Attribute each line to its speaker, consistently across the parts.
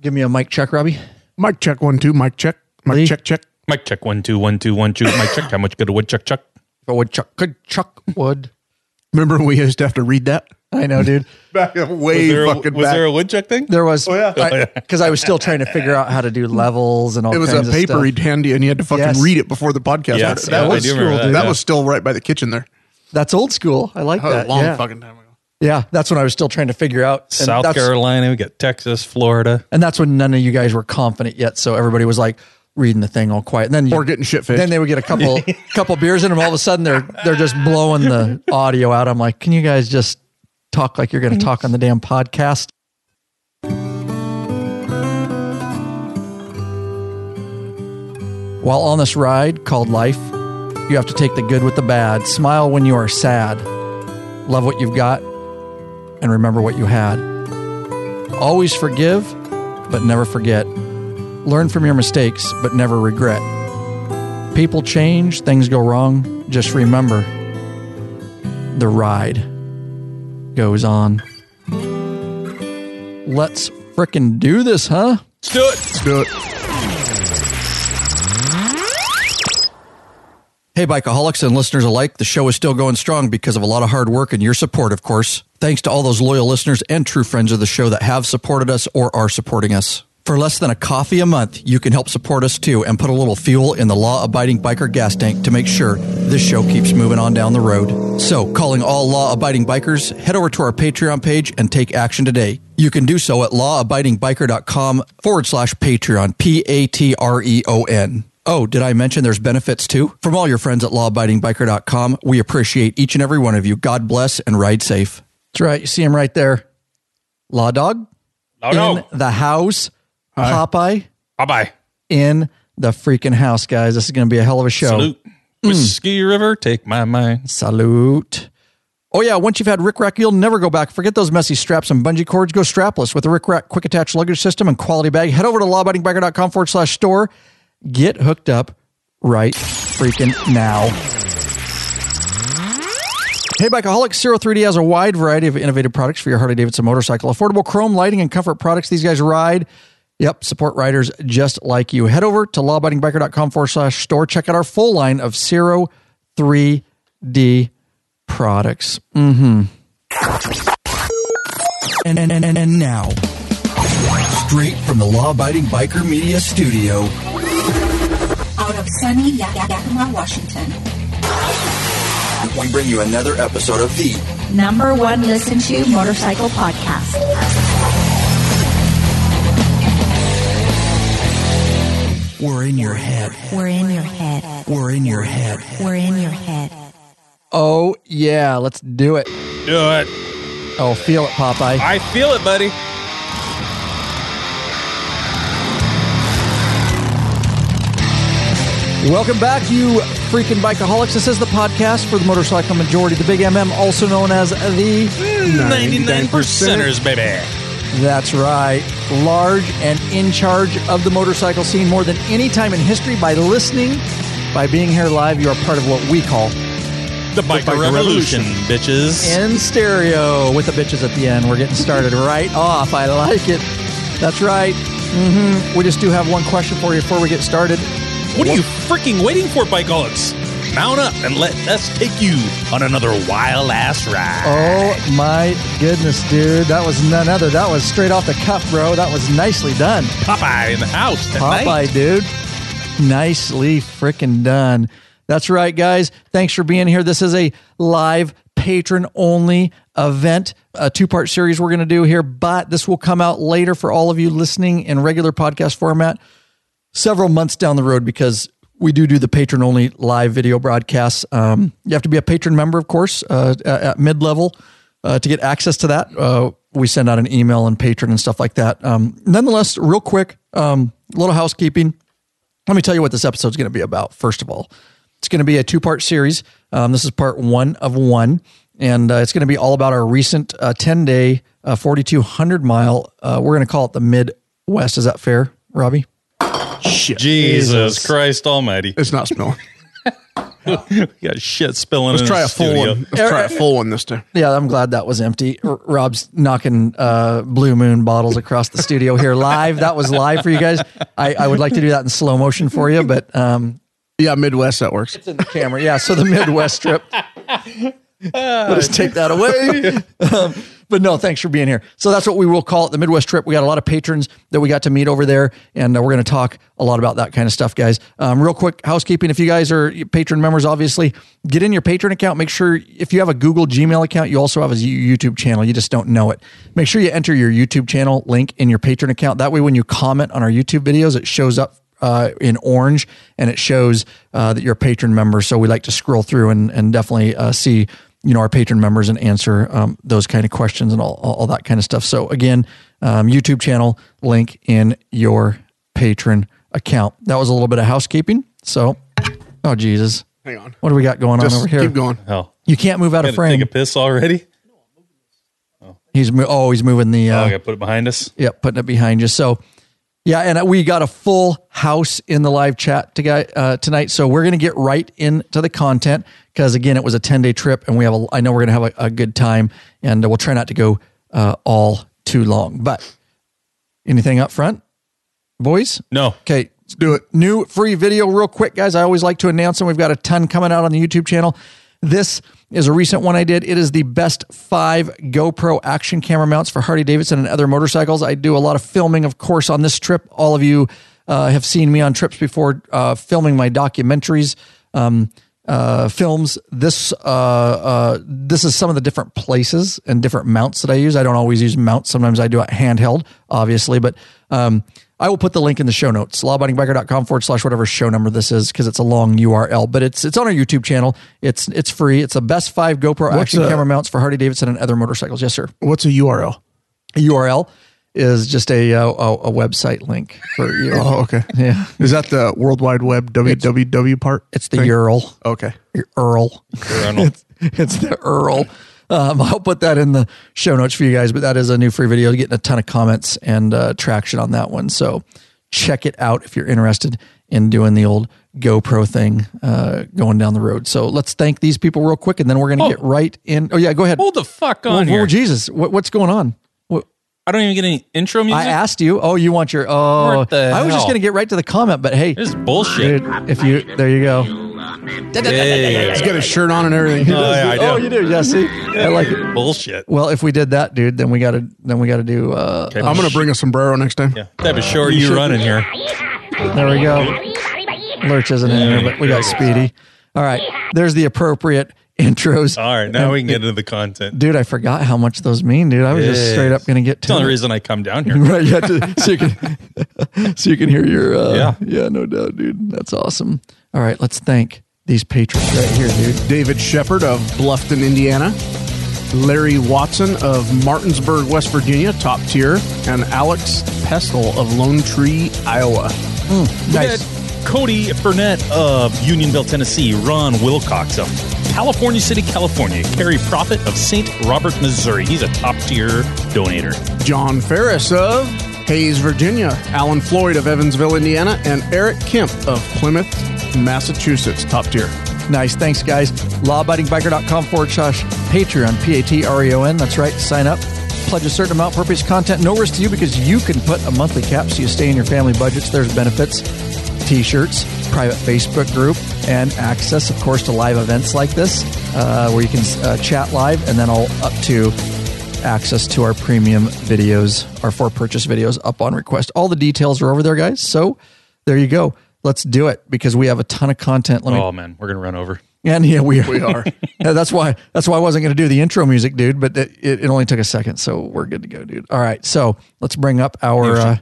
Speaker 1: Give me a mic check, Robbie.
Speaker 2: Mic check one two. Mic check. Mic
Speaker 1: Lee?
Speaker 2: check check.
Speaker 3: Mic check one two one two one two. Mic check. How much good a wood chuck chuck?
Speaker 1: If I would chuck, could chuck wood.
Speaker 2: Remember when we used to have to read that
Speaker 1: I know, dude.
Speaker 2: back uh, way
Speaker 3: Was, there a,
Speaker 2: fucking
Speaker 3: was
Speaker 2: back. Oh,
Speaker 3: there a wood chuck thing? Oh,
Speaker 1: There was,
Speaker 2: yeah.
Speaker 1: because I, was still trying to figure out how to do levels and all.
Speaker 2: it was a
Speaker 1: kinds of
Speaker 2: paper
Speaker 1: stuff.
Speaker 2: he'd hand you, and you had to fucking
Speaker 1: Yes.
Speaker 2: read it before the podcast.
Speaker 3: Yes,
Speaker 2: started. that
Speaker 3: yeah, I
Speaker 2: was
Speaker 3: do remember
Speaker 2: still,
Speaker 3: that,
Speaker 2: that
Speaker 3: yeah.
Speaker 2: was still right by the kitchen there.
Speaker 1: That's old school. I like
Speaker 2: That was
Speaker 1: that.
Speaker 2: a Oh, long
Speaker 1: yeah.
Speaker 2: fucking time ago.
Speaker 1: yeah, that's when I was still trying to figure out. and
Speaker 3: South
Speaker 1: that's-
Speaker 3: Carolina. We got Texas, Florida.
Speaker 1: and that's when none of you guys were confident yet. So everybody was like reading the thing all quiet. And then you,
Speaker 2: Or getting shit
Speaker 1: then
Speaker 2: faced.
Speaker 1: they would get a couple couple beers in them. All of a sudden, they're they're just blowing the audio out. I'm like, can you guys just talk like you're going to talk on the damn podcast? While on this ride called life, you have to take the good with the bad. Smile when you are sad. Love what you've got and remember what you had. Always forgive, but never forget. Learn from your mistakes, but never regret. People change, things go wrong. Just remember the ride goes on. Let's frickin' do this, huh?
Speaker 3: Let's do it.
Speaker 2: Do it.
Speaker 1: Hey, bikeaholics and listeners alike, the show is still going strong because of a lot of hard work and your support, of course. Thanks to all those loyal listeners and true friends of the show that have supported us or are supporting us. For less than a coffee a month, you can help support us too and put a little fuel in the law abiding biker gas tank to make sure this show keeps moving on down the road. So, calling all law abiding bikers, head over to our Patreon page and take action today. You can do so at lawabidingbiker.com forward slash Patreon, P A T R E O N. Oh, did I mention there's benefits too? From all your friends at lawabidingbiker.com, we appreciate each and every one of you. God bless and ride safe. That's right. You see him right there. Law Dog
Speaker 3: Oh no.
Speaker 1: in the house. Popeye
Speaker 3: Bye bye.
Speaker 1: in the freaking house, guys. This is going to be a hell of a show.
Speaker 3: Salute. Oh. Whiskey River, take my mind.
Speaker 1: Salute. Oh yeah, once you've had Rick Rack, you'll never go back. Forget those messy straps and bungee cords. Go strapless with a Rick Rack quick attach luggage system and quality bag. Head over to lawabidingbiker.com forward slash store. Get hooked up right freaking now. Hey, Bikeaholics, Zero 3D has a wide variety of innovative products for your Harley Davidson motorcycle. Affordable chrome, lighting, and comfort products. These guys ride. Yep, support riders just like you. Head over to lawabidingbiker.com forward slash store. Check out our full line of Zero 3D products. Mm hmm. And, and, and, and, and now, straight from the Law Abiding Biker Media Studio,
Speaker 4: out of sunny Ya- Ya- Yakima, Washington.
Speaker 1: we bring you another episode of the
Speaker 4: Number one listen to motorcycle podcast.
Speaker 1: We're in Your Head.
Speaker 4: We're in your head.
Speaker 1: We're in Your Head.
Speaker 4: We're in your head.
Speaker 1: Oh, yeah, let's do it.
Speaker 3: Do it.
Speaker 1: Oh, feel it, Popeye.
Speaker 3: I feel it, buddy.
Speaker 1: Welcome back, you freaking bikeaholics. This is the podcast for the motorcycle majority, the Big MM, also known as the.
Speaker 3: 99 percenters, baby.
Speaker 1: That's right, large and in charge of the motorcycle scene more than any time in history. By listening, by being here live, you are part of what we call
Speaker 3: The biker, revolution, bitches.
Speaker 1: in stereo with the bitches at the end. We're getting started right off. I like it. That's right. hmm We just do have one question for you before we get started.
Speaker 3: What are you freaking waiting for, bikeaholics? Mount up and let us take you on another wild ass ride.
Speaker 1: Oh my goodness, dude. That was none other. That was straight off the cuff, bro. That was nicely done.
Speaker 3: Popeye in the house tonight.
Speaker 1: Popeye, dude. Nicely freaking done. That's right, guys. Thanks for being here. This is a live patron only event, a two part series we're going to do here, but this will come out later for all of you listening in regular podcast format several months down the road because we do do the patron only live video broadcasts. Um, you have to be a patron member, of course, uh, at, at mid level uh, to get access to that. Uh, we send out an email and patron and stuff like that. Um, nonetheless, real quick, um, little housekeeping. Let me tell you what this episode's going to be about. First of all, it's going to be a two part series. Um, this is part one of one, and uh, it's going to be all about our recent uh, 10 day, uh, 4,200 mile. Uh, we're going to call it the Midwest. Is that fair, Robbie?
Speaker 2: Shit.
Speaker 3: Jesus Christ Almighty.
Speaker 2: It's not smelling.
Speaker 3: we got shit spilling.
Speaker 2: Let's
Speaker 3: in
Speaker 2: try
Speaker 3: the
Speaker 2: a full
Speaker 3: studio.
Speaker 2: one. Let's try a full one this time.
Speaker 1: Yeah, I'm glad that was empty. R- Rob's knocking uh, Blue Moon bottles across the studio here live. That was live for you guys. I, I would like to do that in slow motion for you, but um,
Speaker 2: Yeah, Midwest that works.
Speaker 1: in the camera. Yeah, so the Midwest trip. Let us take that away. Um, but no, thanks for being here. So that's what we will call it the Midwest trip. We got a lot of patrons that we got to meet over there, and uh, we're going to talk a lot about that kind of stuff, guys. Um, real quick, housekeeping if you guys are patron members, obviously, get in your patron account. Make sure if you have a Google Gmail account, you also have a YouTube channel. You just don't know it. Make sure you enter your YouTube channel link in your patron account. That way, when you comment on our YouTube videos, it shows up uh, in orange, and it shows uh, that you're a patron member. So we like to scroll through and and definitely uh, see you know our patron members and answer um, those kind of questions and all, all all that kind of stuff. So again, um, YouTube channel link in your patron account. That was a little bit of housekeeping. So, oh Jesus,
Speaker 2: Hang on.
Speaker 1: what do we got going
Speaker 2: Just
Speaker 1: on over here?
Speaker 2: keep going.
Speaker 3: Hell,
Speaker 1: You can't move out
Speaker 3: gotta
Speaker 1: of frame.
Speaker 3: take a piss already.
Speaker 1: he's mo- oh he's moving the
Speaker 3: Oh,
Speaker 1: uh,
Speaker 3: I gotta put it behind us.
Speaker 1: Yep, putting it behind you. So, yeah, and we got a full house in the live chat to guy, uh, tonight. So we're going to get right into the content because again, it was a ten day trip, and we have a. I know we're going to have a, a good time, and we'll try not to go uh, all too long. But anything up front, boys?
Speaker 3: No,
Speaker 1: Okay,
Speaker 2: Do it.
Speaker 1: new free video real quick guys i always like to announce and we've got a ton coming out on the youtube channel this is a recent one i did it is the best five gopro action camera mounts for harley davidson and other motorcycles i do a lot of filming of course on this trip all of you uh, have seen me on trips before uh, filming my documentaries um, uh, films. This uh, uh, this is some of the different places and different mounts that I use. I don't always use mounts. Sometimes I do it handheld, obviously, but um, I will put the link in the show notes, lawabidingbiker.com forward slash whatever show number this is because it's a long URL. But it's it's on our YouTube channel. It's it's free. It's the best five GoPro action
Speaker 2: the-
Speaker 1: camera mounts for Harley Davidson and other motorcycles. Yes, sir.
Speaker 2: What's a URL?
Speaker 1: A URL is just a uh, a, a website link for you.
Speaker 2: Oh, okay.
Speaker 1: Yeah.
Speaker 2: Is that the World Wide Web www part?
Speaker 1: It's the URL.
Speaker 2: Okay.
Speaker 1: URL.
Speaker 3: Colonel.
Speaker 1: it's the Earl. Um, I'll put that in the show notes for you guys, but that is a new free video. Getting a ton of comments and uh, traction on that one. So check it out if you're interested in doing the old GoPro thing uh, going down the road. So let's thank these people real quick, and then we're going to
Speaker 3: Oh.
Speaker 1: get right in. Oh, yeah, go ahead.
Speaker 3: hold the fuck on
Speaker 1: oh,
Speaker 3: here.
Speaker 1: Jesus, what, what's going on? What,
Speaker 3: I don't even get any intro music.
Speaker 1: I asked you. Oh, you want your. Oh,
Speaker 3: What the
Speaker 1: I was just
Speaker 3: hell?
Speaker 1: going to get right to the comment, but hey,
Speaker 3: this is bullshit.
Speaker 1: dude, if you, there you go.
Speaker 3: Hey.
Speaker 2: He's got his shirt on and everything.
Speaker 3: Oh, yeah, I do.
Speaker 1: Oh, you do. Yeah, see? I like it.
Speaker 3: Bullshit.
Speaker 1: Well, if we did that, dude, then we gotta then we gotta do. Uh,
Speaker 3: Okay,
Speaker 2: I'm going to bring a sombrero next time.
Speaker 3: Yeah, what type of show are you running here?
Speaker 1: there we go. Lurch isn't in here, but we got Speedy. All right, there's the appropriate intros.
Speaker 3: All right, now we can get into the content.
Speaker 1: dude, I forgot how much those mean, dude. I was just
Speaker 3: Yes.
Speaker 1: straight up gonna get
Speaker 3: That's the
Speaker 1: to
Speaker 3: only
Speaker 1: it.
Speaker 3: reason I come down here.
Speaker 1: right, yeah, to, so you can so you can hear your uh,
Speaker 3: Yeah.
Speaker 1: yeah, no doubt, dude. That's awesome. All right, let's thank these patrons right here, dude.
Speaker 2: David Shepard of Bluffton, Indiana. Larry Watson of Martinsburg, West Virginia, top tier. And Alex Pestle of Lone Tree, Iowa.
Speaker 1: Nice.
Speaker 3: Cody Burnett of Unionville, Tennessee. Ron Wilcox of California City, California. Kerry Prophet of St. Robert, Missouri. He's a top tier donator.
Speaker 2: John Ferris of Hayes, Virginia. Alan Floyd of Evansville, Indiana. And Eric Kemp of Plymouth, Massachusetts, top tier.
Speaker 1: Nice. Thanks, guys. Lawabidingbiker.com forward slash Patreon, P A T R E O N. That's right. Sign up. Pledge a certain amount. Purpose content. No risk to you because you can put a monthly cap so you stay in your family budgets. There's benefits, t shirts, private Facebook group, and access, of course, to live events like this uh, where you can uh, chat live and then all up to access to our premium videos, our for purchase videos up on request. All the details are over there, guys. So there you go. Let's do it because we have a ton of content. Let me
Speaker 3: Oh, man, we're going to run over.
Speaker 1: and yeah, we are.
Speaker 2: We are.
Speaker 1: Yeah, that's why. That's why I wasn't going to do the intro music, dude. But it, it, it only took a second, so we're good to go, dude. All right, so let's bring up our uh,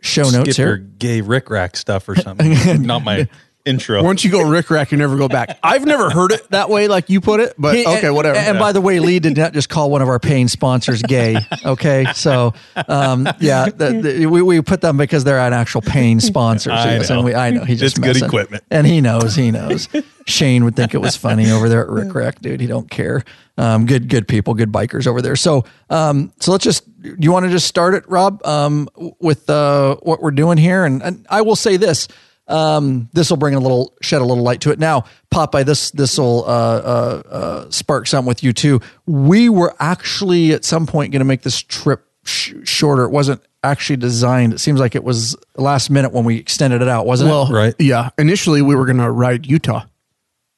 Speaker 1: show notes
Speaker 3: Skip your
Speaker 1: here.
Speaker 3: gay rickrack stuff or something. Not my intro.
Speaker 2: Once you go rick rack, you never go back. I've never heard it that way, like you put it, but
Speaker 1: Hey,
Speaker 2: okay,
Speaker 1: and-
Speaker 2: whatever.
Speaker 1: And by the way, Lee did not just call one of our paying sponsors gay. Okay, so um, yeah, the, the, we, we put them because they're an actual paying sponsor.
Speaker 3: I
Speaker 1: yes,
Speaker 3: know.
Speaker 1: And we, I know he's just
Speaker 3: It's good
Speaker 1: messing.
Speaker 3: equipment.
Speaker 1: and he knows. He knows. Shane would think it was funny over there at Rick Rack, dude. He don't care. Um, good, good people, good bikers over there. So, um, so let's just. Do you want to just start it, Rob, um, with uh, what we're doing here? And, and I will say this. Um, this will bring a little shed a little light to it. Now, Popeye, this this will uh, uh, uh, spark something with you too. We were actually at some point going to make this trip sh- shorter. It wasn't actually designed. It seems like it was last minute when we extended it out, wasn't
Speaker 2: Well,
Speaker 1: it?
Speaker 5: Right.
Speaker 2: Yeah. Initially, we were going to ride Utah,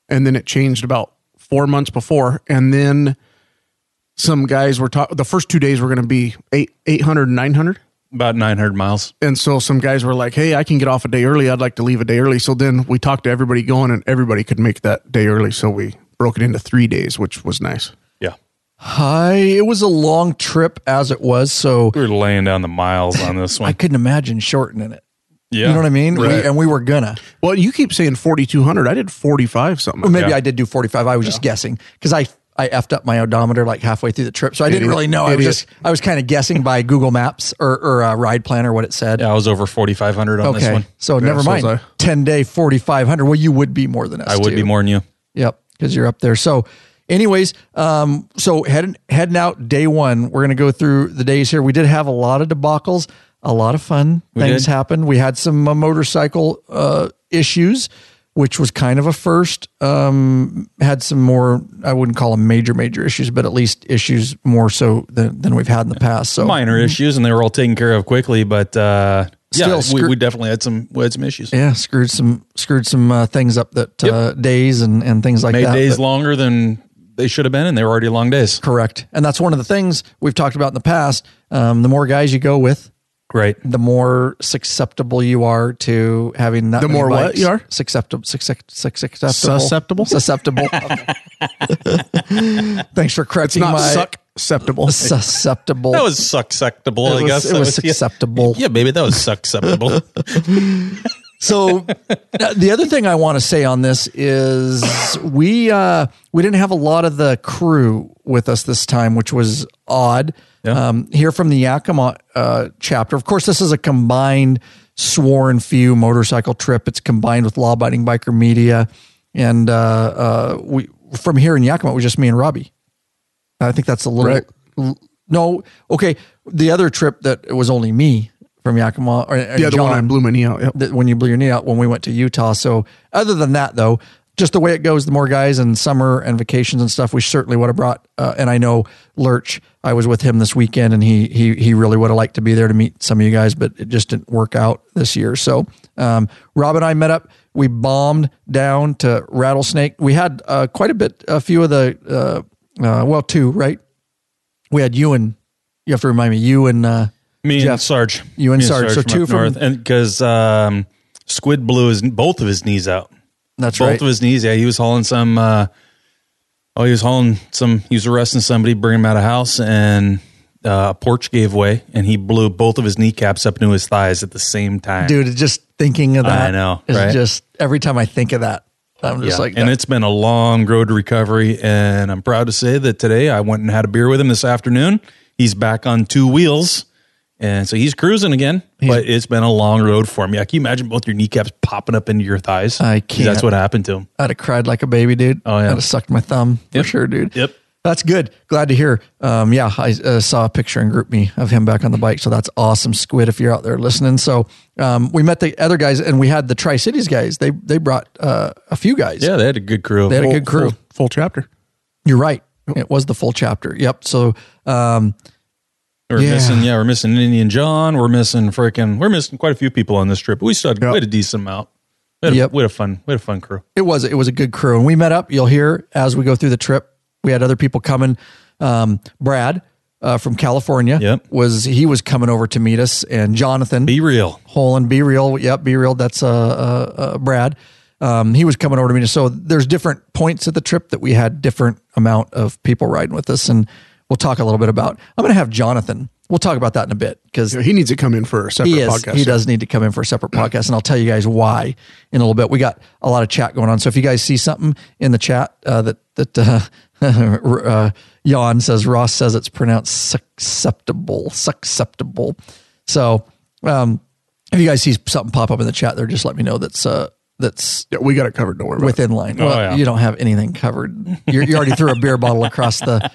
Speaker 2: and then it changed about four months before, and then some guys were talking. The first two days were going to be eight, 800, 900.
Speaker 5: About 900 miles.
Speaker 2: And so some guys were like, "Hey, I can get off a day early. I'd like to leave a day early." So then we talked to everybody going, and everybody could make that day early. So we broke it into three days, which was nice.
Speaker 5: Yeah.
Speaker 1: Hi. It was a long trip as it was, so
Speaker 5: We were laying down the miles on this
Speaker 1: I
Speaker 5: one.
Speaker 1: couldn't imagine shortening it.
Speaker 5: Yeah.
Speaker 1: You know what I mean?
Speaker 2: Right.
Speaker 1: We, and we were gonna.
Speaker 2: Well, you keep saying forty two hundred. I did forty five something.
Speaker 1: Maybe
Speaker 5: Yeah.
Speaker 1: I did do 45. I was just guessing because I I effed up my odometer like halfway through the trip, so I didn't
Speaker 2: Idiot.
Speaker 1: really know. I was
Speaker 2: Idiot.
Speaker 1: just I was kind of guessing by Google Maps or or uh, Ride Planner what it said.
Speaker 5: Yeah, I was over 4,500 on this
Speaker 1: Okay,
Speaker 5: one.
Speaker 1: so
Speaker 2: Yeah,
Speaker 1: never
Speaker 2: so
Speaker 1: mind.
Speaker 2: was I.
Speaker 1: 10 day 4500. Well, you would be more than us.
Speaker 5: I would
Speaker 1: too.
Speaker 5: be more than you.
Speaker 1: Yep, because you're up there. So, anyways, um, so heading heading out day one. We're gonna go through the days here. We did have a lot of debacles, a lot of fun things
Speaker 5: did.
Speaker 1: happened. We had some uh, motorcycle uh, issues, which was kind of a first. Um, had some more. I wouldn't call them major major issues, but at least issues more so than, than we've had in the past. So
Speaker 5: Minor issues, and they were all taken care of quickly, but uh, yeah,
Speaker 1: Mm-hmm. Still
Speaker 5: we,
Speaker 1: screw-
Speaker 5: we definitely had some we had some issues.
Speaker 1: yeah, screwed some screwed some uh, things up that uh, days and and things like
Speaker 5: Made
Speaker 1: that.
Speaker 5: days
Speaker 1: but-
Speaker 5: longer than they should have been, and they were already long days.
Speaker 1: Correct. And that's one of the things we've talked about in the past. Um, the more guys you go with,
Speaker 5: Right.
Speaker 1: the more susceptible you are to having that.
Speaker 2: The
Speaker 1: many
Speaker 2: more what
Speaker 1: bikes.
Speaker 2: you are?
Speaker 1: Susceptible. Susceptible. Susceptible.
Speaker 2: Susceptible?
Speaker 1: Susceptible. Thanks for correcting
Speaker 2: Not
Speaker 1: my
Speaker 2: suck acceptable.
Speaker 1: susceptible.
Speaker 5: That was susceptible,
Speaker 1: it
Speaker 5: I
Speaker 1: was-
Speaker 5: guess.
Speaker 1: it
Speaker 5: That
Speaker 1: was
Speaker 5: yeah.
Speaker 1: susceptible.
Speaker 5: Yeah, baby, that was susceptible.
Speaker 1: So uh, the other thing I want to say on this is we uh, we didn't have a lot of the crew with us this time, which was odd. Um, here from the Yakima uh, chapter, of course, this is a combined sworn few motorcycle trip. It's combined with law abiding biker media, and uh, uh, we from here in Yakima, it was just me and Robbie. I think that's a little.
Speaker 2: Right.
Speaker 1: l- No, okay. The other trip that it was only me from Yakima, or, and
Speaker 2: The other one I
Speaker 1: John
Speaker 2: blew my knee out. Yep.
Speaker 1: that when you blew your knee out when we went to Utah. So other than that, though, just the way it goes, the more guys and summer and vacations and stuff, we certainly would have brought. Uh, and I know Lurch, I was with him this weekend, and he he he really would have liked to be there to meet some of you guys, but it just didn't work out this year. So um, Rob and I met up. We bombed down to Rattlesnake. We had uh, quite a bit, a few of the uh, uh, well, two right. We had you and you have to remind me you and uh,
Speaker 5: Me and Sarge.
Speaker 1: You and
Speaker 5: Me
Speaker 1: Sarge. So
Speaker 5: from
Speaker 1: two
Speaker 5: up
Speaker 1: from-
Speaker 5: north, and because um, Squid blew his both of his knees out.
Speaker 1: that's
Speaker 5: both
Speaker 1: right.
Speaker 5: of his knees. Yeah, he was hauling some. Uh, oh, he was hauling some. He was arresting somebody, bring him out of house, and uh, a porch gave way, and he blew both of his kneecaps up into his thighs at the same time,
Speaker 1: dude. Just thinking of that,
Speaker 5: I know,
Speaker 1: is
Speaker 5: right?
Speaker 1: just every time I think of that, I'm just
Speaker 5: Yeah,
Speaker 1: like,
Speaker 5: and
Speaker 1: that-
Speaker 5: it's been a long road to recovery, and I'm proud to say that today I went and had a beer with him this afternoon. He's back on two wheels, and so he's cruising again. but it's been a long road for him. Yeah, can you imagine both your kneecaps popping up into your thighs?
Speaker 1: I
Speaker 5: That's
Speaker 1: can't.
Speaker 5: what happened to him.
Speaker 1: I'd have cried like a baby, dude.
Speaker 5: Oh, yeah.
Speaker 1: I'd have sucked my thumb for sure, dude.
Speaker 5: Yep.
Speaker 1: That's good. Glad to hear. Um, yeah, I uh, saw a picture in Group Me of him back on the bike, so that's awesome, Squid. If you're out there listening, so um, we met the other guys, and we had the Tri Cities guys. They they brought uh, a few guys.
Speaker 5: Yeah, they had a good crew.
Speaker 1: they had a
Speaker 2: Full-
Speaker 1: good crew.
Speaker 2: Full, full chapter.
Speaker 1: You're right. It was the full chapter. Yep. So um,
Speaker 5: We're
Speaker 1: Yeah.
Speaker 5: missing, yeah, we're missing Indian John. We're missing freaking, we're missing quite a few people on this trip. But we still had
Speaker 2: Yep.
Speaker 5: we had a decent amount. We had, a,
Speaker 1: Yep.
Speaker 5: we had a fun, we had a fun crew.
Speaker 1: It was it was a good crew, and we met up. You'll hear as we go through the trip. We had other people coming. Um, Brad uh, from California
Speaker 5: Yep.
Speaker 1: was he was coming over to meet us, and Jonathan
Speaker 5: Be real.
Speaker 1: Holland, be real. Yep, be real. That's uh, uh, uh Brad. Um, he was coming over to me. So there's different points of the trip that we had different amount of people riding with us, and we'll talk a little bit about. I'm going to have Jonathan. We'll talk about that in a bit because
Speaker 2: He needs to come in for a separate
Speaker 1: he is.
Speaker 2: podcast.
Speaker 1: He does need to come in for a separate podcast, and I'll tell you guys why in a little bit. We got a lot of chat going on, so if you guys see something in the chat uh, that that uh, uh, Jan says, Ross says it's pronounced susceptible, susceptible. So, um, if you guys see something pop up in the chat there, just let me know. That's uh, that's
Speaker 2: Yeah, we got it covered. Don't worry about it.
Speaker 1: within line. Well,
Speaker 5: yeah.
Speaker 1: you don't have anything covered. You're, you already threw a beer bottle across the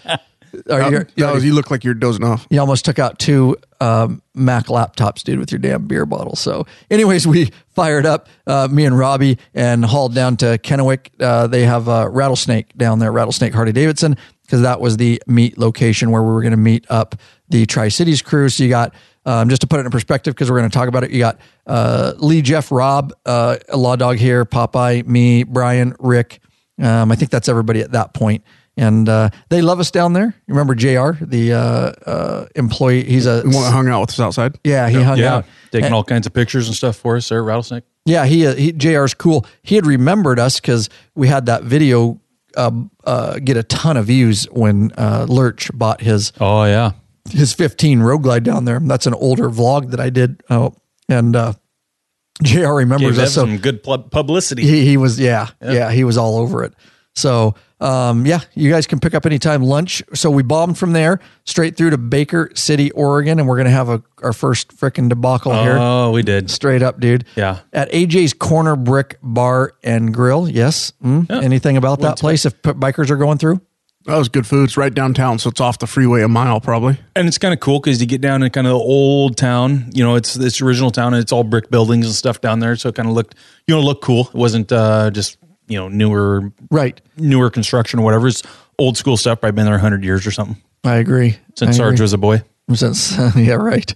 Speaker 1: Or
Speaker 2: That,
Speaker 1: you're-
Speaker 2: that was, you look like you're dozing off.
Speaker 1: you almost took out two um, Mac laptops, dude, with your damn beer bottle. So, anyways, we fired up, uh, me and Robbie, and hauled down to Kennewick. Uh, they have uh, Rattlesnake down there, Rattlesnake Harley Davidson, because that was the meet location where we were going to meet up the Tri Cities crew. So, you got, um, just to put it in perspective, because we're going to talk about it, you got uh, Lee, Jeff, Rob, uh, Law Dog here, Popeye, me, Brian, Rick. Um, I think that's everybody at that point. And uh, they love us down there. You remember JR, the uh, uh, employee? He's a
Speaker 2: The one that hung out with us outside.
Speaker 1: yeah. He hung
Speaker 5: Yeah,
Speaker 1: out.
Speaker 5: taking all kinds of pictures and stuff for us there, at rattlesnake.
Speaker 1: Yeah, he, uh, he JR's cool. He had remembered us because we had that video uh, uh, get a ton of views when uh, Lurch bought his
Speaker 5: Oh yeah,
Speaker 1: his 15 road glide down there. That's an older vlog that I did. Oh, and uh, JR remembers
Speaker 5: gave that
Speaker 1: us. So
Speaker 5: some good pub- publicity.
Speaker 1: he, he was yeah, yeah he was all over it so um, yeah you guys can pick up anytime lunch so we bombed from there straight through to baker city oregon and we're gonna have a, our first freaking debacle here
Speaker 5: oh, we did.
Speaker 1: straight up dude
Speaker 5: Yeah.
Speaker 1: at aj's corner brick bar and grill yes mm? anything about that place if p- bikers are going through
Speaker 2: That was good food. It's right downtown, so it's off the freeway a mile probably.
Speaker 5: and it's kind of cool because you get down in kind of the old town. You know, it's this original town, and it's all brick buildings and stuff down there. So it kind of looked, you know, looked cool. It wasn't uh, just you know newer,
Speaker 1: right
Speaker 5: newer construction or whatever. It's old school stuff. Probably been there hundred years or something
Speaker 1: i agree
Speaker 5: since
Speaker 1: I agree.
Speaker 5: Sarge was a boy.
Speaker 1: since yeah right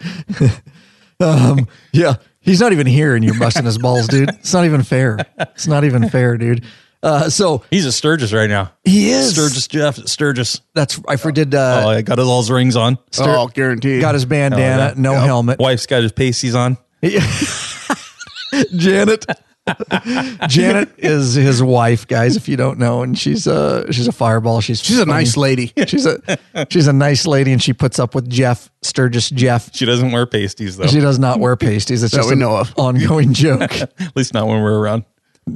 Speaker 1: um, yeah he's not even here and you're busting his balls dude it's not even fair it's not even fair dude uh, so
Speaker 5: He's a Sturgis right now.
Speaker 1: He is.
Speaker 5: Sturgis Jeff Sturgis.
Speaker 1: That's I did.
Speaker 5: Oh,
Speaker 1: Uh,
Speaker 5: I got his all his rings on.
Speaker 1: Stur-
Speaker 2: oh, guaranteed.
Speaker 1: got his bandana,
Speaker 5: yeah.
Speaker 1: no helmet.
Speaker 5: Wife's got his pasties on.
Speaker 1: Janet. Janet is his wife, guys. If you don't know, and she's a she's a fireball. She's
Speaker 2: She's a nice lady.
Speaker 1: she's a she's a nice lady, and she puts up with Jeff Sturgis. Jeff.
Speaker 5: She doesn't wear pasties though.
Speaker 1: She does not wear pasties. It's just
Speaker 2: we
Speaker 1: an
Speaker 2: know of.
Speaker 1: ongoing joke.
Speaker 5: At least not when we're around.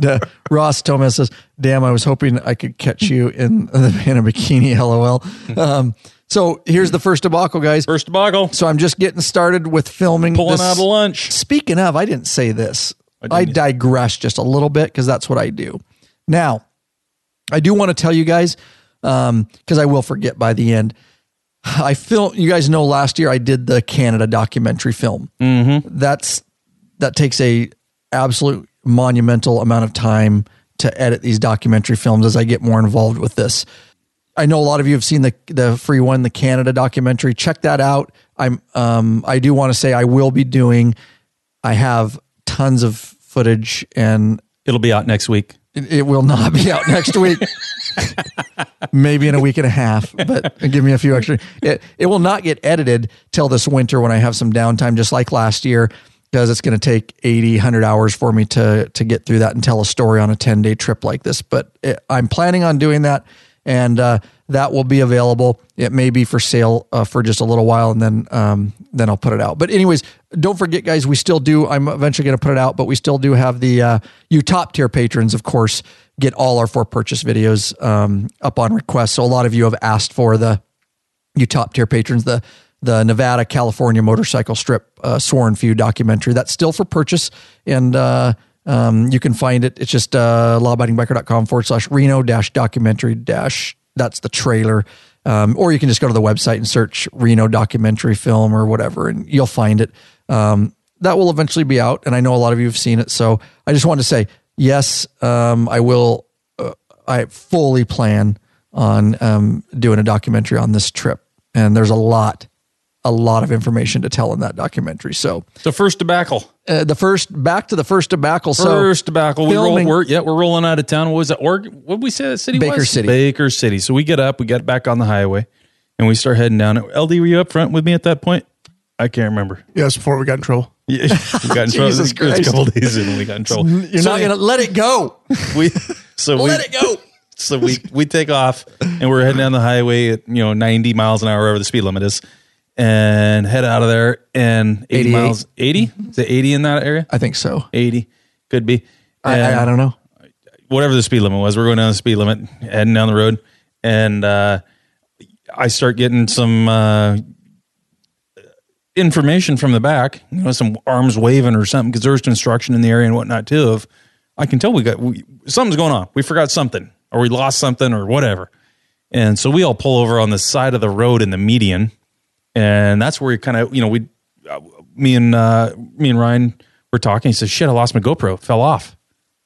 Speaker 1: Uh, Ross Thomas says, "Damn, I was hoping I could catch you in the in a bikini." LOL. Um, so here's the first debacle, guys.
Speaker 5: First debacle.
Speaker 1: So I'm just getting started with filming.
Speaker 5: Pulling
Speaker 1: this-
Speaker 5: out of lunch.
Speaker 1: Speaking of, I didn't say this.
Speaker 5: didn't
Speaker 1: I,
Speaker 5: either.
Speaker 1: digress just a little bit because that's what I do. Now, I do want to tell you guys because I will forget by the end. I film. You guys know last year I did the Canada documentary film. Mm-hmm. That's that takes a absolute monumental amount of time to edit these documentary films as I get more involved with this. I know a lot of you have seen the the free one, the Canada documentary. Check that out. I'm um I do want to say I will be doing. I have tons of footage, and
Speaker 5: It'll be out next week.
Speaker 1: it, it will not be out next week. Maybe in a week and a half, but give me a few extra. It it will not get edited till this winter when I have some downtime, just like last year, because it's going to take 80, 100 hours for me to to get through that and tell a story on a ten day trip like this. But it, I'm planning on doing that and uh, that will be available. It may be for sale uh, for just a little while, and then um, then I'll put it out. But anyways, don't forget, guys, we still do. I'm eventually going to put it out, but we still do have the uh, you top tier patrons, of course, get all our for purchase videos um, up on request. So a lot of you have asked for the you top tier patrons the the Nevada California motorcycle strip uh, sworn few documentary that's still for purchase and uh, um, you can find it it's just uh, lawabidingbiker.com forward slash Reno dash documentary dash that's the trailer um, or you can just go to the website and search Reno documentary film or whatever and you'll find it um, that will eventually be out and I know a lot of you have seen it so I just wanted to say yes um, I will uh, I fully plan on um, doing a documentary on this trip, and there's a lot, a lot of information to tell in that documentary. So
Speaker 5: So first debacle.
Speaker 1: uh, the first, back to the first debacle. So
Speaker 5: First debacle. We roll,
Speaker 1: filming-
Speaker 5: we're, yeah, we're rolling out of town. What was that? Or what did we say that city
Speaker 1: Baker
Speaker 5: was?
Speaker 1: City.
Speaker 5: Baker City. So we get up, we get back on the highway, and we start heading down. LD, were you up front with me at that point? I can't remember.
Speaker 2: Yes, before we got in trouble.
Speaker 5: Yeah, we got in trouble.
Speaker 1: Jesus
Speaker 5: It was a
Speaker 1: Christ.
Speaker 5: couple days in, we got in trouble.
Speaker 1: you're
Speaker 5: So
Speaker 1: not gonna let it go.
Speaker 5: we so we,
Speaker 1: Let it go.
Speaker 5: So we we take off and we're heading down the highway at you know 90 miles an hour, wherever the speed limit is, and head out of there. And 80
Speaker 1: 88.
Speaker 5: miles, 80 is it 80 in that area?
Speaker 1: I think so.
Speaker 5: 80 could be.
Speaker 1: I,
Speaker 5: And-
Speaker 1: I, I don't know.
Speaker 5: whatever the speed limit was. We're going down the speed limit, heading down the road, and uh, I start getting some uh, information from the back. You know, some arms waving or something because there was construction in the area and whatnot too. Of I can tell we got we, something's going on. We forgot something, or we lost something, or whatever. And so we all pull over on the side of the road in the median, and that's where you kind of, you know, we, uh, me and uh, me and Ryan were talking. He says, "Shit, I lost my GoPro. It fell off."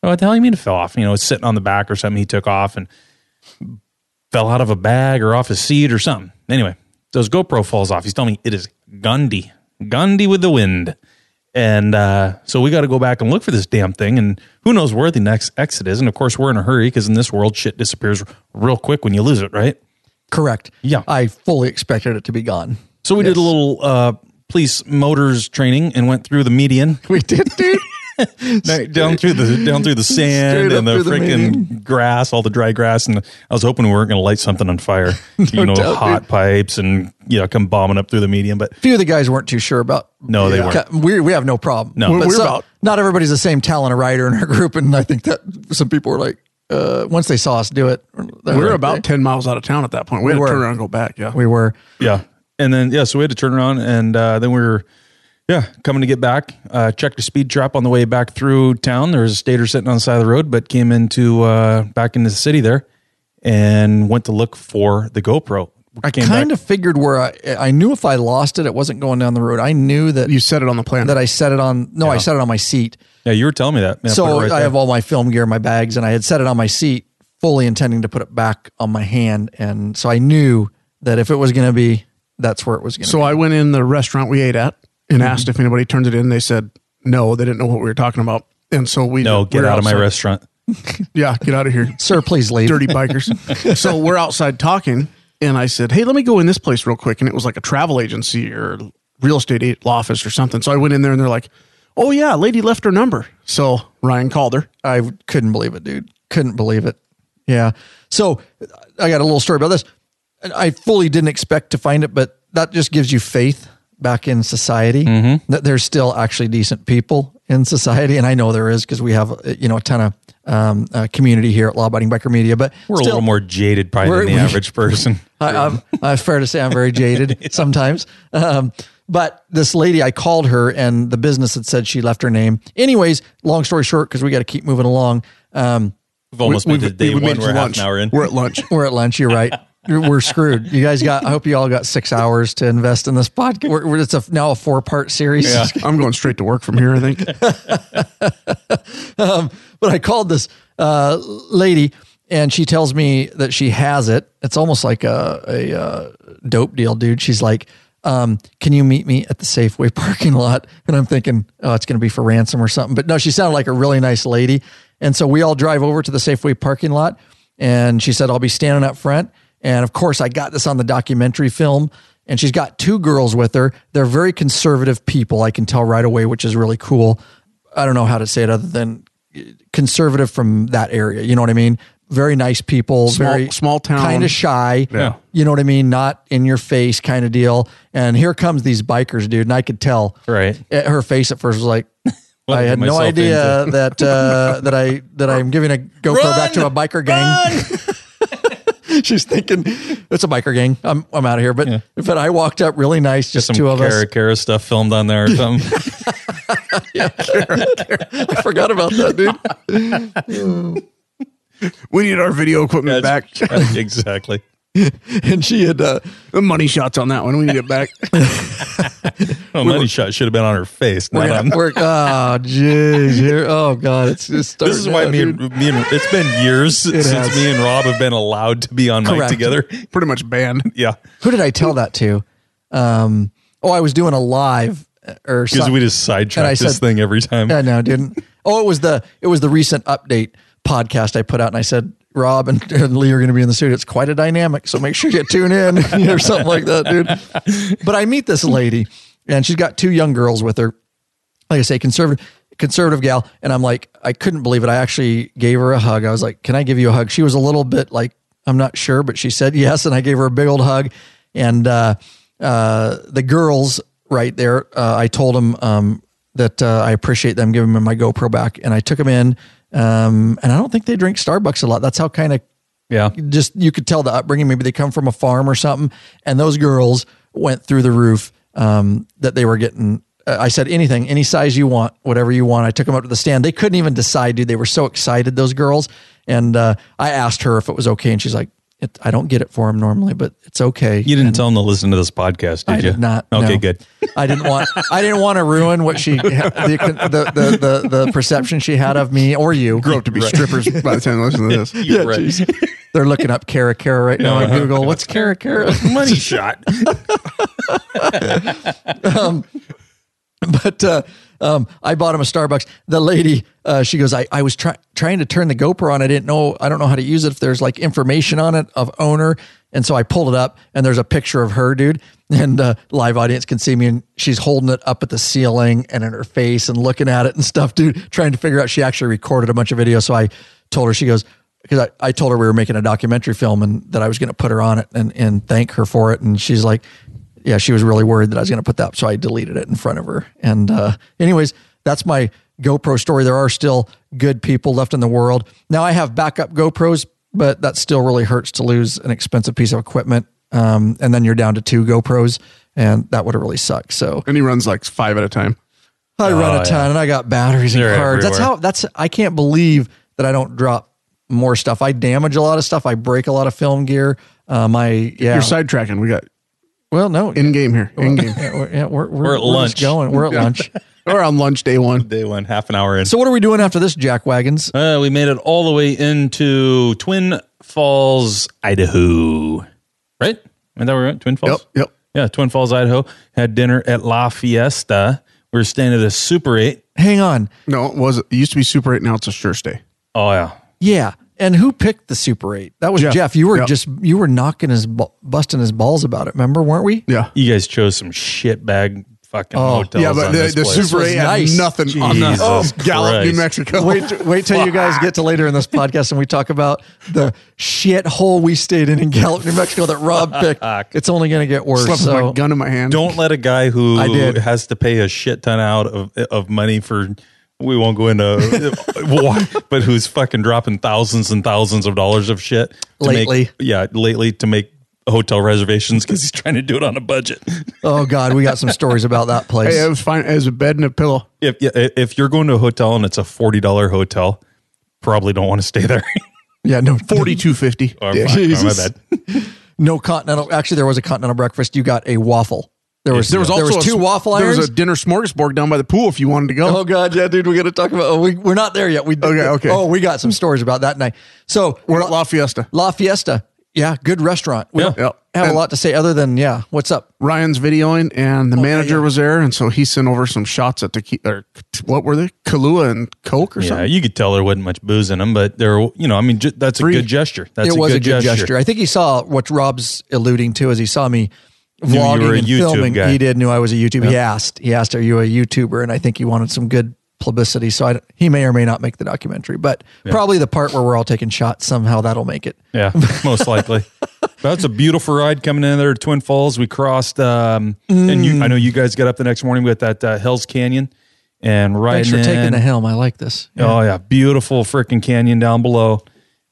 Speaker 5: Oh, what the hell you mean it fell off? You know, it's sitting on the back or something. He took off and fell out of a bag or off his seat or something. Anyway, so his GoPro falls off. He's telling me it is Gundy, Gundy with the wind. And uh, so we got to go back and look for this damn thing. And who knows where the next exit is. And of course, we're in a hurry because in this world, shit disappears real quick when you lose it, right?
Speaker 1: Correct.
Speaker 5: Yeah.
Speaker 1: I fully expected it to be gone.
Speaker 5: So we did a little uh, police motors training and went through the median,
Speaker 2: We did, dude.
Speaker 5: down through the down through the sand
Speaker 1: Straight up
Speaker 5: and the
Speaker 1: through the
Speaker 5: freaking grass, all the dry grass. And I was hoping we weren't going to light something on fire, you know,
Speaker 1: doubt,
Speaker 5: hot pipes and you know, come bombing up through the median. But
Speaker 1: few of the guys weren't too sure about.
Speaker 5: No, they weren't.
Speaker 1: We, we have no problem.
Speaker 5: No. We're-
Speaker 1: But
Speaker 2: we're
Speaker 1: some-
Speaker 2: about-
Speaker 1: not everybody's the same talent of rider in our group, and I think that some people were like, uh, once they saw us do it, they
Speaker 2: We
Speaker 1: were
Speaker 2: were
Speaker 1: like,
Speaker 2: about 10 miles out of town at that point. We, had to
Speaker 1: were.
Speaker 2: turn around and go back. Yeah.
Speaker 1: we were.
Speaker 5: Yeah. And then, yeah, so we had to turn around and uh, then we were, yeah, coming to get back. Uh, checked a speed trap on the way back through town. There was a stater sitting on the side of the road, but came into uh, back into the city there and went to look for the GoPro.
Speaker 1: I kind of figured where I I knew if I lost it, it wasn't going down the road. I knew that
Speaker 2: you said it on the plan.
Speaker 1: that I set it on. No, I set it on my seat.
Speaker 5: Yeah, you were telling me that. Yeah, put
Speaker 1: so
Speaker 5: it right
Speaker 1: I
Speaker 5: there.
Speaker 1: have all my film gear in my bags, and I had set it on my seat, fully intending to put it back on my hand, and so I knew that if it was going to be, that's where it was going. to
Speaker 2: so I went in the restaurant we ate at
Speaker 1: Mm-hmm.
Speaker 2: and asked if anybody turned it in. They said no. They didn't know what we were talking about. And so we
Speaker 5: no, get
Speaker 2: we're
Speaker 5: out of my
Speaker 2: outside.
Speaker 5: restaurant.
Speaker 2: Yeah, get out of here.
Speaker 1: Sir, please leave.
Speaker 2: dirty bikers. so we're outside talking, and I said, "Hey, let me go in this place real quick." And it was like a travel agency or real estate a- law office or something. So I went in there, and they're like, "Oh yeah, lady left her number." So Ryan called her.
Speaker 1: I couldn't believe it, dude. Couldn't believe it. Yeah. So I got a little story about this. And I fully didn't expect to find it, but that just gives you faith back in society
Speaker 5: Mm-hmm.
Speaker 1: that there's still actually decent people in society. And I know there is because we have, uh, you know, a ton of um, uh, community here at Law Abiding Biker Media, but
Speaker 5: We're a
Speaker 1: still,
Speaker 5: little more jaded probably
Speaker 1: We're-
Speaker 5: than the
Speaker 1: we-
Speaker 5: average person.
Speaker 1: I, I'm, i fair to say I'm very jaded sometimes. Um, but this lady, I called her, and the business had said she left her name. Anyways, long story short, because we got to keep moving along. Um,
Speaker 5: We've almost
Speaker 2: We-
Speaker 5: made it to day
Speaker 2: we made
Speaker 5: one.
Speaker 2: it to
Speaker 5: We're half
Speaker 2: lunch.
Speaker 5: an hour in.
Speaker 2: We're at lunch.
Speaker 1: We're at lunch. You're right. You're- We're screwed. You guys got. I hope you all got six hours to invest in this podcast. We're, we're- it's a, now a four part series.
Speaker 2: I'm going straight to work from here. I think.
Speaker 1: But I called this uh, lady, and she tells me that she has it. It's almost like a a uh, dope deal, dude. She's like, um, "Can you meet me at the Safeway parking lot?" And I'm thinking, "Oh, it's going to be for ransom or something." But no, she sounded like a really nice lady, and so we all drive over to the Safeway parking lot, and she said, "I'll be standing up front." And of course, I got this on the documentary film. And she's got two girls with her. They're very conservative people. I can tell right away, which is really cool. I don't know how to say it other than conservative from that area. You know what I mean? Very nice people,
Speaker 2: Small-
Speaker 1: very
Speaker 2: small town.
Speaker 1: kind of shy.
Speaker 5: Yeah.
Speaker 1: You know what I mean? Not in your face kind of deal. And here comes these bikers, dude. And I could tell
Speaker 5: Right.
Speaker 1: at her face at first was like,
Speaker 5: What
Speaker 1: I
Speaker 5: did
Speaker 1: had no
Speaker 5: myself
Speaker 1: idea that uh, that I that I'm giving a GoPro back to a biker gang. She's thinking it's a biker gang. I'm I'm out of here. But but I walked up really nice, just
Speaker 5: Some
Speaker 1: two of us.
Speaker 5: Cara Cara stuff filmed on there or something.
Speaker 1: I forgot about that, dude.
Speaker 2: we need our video equipment back.
Speaker 5: That's- exactly.
Speaker 1: And she had uh,
Speaker 2: The money shots on that one. We need it back.
Speaker 5: Oh, money shot should have been on her face. Not on,
Speaker 1: We're, oh, jeez. Here, oh, God. It's just starting
Speaker 5: This is why
Speaker 1: out,
Speaker 5: me
Speaker 1: dude.
Speaker 5: and, me and it's been years since
Speaker 1: has.
Speaker 5: me and Rob have been allowed to be on mic
Speaker 1: Correct.
Speaker 5: together.
Speaker 2: Pretty much banned.
Speaker 5: Yeah,
Speaker 1: Who did I tell that to? Um, oh, I was doing a live uh, or
Speaker 5: because
Speaker 1: some-
Speaker 5: we just
Speaker 1: And I
Speaker 5: sidetrack this
Speaker 1: said-
Speaker 5: thing every time.
Speaker 1: Yeah, no, I didn't. Oh, it was the it was the recent update podcast I put out, and I said Rob and, and Lee are going to be in the studio. It's quite a dynamic, so make sure you tune in or something like that, dude. But I meet this lady, and she's got two young girls with her. Like I say, conservative conservative gal, and I'm like, I couldn't believe it. I actually gave her a hug. I was like, "Can I give you a hug?" She was a little bit like, "I'm not sure," but she said yes, and I gave her a big old hug. And uh, uh, the girls right there, uh, I told them um, that uh, I appreciate them giving me my GoPro back, and I took them in. Um, and I don't think they drink Starbucks a lot. That's how kind of
Speaker 5: yeah.
Speaker 1: just you could tell the upbringing. Maybe they come from a farm or something. And those girls went through the roof um, that they were getting. Uh, I said anything, any size you want, whatever you want. I took them up to the stand. They couldn't even decide, dude. They were so excited, those girls. And uh, I asked her if it was okay, and she's like, It, I don't get it for him normally, but it's okay.
Speaker 5: You didn't tell him to listen to this podcast, did
Speaker 1: I
Speaker 5: you?
Speaker 1: did not.
Speaker 5: Okay,
Speaker 1: no.
Speaker 5: good.
Speaker 1: I didn't want. I didn't want to ruin what she, the, the, the, the, the perception she had of me or you.
Speaker 2: Grow up to be strippers by the time you listen to this.
Speaker 5: You're right.
Speaker 1: They're looking up Cara Cara right now
Speaker 5: Uh-huh.
Speaker 1: on Google. What's Cara Cara?
Speaker 5: Money shot.
Speaker 1: but uh, um, I bought him a Starbucks. The lady, uh, she goes, I, I was try- trying to turn the GoPro on. I didn't know, I don't know how to use it. If there's like information on it of owner. And so I pulled it up and there's a picture of her, dude. And uh, live audience can see me. And she's holding it up at the ceiling and in her face and looking at it and stuff, dude, trying to figure out. She actually recorded a bunch of videos. So I told her, she goes, because I, I told her we were making a documentary film and that I was going to put her on it and, and thank her for it. And she's like, yeah, she was really worried that I was going to put that up, so I deleted it in front of her. And uh, anyways, that's my GoPro story. There are still good people left in the world. Now I have backup GoPros, but that still really hurts to lose an expensive piece of equipment. Um, and then you're down to two GoPros, and that would have really sucked. So
Speaker 2: And he runs like five at a time.
Speaker 1: I run
Speaker 5: Oh,
Speaker 1: a ton, and I got batteries and
Speaker 5: They're
Speaker 1: cards. That's
Speaker 5: everywhere.
Speaker 1: how. That's I can't believe that I don't drop more stuff. I damage a lot of stuff. I break a lot of film gear. Um, I yeah.
Speaker 2: You're sidetracking. We got
Speaker 1: well, no,
Speaker 2: in game here. In game.
Speaker 1: yeah, we're, yeah, we're, we're,
Speaker 5: We're at
Speaker 1: at lunch.
Speaker 5: lunch.
Speaker 1: going. We're at lunch.
Speaker 2: We're on lunch day one.
Speaker 5: Day one, half an hour in.
Speaker 1: So what are we doing after this, Jack Wagons?
Speaker 5: Uh, we made it all the way into Twin Falls, Idaho. Right? Isn't that where we went? Twin Falls?
Speaker 2: Yep, yep.
Speaker 5: Yeah, Twin Falls, Idaho. Had dinner at La Fiesta. We were staying at a Super 8.
Speaker 1: Hang on.
Speaker 2: No, it was it used to be Super 8. Now it's a Sure Stay.
Speaker 5: Oh, yeah.
Speaker 1: Yeah. And who picked the Super 8? That was Jeff.
Speaker 2: Jeff.
Speaker 1: You were
Speaker 2: Yep.
Speaker 1: just you were knocking his bu- busting his balls about it, remember, weren't we?
Speaker 2: Yeah.
Speaker 5: You guys chose some shitbag fucking hotels.
Speaker 2: Oh, Yeah,
Speaker 5: on
Speaker 2: but the,
Speaker 5: this
Speaker 2: the
Speaker 5: place.
Speaker 2: Super
Speaker 1: was
Speaker 2: 8 had
Speaker 1: nice.
Speaker 2: nothing on that.
Speaker 5: Jesus
Speaker 2: Oh, Gallup, New
Speaker 5: Christ.
Speaker 2: Mexico.
Speaker 1: Wait, wait till you guys get to later in this podcast and we talk about the shithole we stayed in in Gallup, New Mexico that Rob picked. It's only going to get worse.
Speaker 2: Slept with
Speaker 1: So
Speaker 2: my gun in my hand.
Speaker 5: Don't let a guy who
Speaker 1: I did.
Speaker 5: has to pay a shit ton out of of money for we won't go into why, but who's fucking dropping thousands and thousands of dollars of shit to
Speaker 1: Lately.
Speaker 5: Make, yeah, lately to make hotel reservations because he's trying to do it on a budget.
Speaker 1: oh god, we got some stories about that place.
Speaker 2: Hey, uh, it was fine as a bed and a pillow.
Speaker 5: If yeah, if you're going to a hotel and it's a forty dollar hotel, probably don't want to stay there.
Speaker 1: yeah, no
Speaker 2: Forty two fifty.
Speaker 5: Or my- or my bad.
Speaker 1: no continental. Actually, there was a continental breakfast. You got a waffle. There was
Speaker 2: There was also a
Speaker 1: two
Speaker 2: sm-
Speaker 1: waffle irons.
Speaker 2: There was a dinner smorgasbord down by the pool if you wanted to go.
Speaker 1: Oh God, yeah, dude, we got to talk about. Oh, we we're not there yet. We
Speaker 2: Okay, okay.
Speaker 1: Oh, we got some stories about that night. So
Speaker 2: We're at La Fiesta.
Speaker 1: La Fiesta, yeah, good restaurant. We
Speaker 5: Yeah.
Speaker 1: don't
Speaker 2: Yep.
Speaker 1: have
Speaker 2: And-
Speaker 1: a lot to say other than yeah. What's up?
Speaker 2: Ryan's videoing, and the
Speaker 1: Oh,
Speaker 2: manager was there, and so he sent over some shots at tequila. Or t- what were they? Kahlua and Coke or
Speaker 5: Yeah,
Speaker 2: something.
Speaker 5: you could tell there wasn't much booze in them, but there, you know, I mean, ju- that's
Speaker 2: Three.
Speaker 5: a good gesture. That's
Speaker 1: it was a good gesture. I think he saw what Rob's alluding to as he saw me
Speaker 5: you
Speaker 1: vlogging
Speaker 5: were a
Speaker 1: and
Speaker 5: YouTube
Speaker 1: filming.
Speaker 5: guy.
Speaker 1: He did knew I was a YouTuber. He asked. He asked, "Are you a YouTuber?" And I think he wanted some good publicity. So I d he may or may not make the documentary, but probably the part where we're all taking shots somehow that'll make it.
Speaker 5: Yeah, most likely. That's a beautiful ride coming in there to Twin Falls. We crossed, um, and you, I know you guys got up the next morning with that uh, Hell's Canyon and riding
Speaker 1: Thanks for taking
Speaker 5: in.
Speaker 1: the helm. I like this.
Speaker 5: Oh yeah, beautiful freaking canyon down below.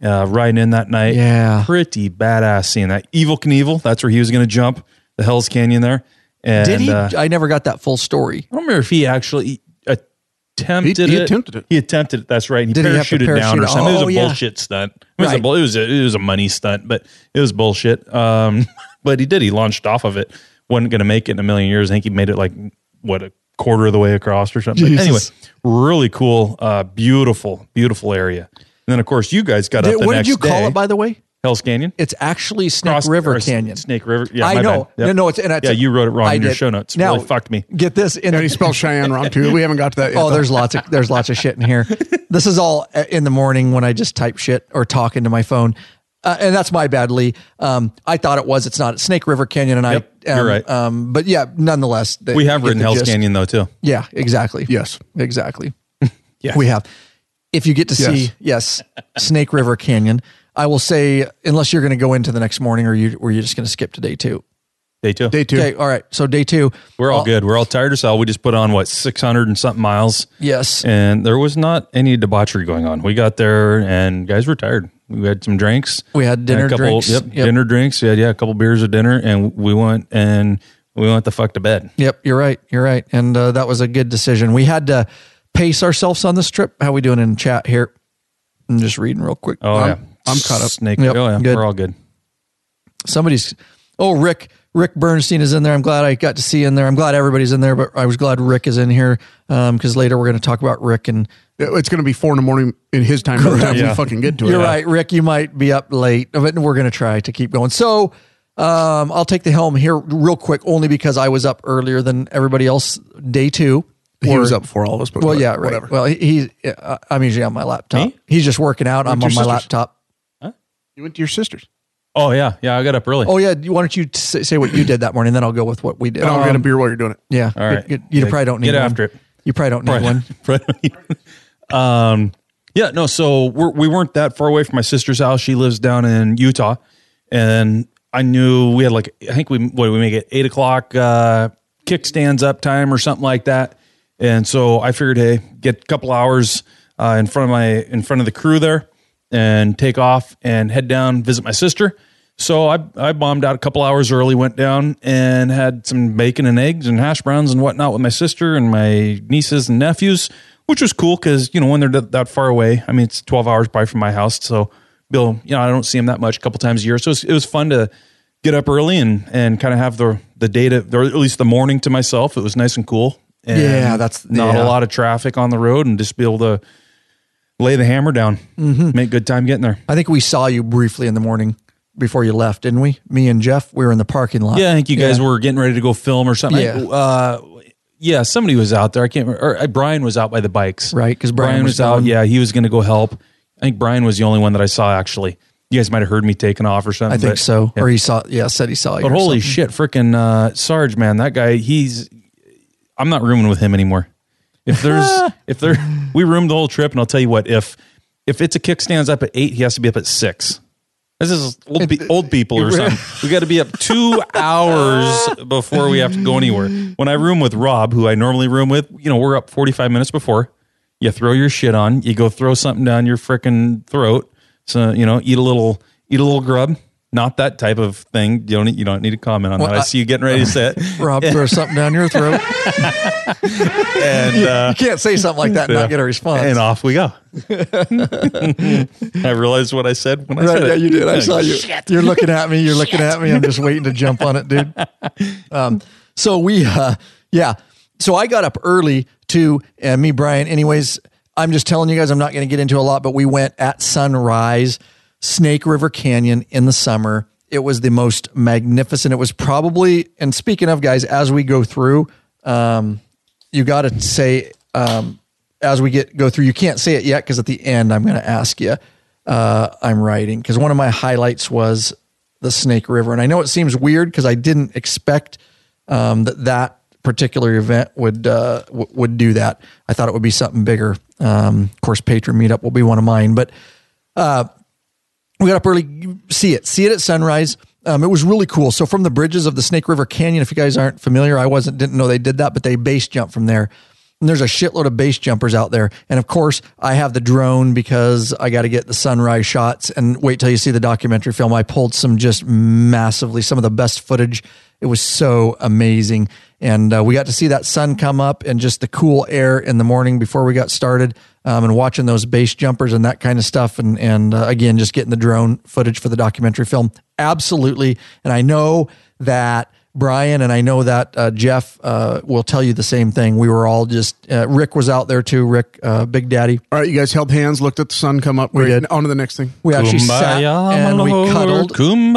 Speaker 5: Uh, riding in that night,
Speaker 1: Yeah.
Speaker 5: pretty badass seeing that evil Knievel. That's where he was going to jump the Hell's Canyon there. And,
Speaker 1: Did he?
Speaker 5: uh,
Speaker 1: I never got that full story.
Speaker 5: I don't remember if he actually attempted
Speaker 2: He- he
Speaker 5: it.
Speaker 2: attempted it.
Speaker 5: He attempted it. That's right. And he
Speaker 1: Did he have to
Speaker 5: parachuted down or
Speaker 1: parachute?
Speaker 5: something. it
Speaker 1: Oh,
Speaker 5: was a
Speaker 1: yeah.
Speaker 5: bullshit stunt. It was, a
Speaker 1: Right.
Speaker 5: bull- it was a it was a money stunt, but it was bullshit. Um, but he did. He launched off of it. wasn't going to make it in a million years. I think he made it like what a quarter of the way across or something. But
Speaker 2: Jesus.
Speaker 5: Anyway, really cool, uh, beautiful, beautiful area. And then of course you guys got up
Speaker 1: Did-
Speaker 5: the
Speaker 1: what
Speaker 5: next
Speaker 1: did you call
Speaker 5: day.
Speaker 1: it, by the way?
Speaker 5: Hell's Canyon.
Speaker 1: It's actually Snake
Speaker 5: Cross-
Speaker 1: River
Speaker 5: or S-
Speaker 1: Canyon.
Speaker 5: Snake River. Yeah,
Speaker 1: I
Speaker 5: my
Speaker 1: know.
Speaker 5: bad. Yep.
Speaker 1: No, no, it's and it's
Speaker 5: yeah. You wrote it wrong
Speaker 1: I
Speaker 5: in your
Speaker 1: did.
Speaker 5: show notes.
Speaker 1: Now,
Speaker 5: really fucked me.
Speaker 1: Get this in
Speaker 2: And he
Speaker 1: the
Speaker 2: spelled Oh, Cheyenne wrong too. We haven't got to that yet.
Speaker 1: Oh,
Speaker 2: though.
Speaker 1: there's lots of there's lots of shit in here. This is all uh, in the morning when I just type shit or talk into my phone. Uh, and that's my bad, Lee. Um, I thought it was. It's not. It's Snake River Canyon, and
Speaker 5: Yep,
Speaker 1: I. Um,
Speaker 5: you're right.
Speaker 1: Um, but yeah, nonetheless,
Speaker 5: We have written Hell's
Speaker 1: Canyon.
Speaker 5: Canyon though too.
Speaker 1: Yeah, exactly.
Speaker 2: Yes.
Speaker 1: exactly.
Speaker 5: Yes.
Speaker 1: we have. If you get to
Speaker 2: Yes.
Speaker 1: see yes Snake River Canyon, I will say unless you're going to go into the next morning, or you or you're just going to skip to day two.
Speaker 5: Day two.
Speaker 2: day two.
Speaker 1: Okay, all right. So day two, Uh,
Speaker 5: We're all
Speaker 1: I'll-
Speaker 5: good. We're all tired as hell. We just put on what six hundred and something miles.
Speaker 1: Yes.
Speaker 5: and there was not any debauchery going on. We got there, and guys were tired. We had some drinks.
Speaker 1: We had
Speaker 5: and a
Speaker 1: dinner
Speaker 5: couple-
Speaker 1: drinks.
Speaker 5: Yep,
Speaker 1: Yep.
Speaker 5: dinner drinks. We had yeah, a couple beers at dinner, and we went and we went the fuck to bed.
Speaker 1: Yep, you're right. You're right, and uh, that was a good decision. We had to pace ourselves on this trip. How we doing in chat here? I'm just reading real quick.
Speaker 5: Oh
Speaker 1: Um,
Speaker 5: yeah,
Speaker 2: I'm caught up.
Speaker 5: Snake.
Speaker 1: Yep,
Speaker 5: oh yeah,
Speaker 1: good.
Speaker 5: we're all good.
Speaker 1: somebody's oh rick rick bernstein is in there i'm glad i got to see you in there i'm glad everybody's in there but i was glad rick is in here because later we're going to talk about rick and
Speaker 2: It's going to be four in the morning in his time. by the time
Speaker 3: yeah.
Speaker 2: we fucking get to it.
Speaker 1: you're right rick you might be up late but we're going to try to keep going so um, i'll take the helm here real quick only because i was up earlier than everybody else day two
Speaker 2: He
Speaker 1: Or-
Speaker 2: was up before all of us. But
Speaker 1: well yeah right
Speaker 2: Whatever.
Speaker 1: well he, he's uh, i'm usually on my laptop
Speaker 3: Me?
Speaker 1: he's just working out i'm on
Speaker 2: With your
Speaker 1: my
Speaker 2: sisters.
Speaker 1: laptop
Speaker 2: you went to your sister's.
Speaker 3: Oh yeah, yeah. I got up early.
Speaker 1: oh yeah why don't you t- say say what you did that morning then i'll go with what we did
Speaker 2: And I'll get a
Speaker 1: Um,
Speaker 2: beer while you're doing it.
Speaker 1: Yeah.
Speaker 3: All right.
Speaker 1: You, you
Speaker 3: Yeah,
Speaker 1: probably don't need
Speaker 3: get
Speaker 1: one.
Speaker 3: after it.
Speaker 1: You probably don't need one.
Speaker 3: um, yeah, no. So we're, we weren't that far away from my sister's house. She lives down in Utah, and I knew we had like I think we what did we make it eight o'clock uh, kickstands up time or something like that. And so I figured, hey, get a couple hours uh, in front of my in front of the crew there, and take off and head down visit my sister. So I I bombed out a couple hours early, went down and had some bacon and eggs and hash browns and whatnot with my sister and my nieces and nephews, which was cool because you know when they're that, that far away, I mean it's twelve hours probably from my house, so Bill, you know I don't see him that much, a couple times a year, so it was, it was fun to get up early and and kind of have the the day to or at least the morning to myself. It was nice and cool. And
Speaker 1: Yeah, that's-
Speaker 3: not
Speaker 1: yeah.
Speaker 3: a lot of traffic on the road and just be able to lay the hammer down,
Speaker 1: Mm-hmm.
Speaker 3: make good time getting there.
Speaker 1: I think we saw you briefly in the morning before you left, didn't we? Me and Jeff, we were in the parking lot.
Speaker 3: Yeah, I think you guys were getting ready to go film or something.
Speaker 1: Yeah.
Speaker 3: Yeah, uh, yeah somebody was out there. I can't remember. Or, uh, Brian was out by the bikes.
Speaker 1: Right, 'cause Brian was
Speaker 3: out.
Speaker 1: gone.
Speaker 3: Yeah, he was going to go help. I think Brian was the only one that I saw, actually. You guys might have heard me taking off or
Speaker 1: I
Speaker 3: something.
Speaker 1: think
Speaker 3: but-
Speaker 1: so.
Speaker 3: Yeah.
Speaker 1: Or he saw, yeah, said he saw you.
Speaker 3: But
Speaker 1: or something.
Speaker 3: holy shit, freaking uh, Sarge, man, that guy, he's. I'm not rooming with him anymore. If there's, if there, we roomed the whole trip, and I'll tell you what, if if it's a kickstands up at eight, he has to be up at six. This is old, pe- old people or something. We got to be up two hours before we have to go anywhere. When I room with Rob, who I normally room with, you know, we're up 45 minutes before. You throw your shit on, you go throw something down your freaking throat. So, you know, eat a little, eat a little grub. Not that type of thing. You don't, need- you don't need to comment on
Speaker 1: Well,
Speaker 3: that. I,
Speaker 1: I-
Speaker 3: see you getting ready to say it.
Speaker 1: Rob, throw something down your throat.
Speaker 3: And, uh,
Speaker 1: You can't say something like that and not get a response.
Speaker 3: and off we go. I realized what I said when I
Speaker 1: Right,
Speaker 3: said
Speaker 1: yeah,
Speaker 3: it.
Speaker 1: you did. I saw you. You're looking at me. You're looking at me. I'm just waiting to jump on it, dude. Um, so we, uh, yeah. So I got up early to uh, me, Brian. Anyways, I'm just telling you guys, I'm not going to get into a lot, but we went at sunrise, Snake River Canyon in the summer. It was the most magnificent. It was probably, and speaking of guys, as we go through, um, you got to say um, as we get go through. You can't say it yet because at the end I'm going to ask you. Uh, I'm writing because one of my highlights was the Snake River, and I know it seems weird because I didn't expect um, that that particular event would uh, w- would do that. I thought it would be something bigger. Um, of course, patron meetup will be one of mine, but we got up early, see it, see it at sunrise. Um, it was really cool. So from the bridges of the Snake River Canyon, if you guys aren't familiar, I wasn't didn't know they did that, but they base jump from there. And there's a shitload of base jumpers out there. And of course, I have the drone because I got to get the sunrise shots. And wait till you see the documentary film. I pulled some just massively some of the best footage. It was so amazing, and uh, we got to see that sun come up and just the cool air in the morning before we got started um, and watching those base jumpers and that kind of stuff. And, and uh, again, just getting the drone footage for the documentary film. Absolutely. And I know that Brian and I know that uh, Jeff uh, will tell you the same thing. We were all just, uh, Rick was out there too, Rick, uh, Big Daddy.
Speaker 2: All right, you guys held hands, looked at the sun come up. We
Speaker 1: did.
Speaker 2: On to the next thing.
Speaker 1: We actually sat
Speaker 3: Kumbaya,
Speaker 1: and
Speaker 3: my
Speaker 1: we
Speaker 3: lord,
Speaker 1: cuddled.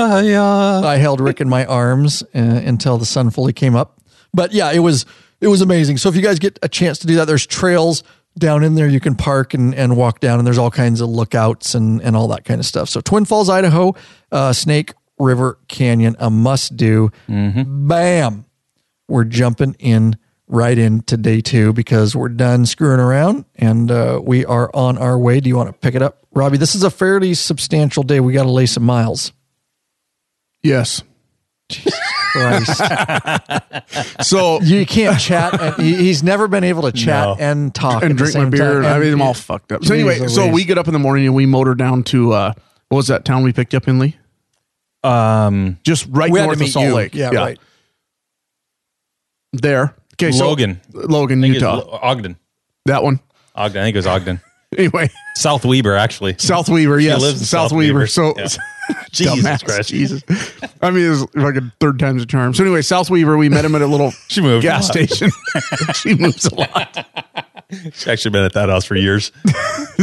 Speaker 3: Kumbaya.
Speaker 1: I held Rick in my arms uh, until the sun fully came up. But yeah, it was it was amazing. So if you guys get a chance to do that, there's trails down in there you can park and, and walk down, and there's all kinds of lookouts and and all that kind of stuff. So Twin Falls, Idaho, uh, Snake River Canyon, a must do. Bam, we're jumping in right into day two because we're done screwing around and uh, we are on our way. Do you want to pick it up, Robbie? This is a fairly substantial day. We got to lay some miles.
Speaker 2: Yes.
Speaker 1: Christ.
Speaker 2: So
Speaker 1: You can't chat. And he, he's never been able to chat
Speaker 3: No.
Speaker 1: and talk
Speaker 2: and
Speaker 1: at the
Speaker 2: drink my
Speaker 1: same
Speaker 2: beer.
Speaker 1: time.
Speaker 2: I
Speaker 1: And
Speaker 2: mean, I'm all fucked up.
Speaker 1: Jeez
Speaker 2: So anyway, so
Speaker 1: Louise.
Speaker 2: we get up in the morning and we motor down to uh, what was that town we picked up in Lee?
Speaker 3: Um,
Speaker 2: Just right
Speaker 1: we had to
Speaker 2: north of
Speaker 1: meet
Speaker 2: Salt
Speaker 1: you.
Speaker 2: Lake.
Speaker 1: Yeah, right.
Speaker 2: There. Okay, so
Speaker 3: Logan.
Speaker 2: Logan,
Speaker 3: I think it's
Speaker 2: Utah.
Speaker 3: Lo- Ogden.
Speaker 2: that one.
Speaker 3: Ogden. I think it was Ogden.
Speaker 2: Anyway,
Speaker 3: South Weber, actually.
Speaker 2: South Weaver,
Speaker 3: She
Speaker 2: yes,
Speaker 3: lives in
Speaker 2: South, Weaver. So,
Speaker 3: Yeah.
Speaker 2: dumbass,
Speaker 3: Jesus Christ.
Speaker 2: Jesus. I mean, it's like a third time's a charm. So anyway, South Weaver, we met him at a little
Speaker 3: She moved
Speaker 2: gas
Speaker 3: a lot.
Speaker 2: station. she moves a lot.
Speaker 3: She's actually been at that house for years.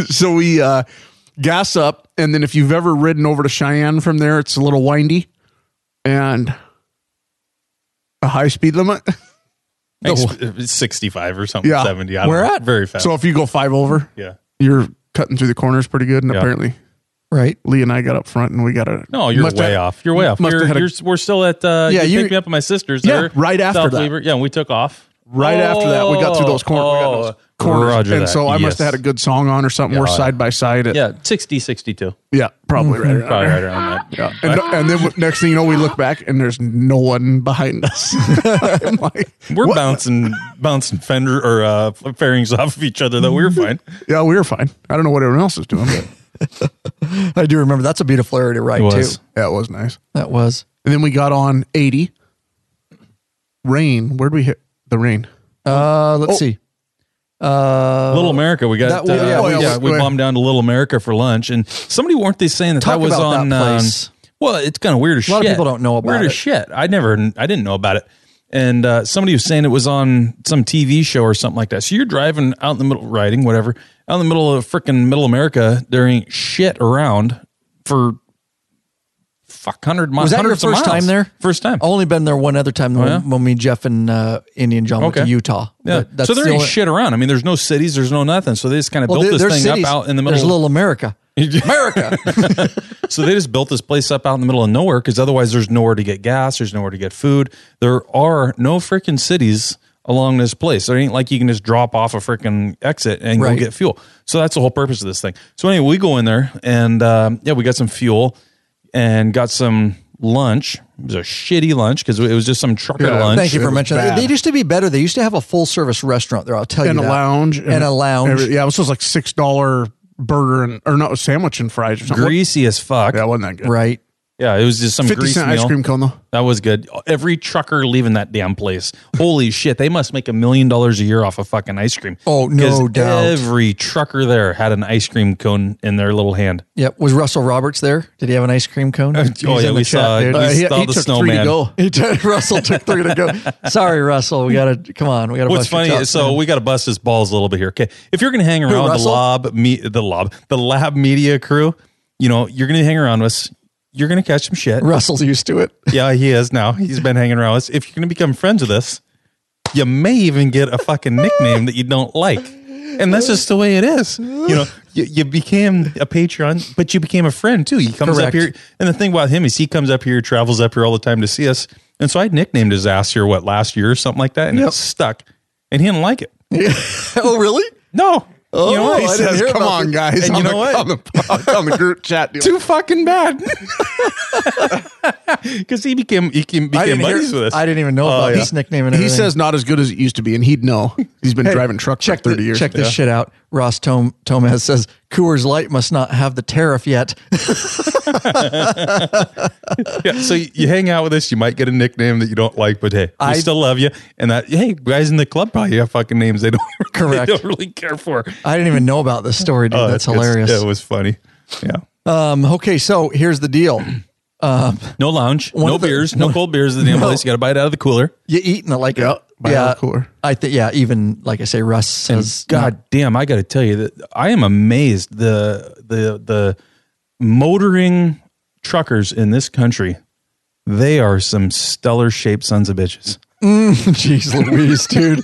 Speaker 2: so we uh, gas up, and then if you've ever ridden over to Cheyenne from there, it's a little windy and a high speed limit.
Speaker 3: It's 65 or something,
Speaker 2: Yeah.
Speaker 3: 70. I don't
Speaker 1: Where
Speaker 3: know.
Speaker 1: at?
Speaker 3: Very fast.
Speaker 2: So if you go five over,
Speaker 3: yeah.
Speaker 2: you're cutting through the corners pretty good. And
Speaker 3: Yeah.
Speaker 2: apparently,
Speaker 1: Right.
Speaker 2: Lee and I got up front, and we got a
Speaker 3: No, Oh, you're
Speaker 2: must
Speaker 3: way
Speaker 2: have-
Speaker 3: off. You're way off.
Speaker 2: must have
Speaker 3: You're,
Speaker 2: had a-
Speaker 3: you're, we're still at, uh,
Speaker 2: Yeah,
Speaker 3: yeah, you
Speaker 2: you're-
Speaker 3: picked me up at my sister's.
Speaker 2: Yeah,
Speaker 3: there,
Speaker 2: right after
Speaker 3: South
Speaker 2: that.
Speaker 3: Weaver. Yeah, and we took off.
Speaker 2: Right after that, we got through those corners. we got
Speaker 3: Oh,
Speaker 2: those corners.
Speaker 3: Roger
Speaker 2: and
Speaker 3: that.
Speaker 2: so I must
Speaker 3: Yes.
Speaker 2: have had a good song on or something. We're
Speaker 3: Yeah.
Speaker 2: side by side. At,
Speaker 3: Yeah, Mm-hmm. 60, 62.
Speaker 2: yeah, probably right. around
Speaker 3: Probably
Speaker 2: there.
Speaker 3: right around that.
Speaker 2: Yeah. And, and then next thing you know, we look back and there's no one behind us. I'm like,
Speaker 3: We're
Speaker 2: what?
Speaker 3: bouncing bouncing fender or uh, fairings off of each other, though. We were fine.
Speaker 2: Yeah, we were fine. I don't know what everyone else is doing, but
Speaker 1: I do remember that's a beautiful area to ride
Speaker 3: was.
Speaker 1: too.
Speaker 2: that was nice.
Speaker 1: That was.
Speaker 2: And then we got on 80. Rain. Where'd we hit the rain?
Speaker 1: Uh, let's
Speaker 2: Oh.
Speaker 1: see. Uh,
Speaker 3: Little America. We got
Speaker 1: that-
Speaker 3: uh,
Speaker 1: yeah,
Speaker 3: yeah,
Speaker 1: we-
Speaker 3: we,
Speaker 2: yeah, we-
Speaker 3: bombed down to Little America for lunch, and somebody weren't they saying that
Speaker 1: Talk
Speaker 3: that was
Speaker 1: about that
Speaker 3: on?
Speaker 1: place.
Speaker 3: Um, well, it's kind of weird as
Speaker 1: A lot of
Speaker 3: shit.
Speaker 1: people don't know about
Speaker 3: weird
Speaker 1: it.
Speaker 3: as shit. I never, I didn't know about it. And uh, somebody was saying it was on some TV show or something like that. So you're driving out in the middle, riding whatever, out in the middle of freaking middle America. There ain't shit around for fuck hundred miles.
Speaker 1: Was that your
Speaker 3: hundreds of
Speaker 1: first
Speaker 3: miles.
Speaker 1: time there?
Speaker 3: First time. Oh,
Speaker 1: Only been there one other time when,
Speaker 3: yeah?
Speaker 1: when me, Jeff, and uh, Indian John went to
Speaker 3: Okay.
Speaker 1: Utah.
Speaker 3: Yeah.
Speaker 1: That- that's
Speaker 3: so there
Speaker 1: the
Speaker 3: ain't
Speaker 1: only-
Speaker 3: shit around. I mean, there's no cities, there's no nothing. So they just kind of
Speaker 1: Well,
Speaker 3: built
Speaker 1: there- there's
Speaker 3: this thing
Speaker 1: cities.
Speaker 3: up out in the
Speaker 1: There's
Speaker 3: middle.
Speaker 1: Little America. America.
Speaker 3: so they just built this place up out in the middle of nowhere because otherwise there's nowhere to get gas, there's nowhere to get food. There are no freaking cities along this place. There ain't like you can just drop off a freaking exit and
Speaker 1: Right.
Speaker 3: go get fuel. So that's the whole purpose of this thing. So anyway, we go in there and um, yeah, we got some fuel and got some lunch. It was a shitty lunch because it was just some trucker
Speaker 2: Yeah,
Speaker 3: lunch.
Speaker 1: Thank you
Speaker 2: It
Speaker 1: for
Speaker 2: was
Speaker 1: mentioning that.
Speaker 2: bad.
Speaker 1: They used to be better. They used to have a full service restaurant there. I'll tell
Speaker 2: And
Speaker 1: you.
Speaker 2: a
Speaker 1: that.
Speaker 2: lounge.
Speaker 1: And, a lounge.
Speaker 2: every- yeah, it was just like $6 burger and, or no, sandwich and fries or something.
Speaker 3: Greasy as fuck.
Speaker 2: Yeah, it wasn't that good.
Speaker 1: right.
Speaker 3: Yeah, it was just some
Speaker 2: 50
Speaker 3: grease
Speaker 2: cent
Speaker 3: meal.
Speaker 2: ice cream cone, though.
Speaker 3: That was good. Every trucker leaving that damn place. Holy shit, they must make a million dollars a year off of fucking ice cream.
Speaker 1: Oh, no
Speaker 3: 'Cause
Speaker 1: doubt.
Speaker 3: Every trucker there had an ice cream cone in their little hand.
Speaker 1: Yep. Was Russell Roberts there? Did he have an ice cream cone?
Speaker 3: oh yeah, we saw,
Speaker 2: dude.
Speaker 3: we
Speaker 2: Uh, he- he
Speaker 3: saw the
Speaker 2: took three to
Speaker 3: snowman.
Speaker 2: go.
Speaker 1: He did. Russell took three to go. Sorry, Russell. We gotta come on. We gotta.
Speaker 3: What's
Speaker 1: bust your
Speaker 3: funny
Speaker 1: chops,
Speaker 3: is so
Speaker 1: man.
Speaker 3: we got to bust his balls a little bit here. Okay, if you're going to hang around the
Speaker 1: Russell?
Speaker 3: lob, me, the lob, the lab media crew, you know you're going to hang around us. You're going to catch some shit.
Speaker 1: Russell's used to it.
Speaker 3: Yeah, he is now. He's been hanging around us. If you're going to become friends with us, you may even get a fucking nickname that you don't like. And that's just the way it is. You know, you, you became a Patreon, but you became a friend too. He comes
Speaker 1: Correct.
Speaker 3: up here. And the thing about him is he comes up here, travels up here all the time to see us. And so I nicknamed his ass here, what, last year or something like that? And
Speaker 1: Yep.
Speaker 3: it stuck. And he didn't like it.
Speaker 1: oh, really?
Speaker 3: No. Oh, you know what?
Speaker 1: I
Speaker 2: He
Speaker 1: didn't
Speaker 2: says,
Speaker 1: hear
Speaker 2: come
Speaker 1: about
Speaker 2: on,
Speaker 1: this."
Speaker 2: guys. on
Speaker 3: And you know
Speaker 2: the,
Speaker 3: what?
Speaker 2: On the, on the group chat. Deal.
Speaker 3: too fucking bad. Because he became he became, became buddies
Speaker 1: hear-
Speaker 3: with us.
Speaker 1: I didn't even know about
Speaker 3: Oh, yeah.
Speaker 1: this nickname. And
Speaker 2: He
Speaker 1: everything.
Speaker 2: says not as good as it used to be, and he'd know. He's been driving trucks
Speaker 1: check
Speaker 2: for
Speaker 1: the-
Speaker 2: 30 years.
Speaker 1: Check this shit out. Ross Tom- Tomez says Coors Light must not have the tariff yet.
Speaker 3: Yeah, so you you hang out with us, you might get a nickname that you don't like, but hey, we
Speaker 1: I-
Speaker 3: still love you. And that, hey, guys in the club probably have fucking names they don't,
Speaker 1: Correct.
Speaker 3: they don't really care for.
Speaker 1: I didn't even know about this story, dude.
Speaker 3: Oh,
Speaker 1: That's
Speaker 3: it's-
Speaker 1: hilarious.
Speaker 3: It was funny. Yeah.
Speaker 1: Um, okay, so here's the deal.
Speaker 3: No lounge,
Speaker 1: One
Speaker 3: no
Speaker 1: of the-
Speaker 3: beers, no cold beers at the damn place. You got to buy it out of the cooler.
Speaker 1: You eating it like
Speaker 2: Yeah,
Speaker 1: a
Speaker 2: by the cooler.
Speaker 1: I think yeah. Even like I say, Russ says
Speaker 3: God damn, I got to tell you that I am amazed the the the motoring truckers in this country. They are some stellar shaped sons of bitches.
Speaker 1: Jeez Louise, dude.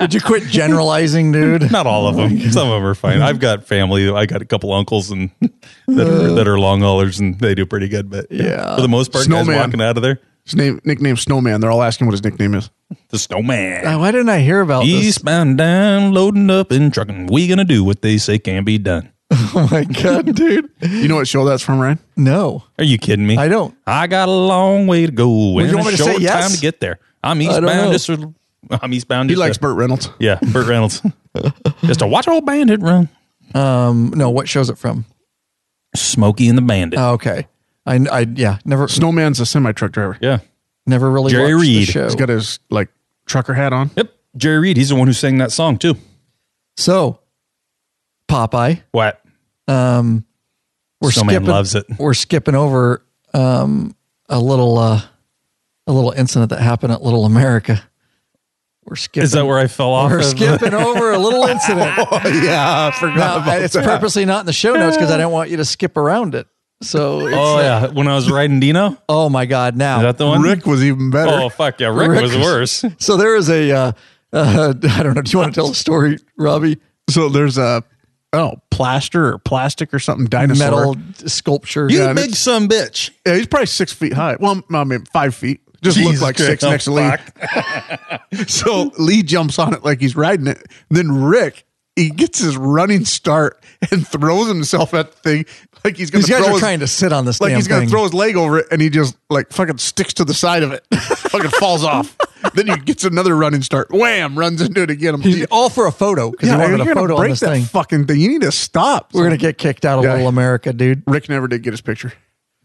Speaker 1: Would you quit generalizing, dude?
Speaker 3: Not all of them. Some of them are fine. I've got family. I got a couple uncles and that are, that are long haulers, and they do pretty good. But
Speaker 1: Yeah.
Speaker 3: for the most part, guys
Speaker 2: Snowman.
Speaker 3: walking out of there,
Speaker 2: His name, nickname Snowman. They're all asking what his nickname is.
Speaker 3: the snowman.
Speaker 1: Uh, Why didn't I hear about this?
Speaker 3: Eastbound, down, loading up, and trucking. We gonna do what they say can be done.
Speaker 1: Oh my god, dude.
Speaker 2: You know what show that's from, Ryan?
Speaker 1: No.
Speaker 3: Are you kidding me?
Speaker 1: I don't.
Speaker 3: I got a long way to go
Speaker 1: you
Speaker 3: and
Speaker 1: want me
Speaker 3: a
Speaker 1: to say
Speaker 3: short
Speaker 1: yes?
Speaker 3: time to get there. I'm
Speaker 1: know.
Speaker 3: eastbound. Just a, I'm eastbound.
Speaker 2: He
Speaker 3: just
Speaker 2: likes
Speaker 3: a-
Speaker 2: Burt Reynolds.
Speaker 3: yeah, Burt Reynolds. just a watch old bandit run.
Speaker 1: No, what show's it from?
Speaker 3: Smokey and the Bandit.
Speaker 1: Oh, okay. I, I yeah, never
Speaker 2: Snowman's a semi truck driver.
Speaker 3: yeah.
Speaker 1: never really
Speaker 3: Jerry
Speaker 1: watched
Speaker 3: Reed.
Speaker 1: the show.
Speaker 2: He's got his like trucker hat on.
Speaker 3: Yep. Jerry Reed. He's the one who sang that song too.
Speaker 1: So, Popeye.
Speaker 3: What?
Speaker 1: We're
Speaker 3: Snowman
Speaker 1: skipping,
Speaker 3: loves it.
Speaker 1: We're skipping over um, a little uh, a little incident that happened at Little America. We're skipping.
Speaker 3: Is that where I fell off?
Speaker 1: we're
Speaker 3: of?
Speaker 1: skipping over a little incident.
Speaker 2: Oh, yeah, I forgot
Speaker 1: Now, it's purposely not in the show notes because I don't want you to skip around it. So, it's, uh,
Speaker 3: Oh yeah, when I was riding Dino, is
Speaker 1: oh my God! Now
Speaker 3: that the one?
Speaker 2: Rick was even better.
Speaker 3: Oh fuck yeah, Rick, was worse.
Speaker 1: So there is a, uh, uh, I don't know. Do you want to tell a story, Robbie?
Speaker 2: So there's a oh plaster or plastic or something dinosaur.
Speaker 1: Metal sculpture.
Speaker 2: Yeah, big
Speaker 3: some bitch.
Speaker 2: Yeah, he's probably six feet high. Well, I mean five feet. Just
Speaker 3: Jesus
Speaker 2: looks like six
Speaker 3: Christ,
Speaker 2: next to Lee. so Lee jumps on it like he's riding it. Then Rick, he gets his running start and throws himself at the thing like he's going
Speaker 1: These
Speaker 2: to
Speaker 1: guys
Speaker 2: throw
Speaker 1: are
Speaker 2: his,
Speaker 1: trying to sit on this
Speaker 2: like
Speaker 1: damn
Speaker 2: he's going
Speaker 1: thing.
Speaker 2: to throw his leg over it, and he just like fucking sticks to the side of it, fucking falls off. Then he gets another running start. Wham! Runs into it again. I'm "Oh,
Speaker 1: He's "Oh, all for a photo because
Speaker 2: Yeah,
Speaker 1: he
Speaker 2: you're
Speaker 1: wanted a
Speaker 2: gonna
Speaker 1: photo on
Speaker 2: break
Speaker 1: this
Speaker 2: that
Speaker 1: thing.
Speaker 2: fucking thing. You need to stop.
Speaker 1: We're gonna get kicked out of
Speaker 2: Yeah.
Speaker 1: Little America, dude.
Speaker 2: Rick never did get his picture.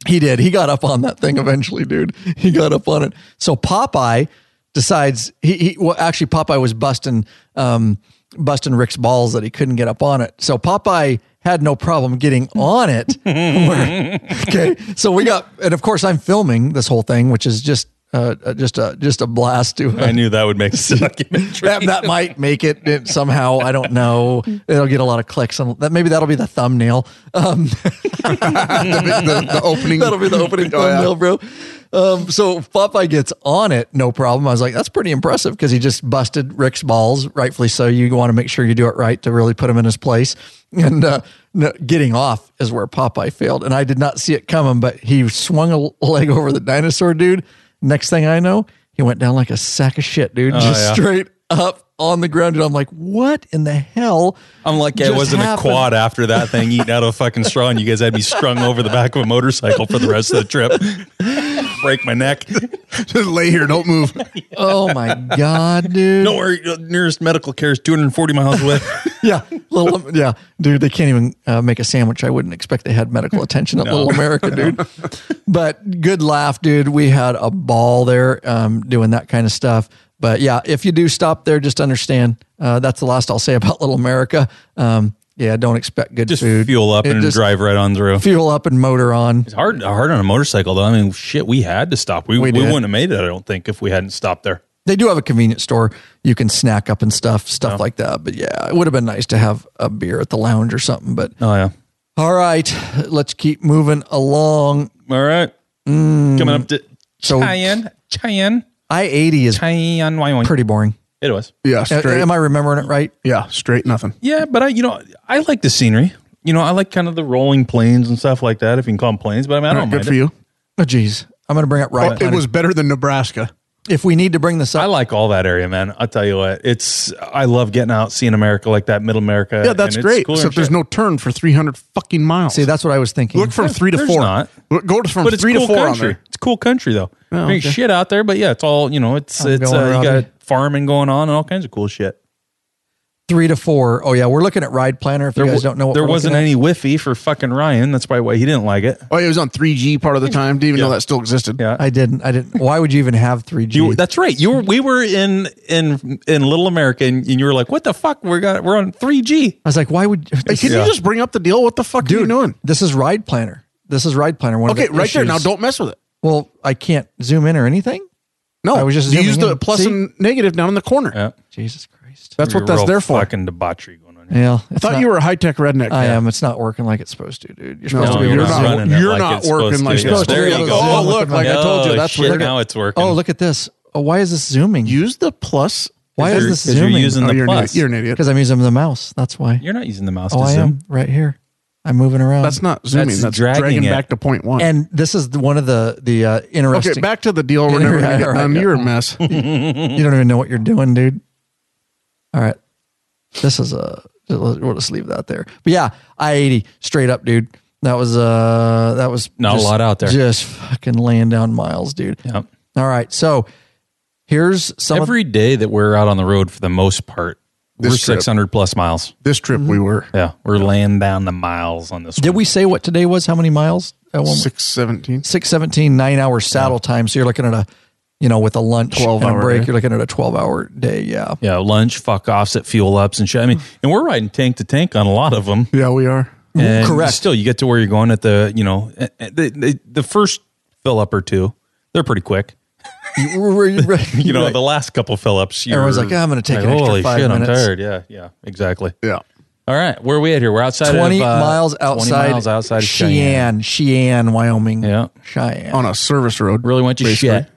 Speaker 1: He did. He got up on that thing eventually, dude. He got up on it. So Popeye decides he, he well actually Popeye was busting um busting Rick's balls that he couldn't get up on it. So Popeye had no problem getting on it. okay. So we got and of course I'm filming this whole thing, which is just uh, uh, just a just a blast to uh,
Speaker 3: I knew that would make a documentary.
Speaker 1: that, that might make it, it somehow. I don't know. It'll get a lot of clicks, and that maybe that'll be the thumbnail. Um,
Speaker 2: The, the opening.
Speaker 1: That'll be the opening
Speaker 2: Oh, yeah.
Speaker 1: thumbnail, bro. Um, so Popeye gets on it, no problem. I was like, that's pretty impressive because he just busted Rick's balls, rightfully so. You want to make sure you do it right to really put him in his place. And uh, no, getting off is where Popeye failed, and I did not see it coming. But he swung a leg over the dinosaur dude. Next thing I know, he went down like a sack of shit, dude, just
Speaker 3: Oh, yeah.
Speaker 1: straight up on the ground. And I'm like, what in the hell?
Speaker 3: I'm like, I
Speaker 1: just
Speaker 3: wasn't
Speaker 1: happened?
Speaker 3: a quad after that thing eating out of a fucking straw, and you guys had me strung over the back of a motorcycle for the rest of the trip. Break my neck.
Speaker 2: Just lay here, don't move.
Speaker 1: Oh my god, dude!
Speaker 3: Don't worry, the uh, nearest medical care is 240 miles away.
Speaker 1: yeah, little yeah, dude. They can't even uh, make a sandwich. I wouldn't expect they had medical attention at Little America, dude. but good laugh, dude. We had a ball there um, doing that kind of stuff. But yeah, if you do stop there, just understand uh, that's the last I'll say about Little America. Um, yeah, don't expect good
Speaker 3: Just
Speaker 1: food.
Speaker 3: fuel up
Speaker 1: It
Speaker 3: and
Speaker 1: just
Speaker 3: drive right on through.
Speaker 1: Fuel up and motor on.
Speaker 3: It's hard, hard on a motorcycle though. I mean, shit, we had to stop. We, we,
Speaker 1: did.
Speaker 3: wouldn't have made it. I don't think if we hadn't stopped there.
Speaker 1: They do have a convenience store. You can snack up and stuff, stuff like that. But yeah, it would have been nice to have a beer at the lounge or something. But
Speaker 3: Oh yeah.
Speaker 1: all right, let's keep moving along.
Speaker 3: All right. Coming up to
Speaker 1: So-
Speaker 3: Cheyenne, Cheyenne,
Speaker 1: I eighty is
Speaker 3: Cheyenne, Wyoming.
Speaker 1: pretty boring.
Speaker 3: It was.
Speaker 2: Yeah,
Speaker 1: A-
Speaker 2: straight.
Speaker 1: Am I remembering it right?
Speaker 2: yeah, straight. Nothing.
Speaker 3: Yeah, but I, you know, I like the scenery. You know, I like kind of the rolling plains and stuff like that. If you can call them plains, but I mean, I don't
Speaker 2: Good
Speaker 3: mind
Speaker 2: for
Speaker 3: it.
Speaker 2: you.
Speaker 1: Oh, geez, I'm going to bring up
Speaker 2: Oh,
Speaker 1: right.
Speaker 2: it was better than Nebraska.
Speaker 1: if we need to bring this
Speaker 3: I
Speaker 1: up,
Speaker 3: like all that area, man. I'll tell you what, it's I love getting out, seeing America like that, Middle America.
Speaker 2: Yeah, that's
Speaker 3: and it's
Speaker 2: great.
Speaker 3: cooler
Speaker 2: Except
Speaker 3: and
Speaker 2: there's
Speaker 3: shit.
Speaker 2: no turn for 300 fucking miles.
Speaker 1: see that's what I was thinking.
Speaker 2: Look from three to
Speaker 3: there's
Speaker 2: four.
Speaker 3: not.
Speaker 2: Look- Go to from
Speaker 3: but it's
Speaker 2: three to
Speaker 3: cool
Speaker 2: four
Speaker 3: country.
Speaker 2: on there. Oh,
Speaker 3: It's cool country though. I mean,
Speaker 2: okay.
Speaker 3: shit out there, but yeah, it's all you know. It's
Speaker 1: I'm
Speaker 3: it's
Speaker 1: going,
Speaker 3: uh, you
Speaker 1: Robbie.
Speaker 3: got farming going on and all kinds of cool shit.
Speaker 1: three to four. Oh yeah, we're looking at Ride Planner. If you guys
Speaker 3: wa-
Speaker 1: don't know, what
Speaker 3: there
Speaker 1: we're
Speaker 3: wasn't
Speaker 1: looking
Speaker 3: any whiffy for fucking Ryan. That's probably why he didn't like it.
Speaker 2: Oh, yeah, it was on 3G part of the time. Didn't even know
Speaker 3: Yeah.
Speaker 2: that still existed.
Speaker 3: Yeah,
Speaker 1: at. I didn't. I didn't. Why would you even have three G?
Speaker 3: You, that's right. You were, we were in in in Little America, and, and you were like, "What the fuck? We're got we're on three G."
Speaker 1: I was like, why would?
Speaker 2: Hey, can
Speaker 3: Yeah.
Speaker 2: you just bring up the deal? What the fuck are you doing?
Speaker 1: This is Ride Planner. This is Ride Planner. One of
Speaker 2: Okay,
Speaker 1: the
Speaker 2: right there.
Speaker 1: issues-
Speaker 2: Now, don't mess with it.
Speaker 1: Well, I can't zoom in or anything.
Speaker 2: No,
Speaker 1: I was just
Speaker 2: you
Speaker 1: zooming
Speaker 2: use the
Speaker 1: in.
Speaker 2: plus
Speaker 1: See?
Speaker 2: and negative down in the corner.
Speaker 3: Yeah,
Speaker 1: Jesus Christ.
Speaker 2: That's what that's there for.
Speaker 3: Fucking debauchery going on. Here.
Speaker 1: yeah,
Speaker 2: I thought you were a high tech redneck.
Speaker 1: I am. It's not working like it's supposed to, dude. You're supposed
Speaker 3: No,
Speaker 1: to be
Speaker 3: you're
Speaker 1: running.
Speaker 3: not running it
Speaker 2: you're
Speaker 3: like
Speaker 2: not
Speaker 3: it's
Speaker 2: working
Speaker 3: supposed
Speaker 2: like
Speaker 3: to.
Speaker 2: you're
Speaker 1: Yeah.
Speaker 2: supposed to.
Speaker 1: There you go.
Speaker 2: Oh, look, like I told you,
Speaker 3: Oh,
Speaker 2: that's
Speaker 3: shit,
Speaker 2: what
Speaker 3: now it's working.
Speaker 1: Oh, look at this. Oh, why is this zooming?
Speaker 2: Use the plus.
Speaker 1: Why
Speaker 3: You're-
Speaker 1: is this
Speaker 3: 'cause you're
Speaker 1: zooming?
Speaker 3: using
Speaker 2: Oh,
Speaker 3: the
Speaker 2: you're, an idiot.
Speaker 3: plus.
Speaker 2: you're an idiot.
Speaker 1: Because I'm using the mouse. That's why.
Speaker 3: You're not using the mouse
Speaker 1: Oh,
Speaker 3: to
Speaker 1: I
Speaker 3: zoom.
Speaker 1: am right here. I'm moving around.
Speaker 2: That's not zooming. That's,
Speaker 3: That's
Speaker 2: dragging,
Speaker 3: dragging it.
Speaker 2: back to point one.
Speaker 1: And this is the- one of the the uh, interesting.
Speaker 2: okay, back to the deal. We're never
Speaker 1: Yeah,
Speaker 2: going to get
Speaker 1: all right,
Speaker 2: done.
Speaker 1: yeah.
Speaker 2: You're a mess.
Speaker 1: You don't even know what you're doing, dude. All right, this is a. We'll just leave that there. But yeah, I eighty straight up, dude. That was uh, that was
Speaker 3: Not a
Speaker 1: just-
Speaker 3: lot out there.
Speaker 1: Just fucking laying down miles, dude.
Speaker 3: Yep.
Speaker 1: All right, so here's some. of,
Speaker 3: Every day that we're out on the road, for the most part,
Speaker 2: This
Speaker 3: we're
Speaker 2: trip.
Speaker 3: 600 plus miles.
Speaker 2: this trip we were
Speaker 3: Yeah, we're laying down the miles on this.
Speaker 1: did
Speaker 3: one.
Speaker 1: we say what today was? How many miles? At one-
Speaker 2: six seventeen.
Speaker 1: six seventeen nine hour saddle time. So you're looking at a you know, with a lunch
Speaker 2: 12
Speaker 1: and a
Speaker 2: hour
Speaker 1: break,
Speaker 2: day.
Speaker 1: you're looking at a 12 hour day. Yeah.
Speaker 3: Yeah, lunch, fuck offs at fuel ups and shit. I mean, and we're riding tank to tank on a lot of them.
Speaker 2: Yeah, we are.
Speaker 3: And
Speaker 1: Correct.
Speaker 3: Still, you get to where you're going at the, you know, eh, eh, the, the, the first fill up or two, they're pretty quick. You know, the last couple fill ups,
Speaker 1: Everyone's like, "Yeah, I'm gonna take an extra five
Speaker 3: I'm
Speaker 1: minutes."
Speaker 3: tired. Yeah, yeah, exactly.
Speaker 2: Yeah.
Speaker 3: All right, where are we at here? We're outside
Speaker 1: 20
Speaker 3: of, uh,
Speaker 1: miles
Speaker 3: 20
Speaker 1: outside,
Speaker 3: miles outside of Cheyenne.
Speaker 1: Cheyenne, Cheyenne, Wyoming.
Speaker 3: Yeah.
Speaker 1: Cheyenne.
Speaker 2: On a service road.
Speaker 3: Really went to
Speaker 2: basically.
Speaker 3: shit.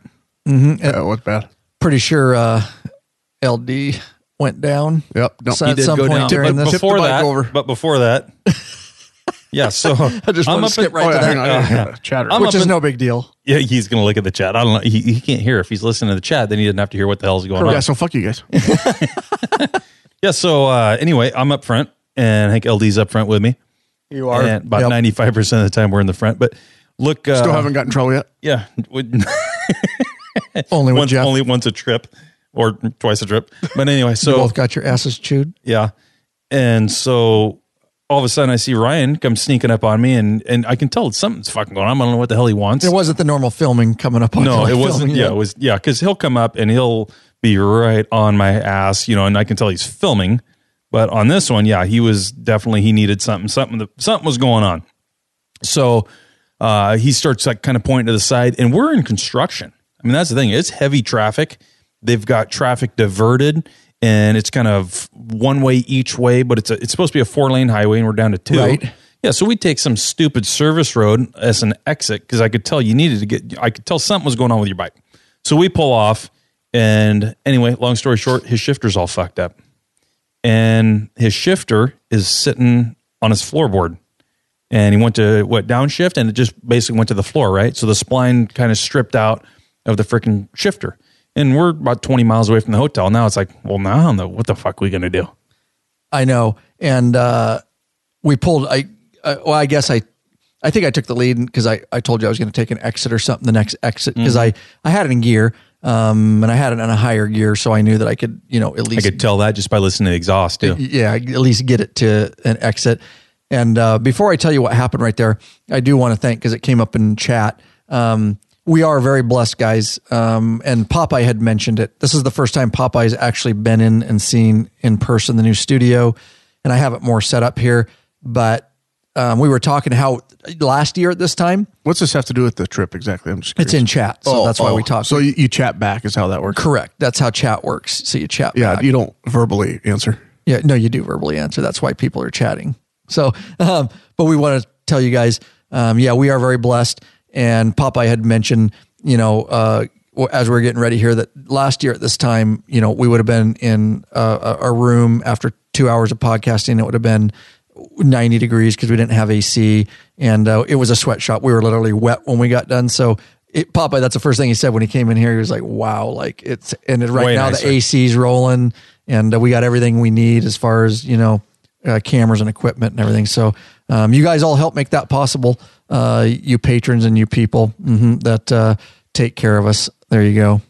Speaker 2: Yeah, it was bad.
Speaker 1: Pretty sure uh, LD went down.
Speaker 2: Yep. No,
Speaker 1: So
Speaker 2: he
Speaker 1: at
Speaker 3: did
Speaker 1: some
Speaker 3: go
Speaker 1: point
Speaker 3: down.
Speaker 1: during
Speaker 3: but
Speaker 1: this,
Speaker 3: before
Speaker 2: Tipped the bike
Speaker 3: that,
Speaker 2: over.
Speaker 3: but before that, yeah. So I
Speaker 1: just wanted to skip right
Speaker 2: Oh,
Speaker 1: to
Speaker 2: yeah,
Speaker 1: that.
Speaker 2: hang on. I gotta chatter.
Speaker 3: I'm
Speaker 1: which
Speaker 3: up
Speaker 1: is
Speaker 3: in-
Speaker 1: no big deal.
Speaker 3: Yeah, he's gonna look at the chat. I don't know. He, he can't hear if he's listening to the chat. Then he didn't have to hear what the hell's going
Speaker 2: yeah,
Speaker 3: on.
Speaker 2: so fuck you guys.
Speaker 3: Yeah. So uh, anyway, I'm up front, and I think LD's up front with me.
Speaker 1: You
Speaker 3: And about
Speaker 1: Yep.
Speaker 3: 95 percent of the time we're in the front. But look, uh,
Speaker 2: Still haven't got in trouble yet.
Speaker 3: yeah, we-
Speaker 1: only with
Speaker 3: once,
Speaker 1: Jeff.
Speaker 3: only once a trip or twice a trip. But anyway, so
Speaker 1: both got your asses chewed.
Speaker 3: Yeah. And so all of a sudden I see Ryan come sneaking up on me and and I can tell something's fucking going on. I don't know what the hell he wants.
Speaker 1: It wasn't the normal filming coming up on
Speaker 3: no,
Speaker 1: like
Speaker 3: it wasn't.
Speaker 1: filming,
Speaker 3: Yeah, it was yeah, cuz he'll come up and he'll be right on my ass, you know, and I can tell he's filming. But on this one, yeah, he was definitely he needed something something something was going on. So uh, he starts like kind of pointing to the side, and we're in construction. I mean, that's the thing; it's heavy traffic. They've got traffic diverted, and it's kind of one way each way, but it's a, it's supposed to be a four lane highway, and we're down to two.
Speaker 1: Right.
Speaker 3: Yeah, so we take some stupid service road as an exit because I could tell you needed to get. I could tell something was going on with your bike. So we pull off, and anyway, long story short, his shifter's all fucked up, and his shifter is sitting on his floorboard and he went to what downshift and it just basically went to the floor, right? So the spline kind of stripped out of the freaking shifter. And we're about 20 miles away from the hotel. Now it's like, well, now I don't know what the fuck we going to do.
Speaker 1: I know. And uh, we pulled. I uh, well, I guess I, I think I took the lead because I, I told you I was going to take an exit or something. The next exit because I I had it in gear, um, and I had it on a higher gear, so I knew that I could you know at
Speaker 3: I
Speaker 1: least
Speaker 3: could tell that just by listening to the exhaust, too.
Speaker 1: yeah at least get it to an exit. And uh, before I tell you what happened right there, I do want to thank because it came up in chat. Um, we are very blessed, guys. Um, and Popeye had mentioned it. This is the first time Popeye's actually been in and seen in person the new studio, and I have it more set up here. But um, we were talking how last year at this time
Speaker 2: What's this have to do with the trip exactly? I'm just curious.
Speaker 1: it's in chat, so
Speaker 2: Oh,
Speaker 1: that's why
Speaker 2: oh.
Speaker 1: we talk.
Speaker 2: So you, you chat back is how that works.
Speaker 1: correct. That's how chat works. So you chat.
Speaker 2: Yeah,
Speaker 1: back.
Speaker 2: you don't verbally answer.
Speaker 1: Yeah, no, you do verbally answer. That's why people are chatting. So, um, but we want to tell you guys, um, yeah, we are very blessed. And Popeye had mentioned, you know, uh, w- as we are getting ready here, that last year at this time, you know, we would have been in uh, a, a room after two hours of podcasting. It would have been 90 degrees because we didn't have AC, and uh, it was a sweatshop. We were literally wet when we got done. So. It, Popeye, that's the first thing he said when he came in here. He was like, "Wow, like it's and it, right
Speaker 3: Way
Speaker 1: now
Speaker 3: nicer.
Speaker 1: the AC's rolling, and uh, we got everything we need as far as you know, uh, cameras and equipment and everything. So, um, you guys all help make that possible. Uh, you patrons and you people mhm, that uh, take care of us. There you go.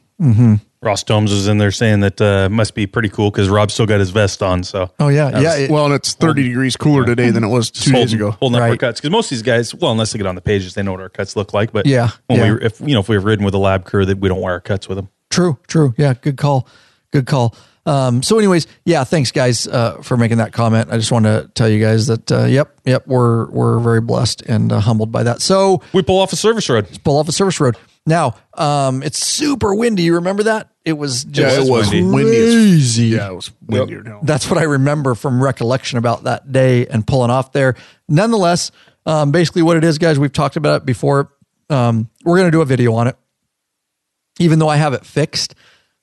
Speaker 3: Ross Tomes was in there saying that uh, must be pretty cool because Rob still got his vest on. So
Speaker 1: Oh yeah, yeah. it-
Speaker 2: well, and it's 30 degrees cooler today than it was two days ago.
Speaker 3: Holding up our
Speaker 1: Right.
Speaker 3: cuts because most of these guys, well, unless they get on the pages, they know what our cuts look like. But
Speaker 1: Yeah,
Speaker 3: when
Speaker 1: yeah.
Speaker 3: we, if you know, if we were ridden with a lab crew, that we don't wear our cuts with them.
Speaker 1: True, true. Yeah, good call. Good call. Um, so, anyways, yeah, thanks guys uh, for making that comment. I just want to tell you guys that uh, yep, yep, we're we're very blessed and uh, humbled by that. So,
Speaker 3: We pull off a service road.
Speaker 1: pull off a service road. Now, um, it's super windy. You remember that? It was just
Speaker 3: it was
Speaker 1: crazy.
Speaker 3: windy.
Speaker 2: Windy as- yeah, it was windier now.
Speaker 1: That's what I remember from recollection about that day and pulling off there. Nonetheless, um, basically what it is, guys, we've talked about it before. Um, we're going to do a video on it. Even though I have it fixed,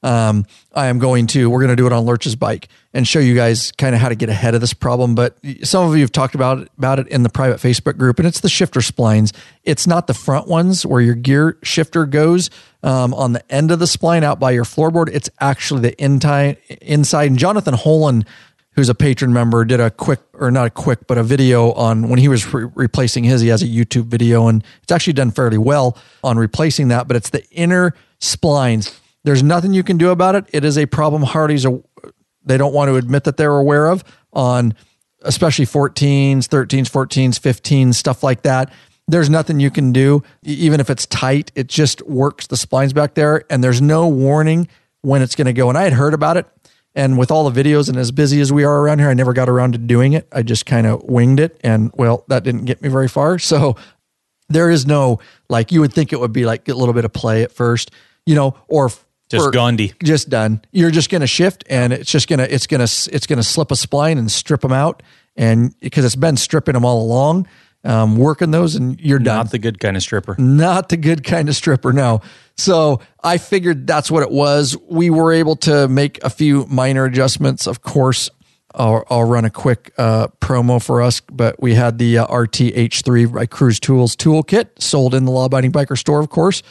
Speaker 1: um, I am going to, we're going to do it on Lurch's bike and show you guys kind of how to get ahead of this problem. But some of you have talked about it, about it in the private Facebook group, and it's the shifter splines. It's not the front ones where your gear shifter goes um, on the end of the spline out by your floorboard. It's actually the inti- inside. And Jonathan Holland who's a patron member, did a quick or not a quick, but a video on when he was re- replacing his. He has a YouTube video, and it's actually done fairly well on replacing that. But it's the inner splines. There's nothing you can do about it. It is a problem. Hardy's a, they don't want to admit that they're aware of on especially 14s, 13s, 14s, 15s, stuff like that. there's nothing you can do. E- Even if it's tight, it just works the splines back there, and there's no warning when it's going to go. And I had heard about it, and with all the videos and as busy as we are around here, I never got around to doing it. I just kind of winged it, and well, that didn't get me very far. So there is no like you would think it would be like a little bit of play at first, you know, or
Speaker 3: Just
Speaker 1: or-
Speaker 3: Gandhi.
Speaker 1: just done. You're just going to shift, and it's just going to it's going to it's going to slip a spline and strip them out, and because it's been stripping them all along, um, working those, and you're done.
Speaker 3: Not the good kind of stripper.
Speaker 1: Not the good kind of stripper, no. So I figured that's what it was. We were able to make a few minor adjustments. Of course, I'll, I'll run a quick uh, promo for us, but we had the uh, RTH3 by Cruise Tools Toolkit sold in the Law Abiding Biker store, of course.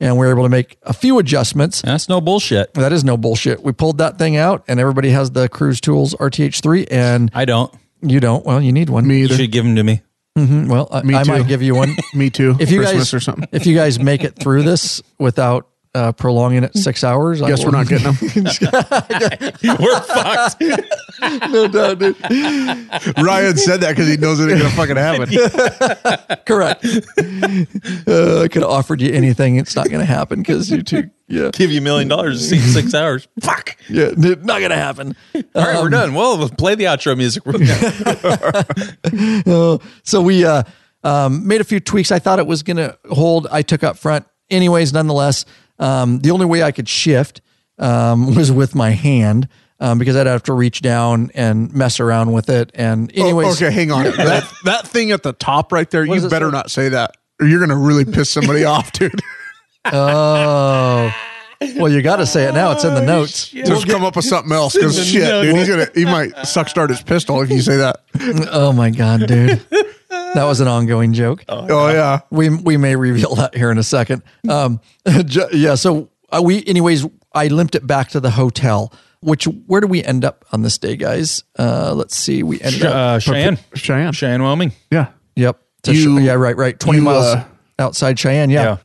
Speaker 1: And we were able to make a few adjustments.
Speaker 3: That's no bullshit.
Speaker 1: That is no bullshit. We pulled that thing out, and everybody has the Cruise Tools RTH3, and
Speaker 3: I don't.
Speaker 1: you don't. Well, you need one.
Speaker 2: Me
Speaker 3: You
Speaker 2: either.
Speaker 3: should give them to me.
Speaker 1: well, I, I
Speaker 2: too.
Speaker 1: might give you one
Speaker 2: Me too.
Speaker 1: if you
Speaker 2: Christmas
Speaker 1: guys
Speaker 2: or something.
Speaker 1: if you guys make it through this without uh, prolonging it six hours, I
Speaker 2: Guess we're
Speaker 1: will-
Speaker 2: not getting them.
Speaker 3: We're fucked.
Speaker 2: Ryan said that because he knows it ain't gonna fucking happen.
Speaker 1: correct. uh, I could have offered you anything; it's not going to happen because you two, yeah,
Speaker 3: Give you a million dollars to see six hours. Fuck.
Speaker 1: yeah, n- not going to happen.
Speaker 3: All right, we're done. Well, let's play the outro music. We're done.
Speaker 1: So we uh, um, made a few tweaks. I thought it was going to hold. I took up front, anyways. Nonetheless, um, the only way I could shift um, was with my hand. Um, because I'd have to reach down and mess around with it. And anyways,
Speaker 2: Oh, okay, hang on. That, that thing at the top right there,
Speaker 1: does
Speaker 2: you
Speaker 1: it
Speaker 2: better
Speaker 1: say?
Speaker 2: not say that. Or you're gonna really piss somebody off, dude.
Speaker 1: well, you got to say it now. It's in
Speaker 3: Oh,
Speaker 1: the notes.
Speaker 2: Just come up with something else. Because
Speaker 3: It's a
Speaker 2: shit,
Speaker 3: nugget.
Speaker 2: dude, he's gonna he might suck start his pistol if you say that.
Speaker 1: Oh my god, dude. That was an ongoing joke.
Speaker 2: Oh yeah.
Speaker 1: We we may reveal that here in a second. Um, ju- yeah. So uh, we, anyways, I limped it back to the hotel. Which where do we end up on this day, guys? Uh, let's see. We ended up.
Speaker 3: Uh, Cheyenne.
Speaker 2: Cheyenne.
Speaker 3: Cheyenne, Wyoming.
Speaker 2: Yeah.
Speaker 1: Yep. To
Speaker 2: you-
Speaker 1: Che- yeah. Right. Right. Twenty
Speaker 2: you,
Speaker 1: miles
Speaker 2: uh,
Speaker 1: outside Cheyenne. Yeah.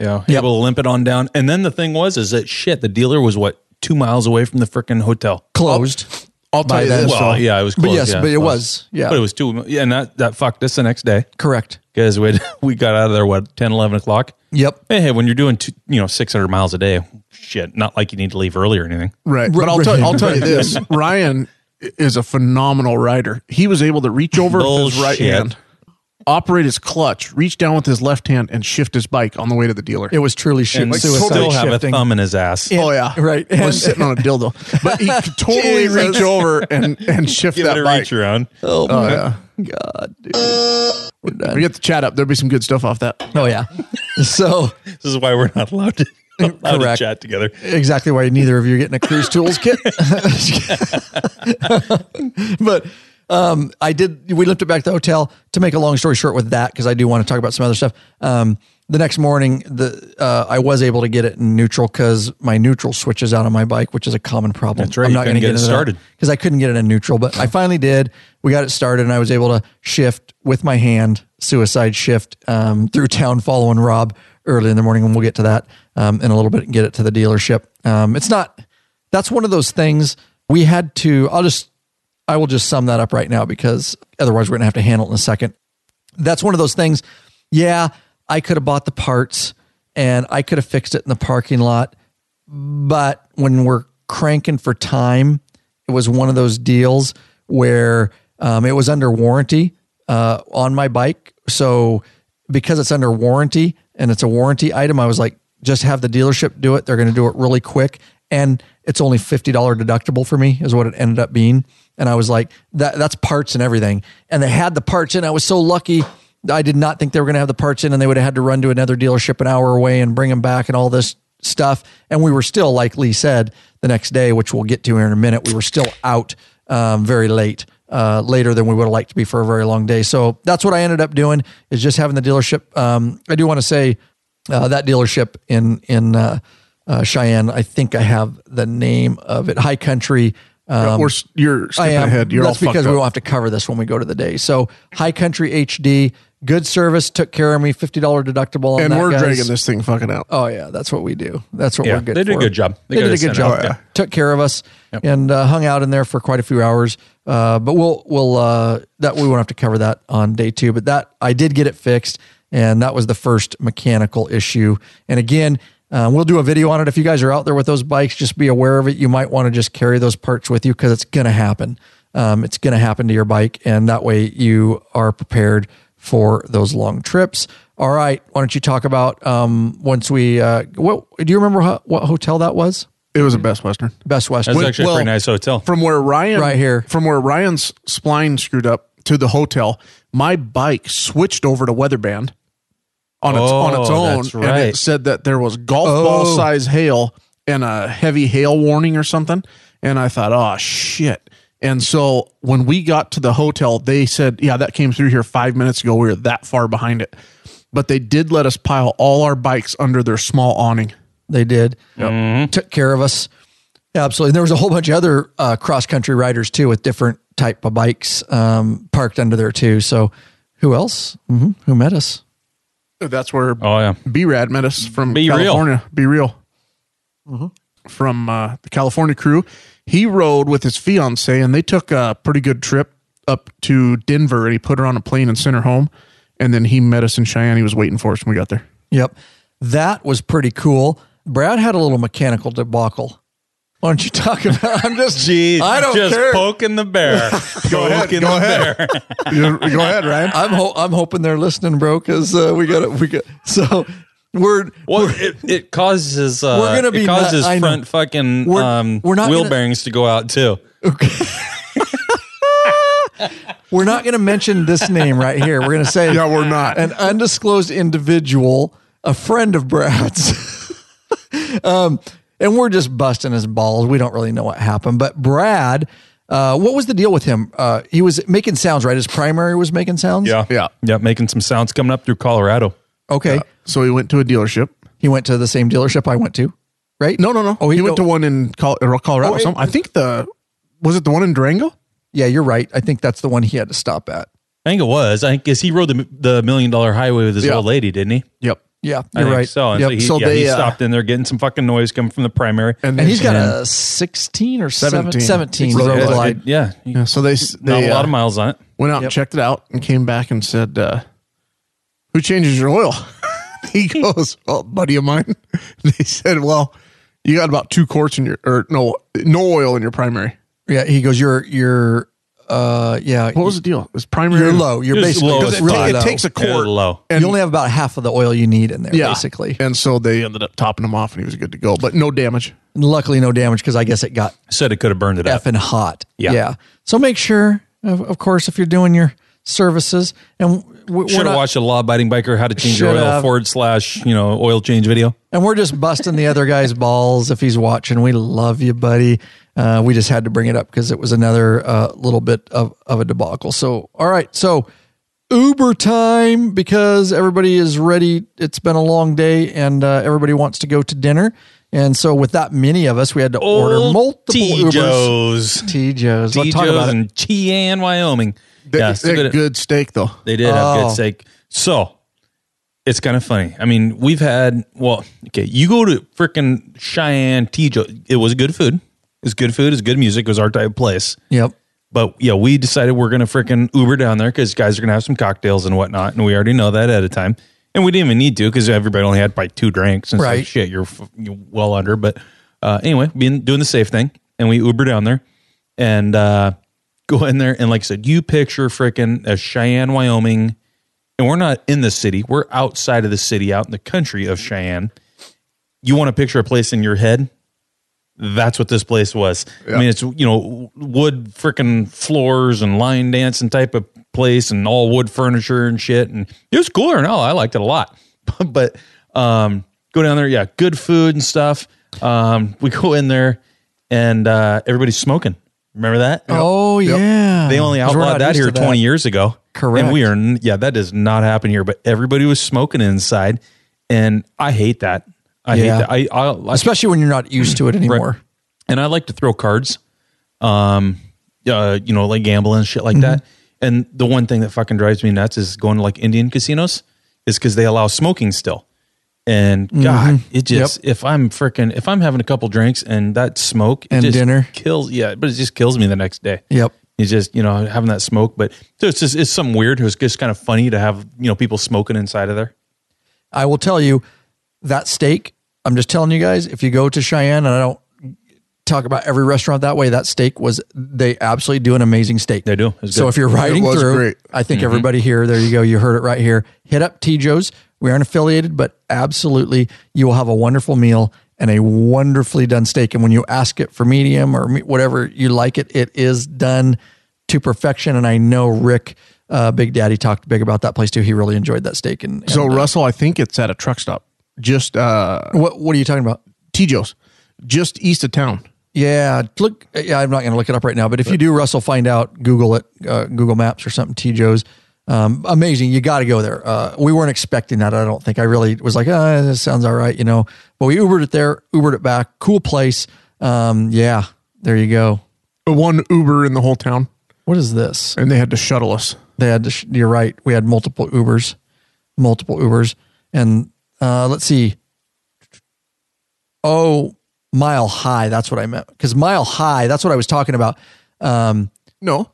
Speaker 3: Yeah. Yeah. Able to limp it on down. And then the thing was, is that shit, the dealer was what, two miles away from the freaking hotel?
Speaker 1: Closed.
Speaker 2: I'll tell
Speaker 1: By
Speaker 2: you
Speaker 1: then.
Speaker 2: this.
Speaker 1: Well,
Speaker 2: though.
Speaker 3: Well, yeah, it was
Speaker 1: But
Speaker 3: close.
Speaker 1: yes,
Speaker 3: yeah,
Speaker 1: but it
Speaker 3: close.
Speaker 1: was. Yeah.
Speaker 3: But it was two. Yeah. And that, that fucked us the next day
Speaker 1: Correct.
Speaker 3: because we we got out of there, what, 10, 11 o'clock?
Speaker 1: Yep.
Speaker 3: Hey, hey, when you're doing, two, you know, 600 miles a day, shit, not like you need to leave early or anything.
Speaker 2: Right.
Speaker 1: Right,
Speaker 2: But I'll
Speaker 1: right.
Speaker 2: tell, I'll tell you this. Ryan is a phenomenal rider. He was able to reach over with his right
Speaker 3: Bullshit.
Speaker 2: hand, operate his clutch, reach down with his left hand, and shift his bike on the way to the dealer.
Speaker 1: It was truly shooting
Speaker 3: And
Speaker 1: suicide
Speaker 3: still have
Speaker 1: shifting.
Speaker 3: a thumb in his ass.
Speaker 2: oh yeah.
Speaker 1: Right.
Speaker 2: I
Speaker 1: And-
Speaker 2: was sitting on a dildo. But he could totally
Speaker 1: Jesus.
Speaker 2: reach over and, and shift
Speaker 3: Give it
Speaker 2: that
Speaker 3: a
Speaker 2: bike.
Speaker 3: reach around.
Speaker 1: oh my god, dude. We're done.
Speaker 2: We get the chat up. There'll be some good stuff off that.
Speaker 1: Oh yeah. So.
Speaker 3: This is why we're not allowed to, allowed to
Speaker 1: Correct.
Speaker 3: chat together.
Speaker 1: exactly why neither of you are getting a cruise tools kit. but um, I did. We limped it back to the hotel. To make a long story short, with that because I do want to talk about some other stuff. Um, the next morning, the uh, I was able to get it in neutral because my neutral switches out on my bike, which is a common problem.
Speaker 3: That's right,
Speaker 1: I'm
Speaker 3: you
Speaker 1: not going to
Speaker 3: couldn't
Speaker 1: get,
Speaker 3: get it started.
Speaker 1: because I couldn't get it in neutral, but I finally did. We got it started, and I was able to shift with my hand, suicide shift um, through town, following Rob early in the morning, and we'll get to that um, in a little bit and get it to the dealership. Um, it's not. That's one of those things we had to. I'll just. I will just sum that up right now because otherwise we're going to have to handle it in a second that's one of those things. Yeah, I could have bought the parts and I could have fixed it in the parking lot. But when we're cranking for time, it was one of those deals where um, it was under warranty uh, on my bike. So because it's under warranty and it's a warranty item, I was like, just have the dealership do it. They're going to do it really quick. And it's only $50 deductible for me, is what it ended up being. And I was like, that, that's parts and everything. And they had the parts in. I was so lucky. I did not think they were going to have the parts in and they would have had to run to another dealership an hour away and bring them back and all this stuff. And we were still, like Lee said, the next day, which we'll get to here in a minute, we were still out um, very late, uh, later than we would have liked to be for a very long day. So that's what I ended up doing is just having the dealership. Um, I do want to say uh, that dealership in, in uh, uh, Cheyenne, I think I have the name of it, High Country. Um,
Speaker 2: We're s- you're
Speaker 1: I
Speaker 2: skipping
Speaker 1: am.
Speaker 2: ahead. You're
Speaker 1: That's
Speaker 2: all fucked
Speaker 1: because we
Speaker 2: up.
Speaker 1: won't have to cover this when we go to the day. So High Country HD, good service, took care of me. Fifty dollar deductible on
Speaker 2: and
Speaker 1: that,
Speaker 2: we're
Speaker 1: guys.
Speaker 2: dragging this thing fucking out.
Speaker 1: Oh yeah, that's what we do. That's what
Speaker 3: Yeah,
Speaker 1: we're good.
Speaker 3: they did a
Speaker 1: for.
Speaker 3: good job.
Speaker 1: They,
Speaker 3: They got
Speaker 1: did a
Speaker 3: us
Speaker 1: good
Speaker 3: sent
Speaker 1: job.
Speaker 3: out, yeah.
Speaker 1: uh, Took care of us and uh, hung out in there for quite a few hours. Uh, but we'll we'll uh, that we won't have to cover that on day two. But that I did get it fixed, and that was the first mechanical issue. And again, uh, we'll do a video on it. If you guys are out there with those bikes, just be aware of it. You might want to just carry those parts with you because it's going to happen. Um, it's going to happen to your bike, and that way you are prepared for those long trips. All right, why don't you talk about um, once we? Uh, what do you remember? Ho- what hotel that was?
Speaker 2: It was a Best Western.
Speaker 1: Best Western.
Speaker 3: That's actually a pretty nice hotel.
Speaker 2: From where Ryan
Speaker 1: Right here.
Speaker 2: From where Ryan's spline screwed up to the hotel, my bike switched over to Weatherband on its on its
Speaker 3: Oh,
Speaker 2: own.
Speaker 3: that's
Speaker 2: And
Speaker 3: right. Oh.
Speaker 2: it said that there was golf ball size hail and a heavy hail warning or something. And I thought, oh shit. And so when we got to the hotel, they said, Yeah, that came through here five minutes ago. We were that far behind it. But they did let us pile all our bikes under their small awning.
Speaker 1: They did.
Speaker 3: Mm-hmm.
Speaker 1: Took care of us. Absolutely. And there was a whole bunch of other uh, cross country riders too, with different type of bikes um, parked under there too. So, who else? hmm Who met us?
Speaker 2: That's where
Speaker 3: Oh yeah.
Speaker 2: B Rad met us from
Speaker 3: Be Real.
Speaker 2: California. Be real. From uh, the California crew. He rode with his fiance and they took a pretty good trip up to Denver and he put her on a plane and sent her home. And then he met us in Cheyenne. He was waiting for us when we got there.
Speaker 1: Yep, that was pretty cool. Brad had a little mechanical debacle. Why don't you talk about? I'm just.
Speaker 3: Jeez,
Speaker 1: I don't
Speaker 3: just
Speaker 1: care.
Speaker 3: poking the bear. go ahead, go ahead.
Speaker 2: go ahead, Ryan.
Speaker 1: I'm ho- I'm hoping they're listening, bro, because uh, we got it. We got so we're
Speaker 3: Well, it, it causes uh,
Speaker 1: We're gonna
Speaker 3: it
Speaker 1: be nut-
Speaker 3: causes
Speaker 1: I know.
Speaker 3: front fucking
Speaker 1: We're-
Speaker 3: um,
Speaker 1: we're not
Speaker 3: wheel
Speaker 1: gonna-
Speaker 3: bearings to go out too.
Speaker 1: we're not going to mention this name right here. We're going to say
Speaker 2: Yeah, we're not.
Speaker 1: an undisclosed individual, a friend of Brad's. um, and we're just busting his balls. We don't really know what happened, but Brad, uh, what was the deal with him? Uh, he was making sounds, right? His primary was making sounds.
Speaker 2: Yeah.
Speaker 3: yeah. Making some sounds coming up through Colorado.
Speaker 1: Okay.
Speaker 2: So he went to a dealership.
Speaker 1: He went to the same dealership I went to, right?
Speaker 2: No, no, no.
Speaker 1: Oh,
Speaker 2: he, went Oh,
Speaker 1: no.
Speaker 2: to one in Col- or Colorado. or something. I think the, was it the one in Durango?
Speaker 1: Yeah, you're right. I think that's the one he had to stop at.
Speaker 3: I think it was. I guess he rode the the million dollar highway with his
Speaker 2: Yeah.
Speaker 3: old lady, didn't he?
Speaker 2: Yep.
Speaker 1: Yeah,
Speaker 3: I
Speaker 1: you're
Speaker 3: think
Speaker 1: right.
Speaker 3: So, and
Speaker 1: Yep.
Speaker 3: so he,
Speaker 2: so
Speaker 3: yeah, he
Speaker 2: they, uh,
Speaker 3: stopped Mm-hmm. in there getting some fucking noise coming from the primary.
Speaker 2: And,
Speaker 1: and he's got a 16 or 17,
Speaker 2: 17.
Speaker 1: 17
Speaker 2: Road
Speaker 1: road
Speaker 3: yeah,
Speaker 1: glide.
Speaker 3: yeah,
Speaker 2: Yeah, so they, s-
Speaker 3: not
Speaker 2: they
Speaker 3: a lot of
Speaker 2: uh,
Speaker 3: miles on it.
Speaker 2: went out and checked it out and came back and said, uh, "Who changes your oil?" he goes, "Well, buddy of mine." they said, "Well, you got about two quarts in your or no no oil in your primary."
Speaker 1: Yeah, he goes, you're, you're, uh, yeah,
Speaker 2: What was the deal? It was primary.
Speaker 1: you're low. You're
Speaker 3: Just
Speaker 1: basically
Speaker 3: low
Speaker 1: because
Speaker 3: as
Speaker 1: it, ta-
Speaker 3: fuck.
Speaker 1: it
Speaker 2: It
Speaker 1: takes
Speaker 2: takes
Speaker 1: a,
Speaker 2: a quart.
Speaker 3: Good low.
Speaker 1: you only have about half of the oil you need in there,
Speaker 2: Yeah.
Speaker 1: basically.
Speaker 2: And so they ended up topping them off, and he was good to go, but no damage.
Speaker 1: And luckily, no damage because I guess it got
Speaker 3: Said it could have burned it up.
Speaker 1: effing hot.
Speaker 3: Yeah.
Speaker 1: So make sure, of, of course, if you're doing your services, and we, we're
Speaker 3: Should have
Speaker 1: not,
Speaker 3: watched a law abiding biker how to change your
Speaker 1: Should
Speaker 3: oil
Speaker 1: have.
Speaker 3: forward slash you know oil change video.
Speaker 1: and we're just busting the other guy's balls if he's watching. We love you, buddy. Uh, we just had to bring it up because it was another uh, little bit of, of a debacle. So, all right. So, Uber time because everybody is ready. It's been a long day and uh, everybody wants to go to dinner. And so, with that many of us, we had to order
Speaker 3: Old
Speaker 1: multiple Ubers.
Speaker 3: T-Joes.
Speaker 1: T-Joes. Let's talk
Speaker 3: T-Joes
Speaker 1: about it.
Speaker 3: and Cheyenne, Wyoming.
Speaker 2: They,
Speaker 3: yeah,
Speaker 2: they're good. steak though.
Speaker 3: They did have
Speaker 1: Oh.
Speaker 3: good steak. So it's kind of funny. I mean, we've had well, okay, you go to freaking Cheyenne Tijo. It was good food. It's good food. It's good music. It was our type of place.
Speaker 1: Yep.
Speaker 3: But yeah, we decided we're gonna freaking Uber down there because guys are gonna have some cocktails and whatnot, and we already know that ahead of time. And we didn't even need to because everybody only had like two drinks and
Speaker 1: Right.
Speaker 3: like, shit, you're, f- you're well under. But uh, anyway, being doing the safe thing, and we Uber down there and uh, go in there and like I said, you picture freaking a Cheyenne, Wyoming, and we're not in the city; we're outside of the city, out in the country of Cheyenne. You want to picture a place in your head that's what this place was. I mean, it's you know wood freaking floors and line dancing type of place and all wood furniture and shit. And it was cooler and all. I liked it a lot. but um, go down there, yeah, good food and stuff. Um, we go in there and uh, everybody's smoking. Remember that?
Speaker 1: Oh yeah.
Speaker 3: They only
Speaker 1: 'Cause we're not
Speaker 3: outlawed that
Speaker 1: used
Speaker 3: here
Speaker 1: to
Speaker 3: 20 years ago.
Speaker 1: Correct.
Speaker 3: And we are, n- yeah, that does not happen here, but everybody was smoking inside. And I hate that. I
Speaker 1: Yeah.
Speaker 3: hate that. I, I, I
Speaker 1: especially when you're not used to it anymore.
Speaker 3: Right. And I like to throw cards, um, uh, you know, like gambling and shit
Speaker 1: Mm-hmm.
Speaker 3: like that. And the one thing that fucking drives me nuts is going to like Indian casinos, is because they allow smoking still. And
Speaker 1: Mm-hmm.
Speaker 3: God, it just if I'm freaking if I'm having a couple drinks and that smoke it
Speaker 1: And
Speaker 3: just
Speaker 1: dinner.
Speaker 3: kills yeah, but it just kills me the next day.
Speaker 1: Yep.
Speaker 3: He's just you know having that smoke, but so it's just it's something weird. It was just kind of funny to have you know people smoking inside of there.
Speaker 1: I will tell you that steak. I'm just telling you guys, if you go to Cheyenne, and I don't talk about every restaurant that way, that steak was they absolutely do an amazing steak.
Speaker 3: They do. It was
Speaker 1: So
Speaker 3: good. Mm-hmm.
Speaker 1: if you're riding
Speaker 2: was
Speaker 1: through,
Speaker 2: great.
Speaker 1: I think everybody here, there you go, you heard it right here. Hit up T Joe's. We aren't affiliated, but absolutely, you will have a wonderful meal and a wonderfully done steak. And when you ask it for medium or me- whatever you like it, it is done to perfection. And I know Rick, uh, Big Daddy, talked big about that place too. He really enjoyed that steak. And, and- uh,
Speaker 2: So Russell, I think it's at a truck stop, just uh,
Speaker 1: what what are you talking about?
Speaker 2: Tijo's, just east of town.
Speaker 1: Yeah, look. Yeah, I'm not going to look it up right now, but if you do, Russell, find out. Google it, uh, Google Maps or something. T. Joe's, um, amazing. You got to go there. Uh, we weren't expecting that. I don't think. I really was like, ah, this sounds all right, you know. But we Ubered it there, Ubered it back. Cool place. Um, yeah, there you go.
Speaker 2: The one Uber in the whole town,
Speaker 1: What is this?
Speaker 2: and they had to shuttle us.
Speaker 1: They had. To sh- you're right. We had multiple Ubers, multiple Ubers, and uh, let's see. Oh, mile high. That's what I meant. Because mile high. That's what I was talking about. Um,
Speaker 2: No,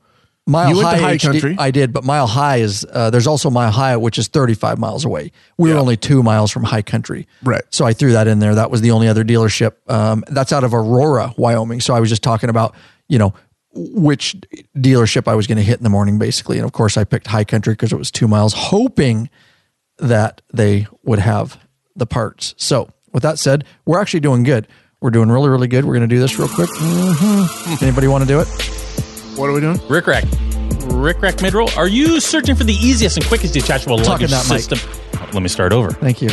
Speaker 1: Mile
Speaker 2: You went
Speaker 1: High,
Speaker 2: to high
Speaker 1: HD
Speaker 2: country.
Speaker 1: I did, but Mile High is uh, there's also Mile High, which is 35 miles away. We were only two miles from High Country,
Speaker 2: Right.
Speaker 1: So I threw that in there. That was the only other dealership. Um, that's out of Aurora, Wyoming. So I was just talking about you know which dealership I was going to hit in the morning, basically. And of course, I picked High Country because it was two miles, hoping that they would have the parts. So with that said, we're actually doing good. We're doing really, really good. We're going to do this real quick. Mhm. Anybody want to do it?
Speaker 2: what are we doing?
Speaker 3: Rick Rack. Rick Rack midroll. Are you searching for the easiest and quickest detachable
Speaker 1: Talking
Speaker 3: luggage
Speaker 1: that mic.
Speaker 3: system? Let me start over.
Speaker 1: Thank you.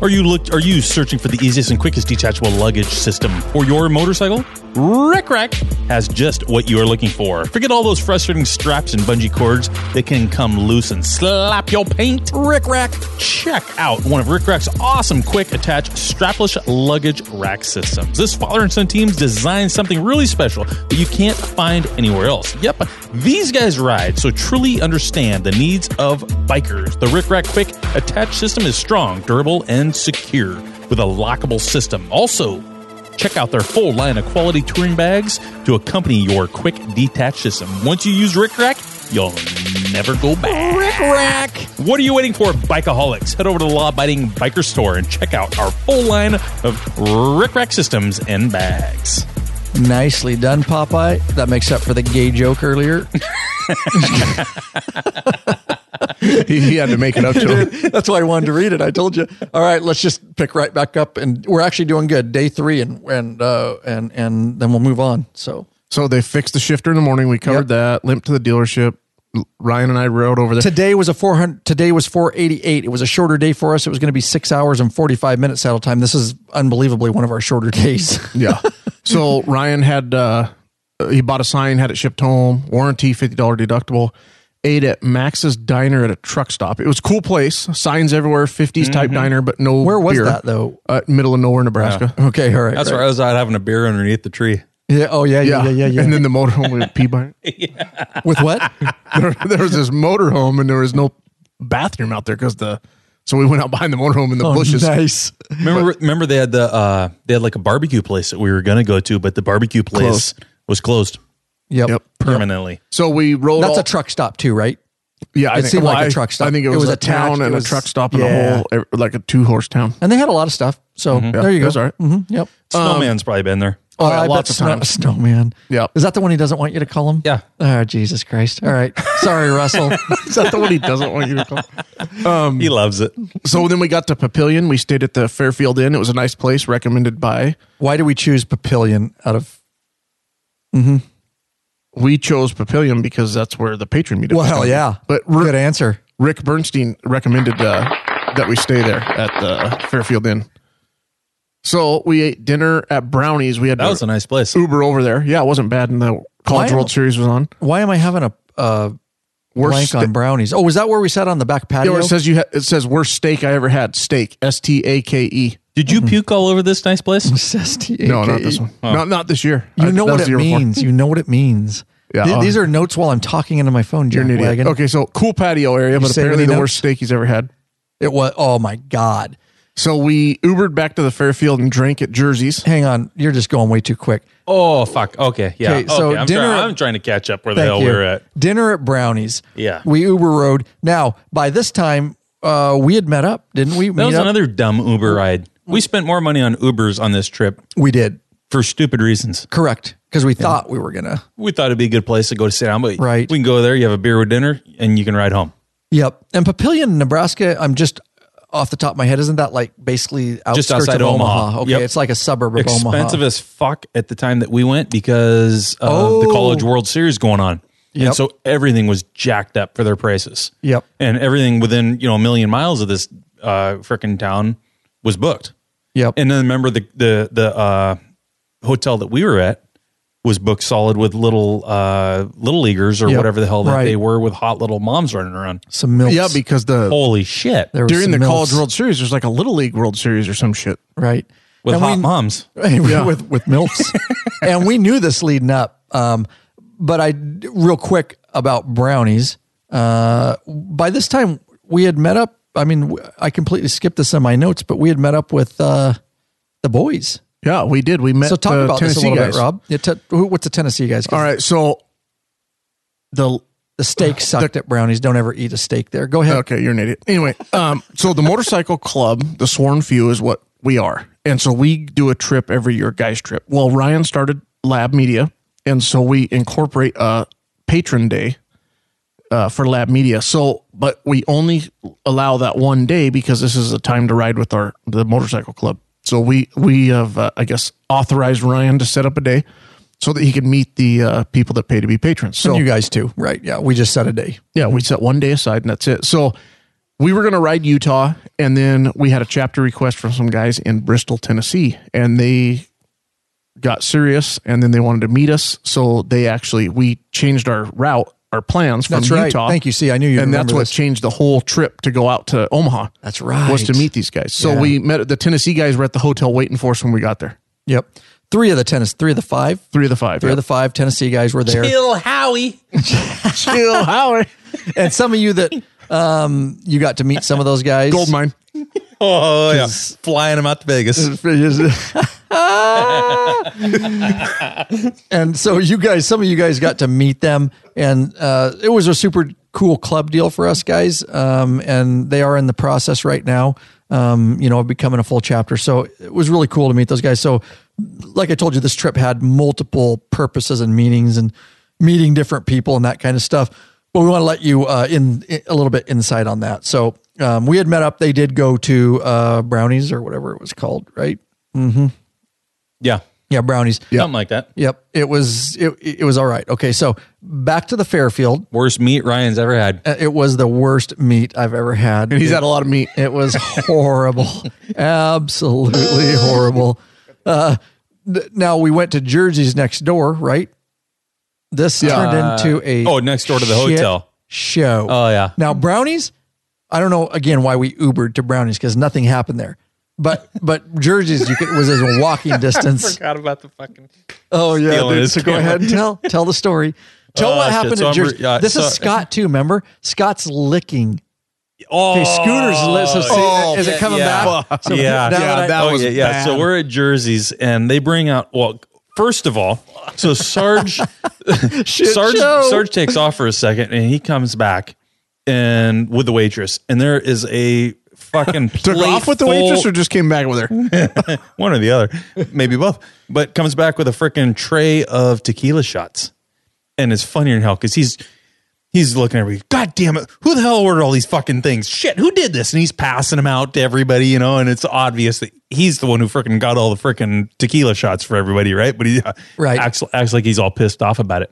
Speaker 3: Are you looked? Are you searching for the easiest and quickest detachable luggage system for your motorcycle? Rick Rack has just what you are looking for. Forget all those frustrating straps and bungee cords that can come loose and slap your paint. Rick Rack. Check out one of Rick Rack's awesome quick attach strapless luggage rack systems. This father and son team's designed something really special that you can't find anywhere else. Yep, these guys ride, so truly understand the needs of bikers. The Rick Rack Quick Attach system is strong, durable, and secure with a lockable system. Also, check out their full line of quality touring bags to accompany your quick detach system. Once you use Rick Rack, you'll never go back. Rick Rack! What are you waiting for, bikeaholics? Head over to the Law Biting Biker Store and check out our full line of Rick Rack systems and bags.
Speaker 1: Nicely done, Popeye. That makes up for the gay joke earlier.
Speaker 2: he, he had to make it up to him.
Speaker 1: That's why I wanted to read it. I told you. All right, let's just pick right back up, and we're actually doing good. Day three, and and uh, and and then we'll move on. So
Speaker 2: So they fixed the shifter in the morning. We covered
Speaker 1: Yep.
Speaker 2: that. Limped to the dealership. L- Ryan and I rode over there.
Speaker 1: today was a four hundred. Today was four eighty eight. It was a shorter day for us. It was going to be six hours and forty five minutes saddle time. This is unbelievably one of our shorter days.
Speaker 2: yeah. So Ryan had uh, he bought a sign, had it shipped home. Warranty, fifty dollar deductible. Ate at Max's Diner at a truck stop. It was a cool place. Signs everywhere, 50s type diner, but no.
Speaker 1: Mm-hmm. Where was
Speaker 2: beer.
Speaker 1: that, though?
Speaker 2: Uh, middle of nowhere, Nebraska.
Speaker 1: Okay, all right.
Speaker 3: That's
Speaker 1: right.
Speaker 3: where I was out having a beer underneath the tree.
Speaker 1: Yeah. Oh yeah. Yeah. Yeah.
Speaker 2: Yeah.
Speaker 1: Yeah. yeah.
Speaker 2: And then the motorhome with pee by.
Speaker 1: With what?
Speaker 2: There, there was this motorhome, and there was no bathroom out there because the. So we went out behind the motorhome in the bushes.
Speaker 1: Oh, Nice.
Speaker 3: Remember, remember they had the uh, they had like a barbecue place that we were gonna go to, but the barbecue place was closed
Speaker 1: Yep.
Speaker 2: Yep.
Speaker 3: permanently.
Speaker 2: So we rolled.
Speaker 1: That's
Speaker 2: all-
Speaker 1: a truck stop too, right?
Speaker 2: Yeah, I
Speaker 1: It
Speaker 2: think,
Speaker 1: seemed
Speaker 2: well,
Speaker 1: like a
Speaker 2: I-
Speaker 1: truck stop.
Speaker 2: I think it,
Speaker 1: It
Speaker 2: was,
Speaker 1: was
Speaker 2: a town
Speaker 1: attached,
Speaker 2: and
Speaker 1: it
Speaker 2: a
Speaker 1: was-
Speaker 2: truck stop and
Speaker 1: yeah.
Speaker 2: a whole, like a two horse town.
Speaker 1: And they had a lot of stuff. So there you
Speaker 2: it
Speaker 1: go.
Speaker 2: was all right.
Speaker 1: Mm-hmm. Yep.
Speaker 3: Snowman's probably been there.
Speaker 1: Oh,
Speaker 2: yeah,
Speaker 1: I
Speaker 2: lots
Speaker 1: bet
Speaker 2: of
Speaker 1: snow-
Speaker 2: times.
Speaker 1: Snowman.
Speaker 2: Yeah.
Speaker 1: Is that the one he doesn't want you to call him?
Speaker 3: Yeah.
Speaker 1: Oh, Jesus Christ. All right. Sorry, Russell.
Speaker 2: Is that the one he doesn't want you to call?
Speaker 3: He loves it.
Speaker 2: So then we got to Papillion. We stayed at the Fairfield Inn. It was a nice place recommended by.
Speaker 1: Why do we choose Papillion out of.
Speaker 2: We chose Papillion because that's where the patron meetup.
Speaker 1: Well,
Speaker 2: was
Speaker 1: hell
Speaker 2: gonna be.
Speaker 1: yeah.
Speaker 2: But
Speaker 1: Good
Speaker 2: Rick,
Speaker 1: answer.
Speaker 2: Rick Bernstein recommended uh, that we stay there at the Fairfield Inn. So we ate dinner at Brownies. We had
Speaker 3: That
Speaker 2: to
Speaker 3: was a nice place.
Speaker 2: Uber over there. Yeah, it wasn't bad. And the College
Speaker 1: Why-
Speaker 2: World Series was on.
Speaker 1: Why am I having a uh,
Speaker 2: Worst
Speaker 1: blank on brownies? Oh, was that where we sat on the back
Speaker 2: Yeah,
Speaker 1: patio?
Speaker 2: it says you. Ha- it says worst steak I ever had. Steak. S T A K E.
Speaker 3: Did you puke all over this nice place?
Speaker 1: Says T A
Speaker 2: No, not
Speaker 1: K E.
Speaker 2: this one. Not not this year. I-
Speaker 1: You know what
Speaker 2: that was
Speaker 1: it
Speaker 2: the year before.
Speaker 1: means. You know what it means.
Speaker 2: Yeah,
Speaker 1: Th-
Speaker 2: I'll-
Speaker 1: These are notes while I'm talking into my phone, Jack
Speaker 2: You're an idiot.
Speaker 1: Wagon.
Speaker 2: Okay, so cool patio area, but
Speaker 1: save
Speaker 2: apparently
Speaker 1: any
Speaker 2: the
Speaker 1: notes?
Speaker 2: worst steak he's ever had.
Speaker 1: It was, oh my God.
Speaker 2: So we Ubered back to the Fairfield and drank at Jersey's.
Speaker 1: Hang on, you're just going way too quick.
Speaker 3: Oh fuck. Okay. Yeah.
Speaker 1: Okay, so
Speaker 3: okay. I'm,
Speaker 1: dinner-
Speaker 3: trying, I'm trying to catch up where the
Speaker 1: Thank
Speaker 3: hell
Speaker 1: you.
Speaker 3: we're at.
Speaker 1: Dinner at Brownies.
Speaker 3: Yeah.
Speaker 1: We Uber rode. Now, by this time, uh, we had met up, didn't we?
Speaker 3: That
Speaker 1: Meet
Speaker 3: was
Speaker 1: up?
Speaker 3: another dumb Uber ride. We spent more money on Ubers on this trip
Speaker 1: we did.
Speaker 3: for stupid reasons.
Speaker 1: Correct. Because we thought we were going to.
Speaker 3: We thought it'd be a good place to go to sit down, but
Speaker 1: Right.
Speaker 3: we can go there, you have a beer with dinner, and you can ride home.
Speaker 1: Yep. And Papillion, Nebraska, I'm just off the top of my head, isn't that like basically outskirts
Speaker 3: Just outside
Speaker 1: of Omaha?
Speaker 3: Omaha.
Speaker 1: Okay.
Speaker 3: Yep.
Speaker 1: It's like a suburb of
Speaker 3: Expensive
Speaker 1: Omaha.
Speaker 3: as fuck at the time that we went because of the
Speaker 1: Oh.
Speaker 3: College World Series going on.
Speaker 1: Yep.
Speaker 3: And so everything was jacked up for their prices.
Speaker 1: Yep.
Speaker 3: And everything within, you know, a million miles of this uh freaking town was booked.
Speaker 1: Yep.
Speaker 3: And then remember the the the uh, hotel that we were at was booked solid with little uh, little leaguers or
Speaker 1: Yep.
Speaker 3: whatever the hell that
Speaker 1: Right.
Speaker 3: they were with hot little moms running around.
Speaker 1: Some milks.
Speaker 2: Yeah, because the
Speaker 3: Holy shit!
Speaker 1: There was
Speaker 2: during
Speaker 1: some
Speaker 2: the
Speaker 1: milks,
Speaker 2: College World Series, there's like a Little League World Series or some shit.
Speaker 1: Right.
Speaker 3: with
Speaker 1: And
Speaker 3: hot
Speaker 1: we-
Speaker 3: moms.
Speaker 2: Yeah.
Speaker 1: with with milfs, and we knew this leading up. Um, but I real quick about brownies. Uh, by this time we had met up. I mean, w- I completely skipped this in my notes, but we had met up with uh, the boys.
Speaker 2: Yeah, we did. We met.
Speaker 1: So talk
Speaker 2: the
Speaker 1: about
Speaker 2: Tennessee
Speaker 1: this a little
Speaker 2: guys.
Speaker 1: bit, Rob. Yeah, te- who- what's the Tennessee guys? 'Cause
Speaker 2: All right, so the
Speaker 1: the steak sucked at brownies. Don't ever eat a steak there. Go ahead.
Speaker 2: Okay, you're an idiot. Anyway, um, so the motorcycle club, the Sworn Few, is what we are, and so we do a trip every year, guys trip. Well, Ryan started Lab Media, and so we incorporate a patron day uh, for Lab Media. So, but we only allow that one day because this is a time to ride with our the motorcycle club. So we we have uh, I guess authorized Ryan to set up a day so that he can meet the uh, people that pay to be patrons. So
Speaker 1: And you guys too, right? Yeah, we just set a day.
Speaker 2: yeah, we set one day aside and that's it. So we were going to ride Utah, and then we had a chapter request from some guys in Bristol, Tennessee, and they got serious, and then they wanted to meet us. So they actually we changed our route, our plans from
Speaker 1: That's right.
Speaker 2: Utah.
Speaker 1: Thank you. See, I knew you
Speaker 2: And that's
Speaker 1: remember
Speaker 2: what
Speaker 1: this.
Speaker 2: changed the whole trip to go out to Omaha.
Speaker 1: That's right.
Speaker 2: Was to meet these guys. So
Speaker 1: Yeah.
Speaker 2: we met the Tennessee guys were at the hotel waiting for us when we got there.
Speaker 1: Yep. Three of the tennis, three of the five,
Speaker 2: Three of the five.
Speaker 1: three of the five Tennessee guys were there.
Speaker 3: Bill Howie.
Speaker 2: Still Howard.
Speaker 1: and some of you that um, you got to meet some of those guys.
Speaker 2: Gold mine.
Speaker 3: Oh yeah, flying him out to Vegas.
Speaker 1: and so you guys, some of you guys got to meet them, and uh, it was a super cool club deal for us guys. Um, and they are in the process right now, um, you know, of becoming a full chapter. So it was really cool to meet those guys. So, like I told you, this trip had multiple purposes and meanings, and meeting different people and that kind of stuff. But we want to let you uh, in, in a little bit insight on that. So um, we had met up. They did go to uh, Brownies or whatever it was called, right? Mm-hmm.
Speaker 3: Yeah,
Speaker 1: Yeah, Brownies.
Speaker 3: something like that.
Speaker 1: Yep. It was it, it was all right. Okay, so back to the Fairfield.
Speaker 3: Worst meat Ryan's ever had.
Speaker 1: Uh, It was the worst meat I've ever had.
Speaker 2: And he's
Speaker 1: it,
Speaker 2: had a lot of meat.
Speaker 1: it was horrible. Absolutely horrible. Uh, th- now we went to Jersey's next door, right? This turned into a
Speaker 3: oh, next door to the
Speaker 1: shit
Speaker 3: hotel.
Speaker 1: show.
Speaker 3: Oh, yeah.
Speaker 1: Now brownies, I don't know again why we Ubered to brownies because nothing happened there. But but Jersey's you could, was as a walking distance.
Speaker 3: Forgot about the fucking.
Speaker 1: Oh yeah,
Speaker 3: Stealing
Speaker 1: dude.
Speaker 3: his
Speaker 1: So go
Speaker 3: camera.
Speaker 1: ahead and tell tell the story. Tell
Speaker 3: Oh,
Speaker 1: what
Speaker 3: shit.
Speaker 1: happened
Speaker 3: So
Speaker 1: at
Speaker 3: I'm
Speaker 1: Jersey.
Speaker 3: re- yeah,
Speaker 1: this
Speaker 3: so-
Speaker 1: is Scott too. Remember, Scott's licking.
Speaker 3: Oh,
Speaker 1: Okay, scooters. Lit, so see,
Speaker 2: Oh,
Speaker 1: is it coming
Speaker 3: yeah.
Speaker 1: back? So
Speaker 3: yeah,
Speaker 1: now
Speaker 2: Yeah,
Speaker 1: that I-
Speaker 2: that
Speaker 3: oh,
Speaker 2: was
Speaker 3: yeah, yeah. So
Speaker 2: bad.
Speaker 3: we're at Jerseys, and they bring out. Well, first of all, so Sarge, Sarge,
Speaker 1: show.
Speaker 3: Sarge takes off for a second, and he comes back, and with the waitress, and there is a fucking
Speaker 2: Took off with the waitress or just came back with her?
Speaker 3: one or the other, maybe both, but comes back with a freaking tray of tequila shots, and it's funnier than hell because he's he's looking at everybody. God damn it! Who the hell ordered all these fucking things? Shit! Who did this? And he's passing them out to everybody, you know. And it's obvious that he's the one who freaking got all the freaking tequila shots for everybody, right? But he uh,
Speaker 1: Right.
Speaker 3: acts acts like he's all pissed off about it.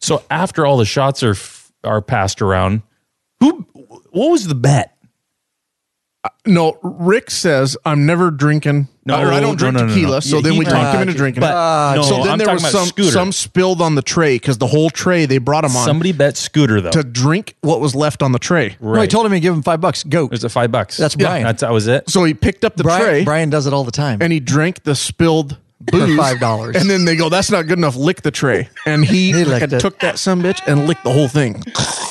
Speaker 3: So after all the shots are f- are passed around, who? What was the bet?
Speaker 2: No, Rick says I'm never drinking.
Speaker 3: No,
Speaker 2: or I don't
Speaker 3: no,
Speaker 2: drink
Speaker 3: no, no, no.
Speaker 2: tequila. So
Speaker 3: Yeah,
Speaker 2: then
Speaker 3: he
Speaker 2: we
Speaker 3: drank
Speaker 2: talked him
Speaker 3: it.
Speaker 2: into drinking.
Speaker 3: But
Speaker 1: Uh,
Speaker 3: no,
Speaker 2: so then
Speaker 3: I'm
Speaker 2: there
Speaker 3: talking
Speaker 2: was
Speaker 3: about
Speaker 2: some
Speaker 3: Scooter.
Speaker 2: some spilled on the tray because the whole tray they brought him on
Speaker 3: Somebody bet Scooter though.
Speaker 2: to drink what was left on the tray.
Speaker 1: No, I told him he'd give him five bucks. Go.
Speaker 3: There's a five bucks.
Speaker 1: That's Brian.
Speaker 3: That's that was it.
Speaker 2: So he picked up the tray
Speaker 1: Brian, Brian does it all the time.
Speaker 2: and he drank the spilled booze
Speaker 1: $5.
Speaker 2: And then they go, "That's not good enough. Lick the tray." And he,
Speaker 1: He licked it.
Speaker 2: took that some bitch and licked the whole thing.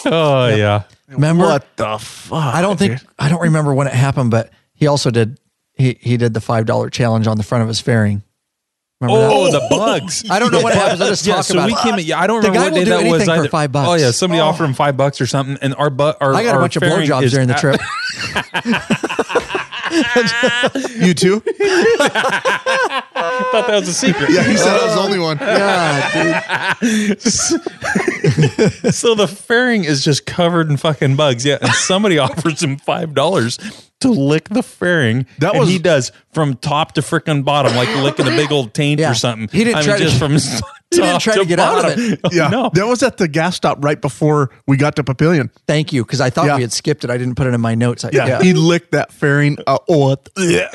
Speaker 3: Oh yeah.
Speaker 1: Remember,
Speaker 2: What the fuck?
Speaker 1: I don't think
Speaker 2: dude?
Speaker 1: I don't remember when it happened, but he also did he he did the five dollar challenge on the front of his fairing. Remember that?
Speaker 3: Oh, the bugs.
Speaker 1: I don't know what happens. I just
Speaker 3: yeah,
Speaker 1: talk
Speaker 3: so
Speaker 1: about
Speaker 3: we
Speaker 1: it.
Speaker 3: came. Yeah, I don't
Speaker 1: The
Speaker 3: remember
Speaker 1: guy
Speaker 3: what
Speaker 1: will
Speaker 3: day
Speaker 1: do
Speaker 3: that was.
Speaker 1: anything for
Speaker 3: either.
Speaker 1: five
Speaker 3: Oh
Speaker 1: bucks.
Speaker 3: yeah, somebody offered him five bucks or something, and our but our
Speaker 1: I got a
Speaker 3: our
Speaker 1: bunch of
Speaker 3: fairing
Speaker 1: blowjobs
Speaker 3: is
Speaker 1: during the
Speaker 3: at-
Speaker 1: trip.
Speaker 2: You too?
Speaker 3: I thought that was a secret.
Speaker 6: Yeah, he said I was
Speaker 1: Uh,
Speaker 6: the only one.
Speaker 1: God, dude.
Speaker 3: So the fairing is just covered in fucking bugs. Yeah, and somebody offers him five dollars to lick the fairing.
Speaker 2: That
Speaker 3: and
Speaker 2: was-
Speaker 3: he does from top to freaking bottom, like licking a big old taint
Speaker 1: Yeah.
Speaker 3: or something.
Speaker 1: He didn't
Speaker 3: I mean,
Speaker 1: try to-
Speaker 3: just from
Speaker 1: He didn't try to get out of
Speaker 3: it.
Speaker 2: Yeah.
Speaker 3: no.
Speaker 2: That was at the gas stop right before we got to Papillion.
Speaker 1: Thank you, because I thought
Speaker 2: Yeah.
Speaker 1: we had skipped it. I didn't put it in my notes. I,
Speaker 2: Yeah.
Speaker 1: yeah.
Speaker 2: He licked that fairing. Uh, oh, yeah.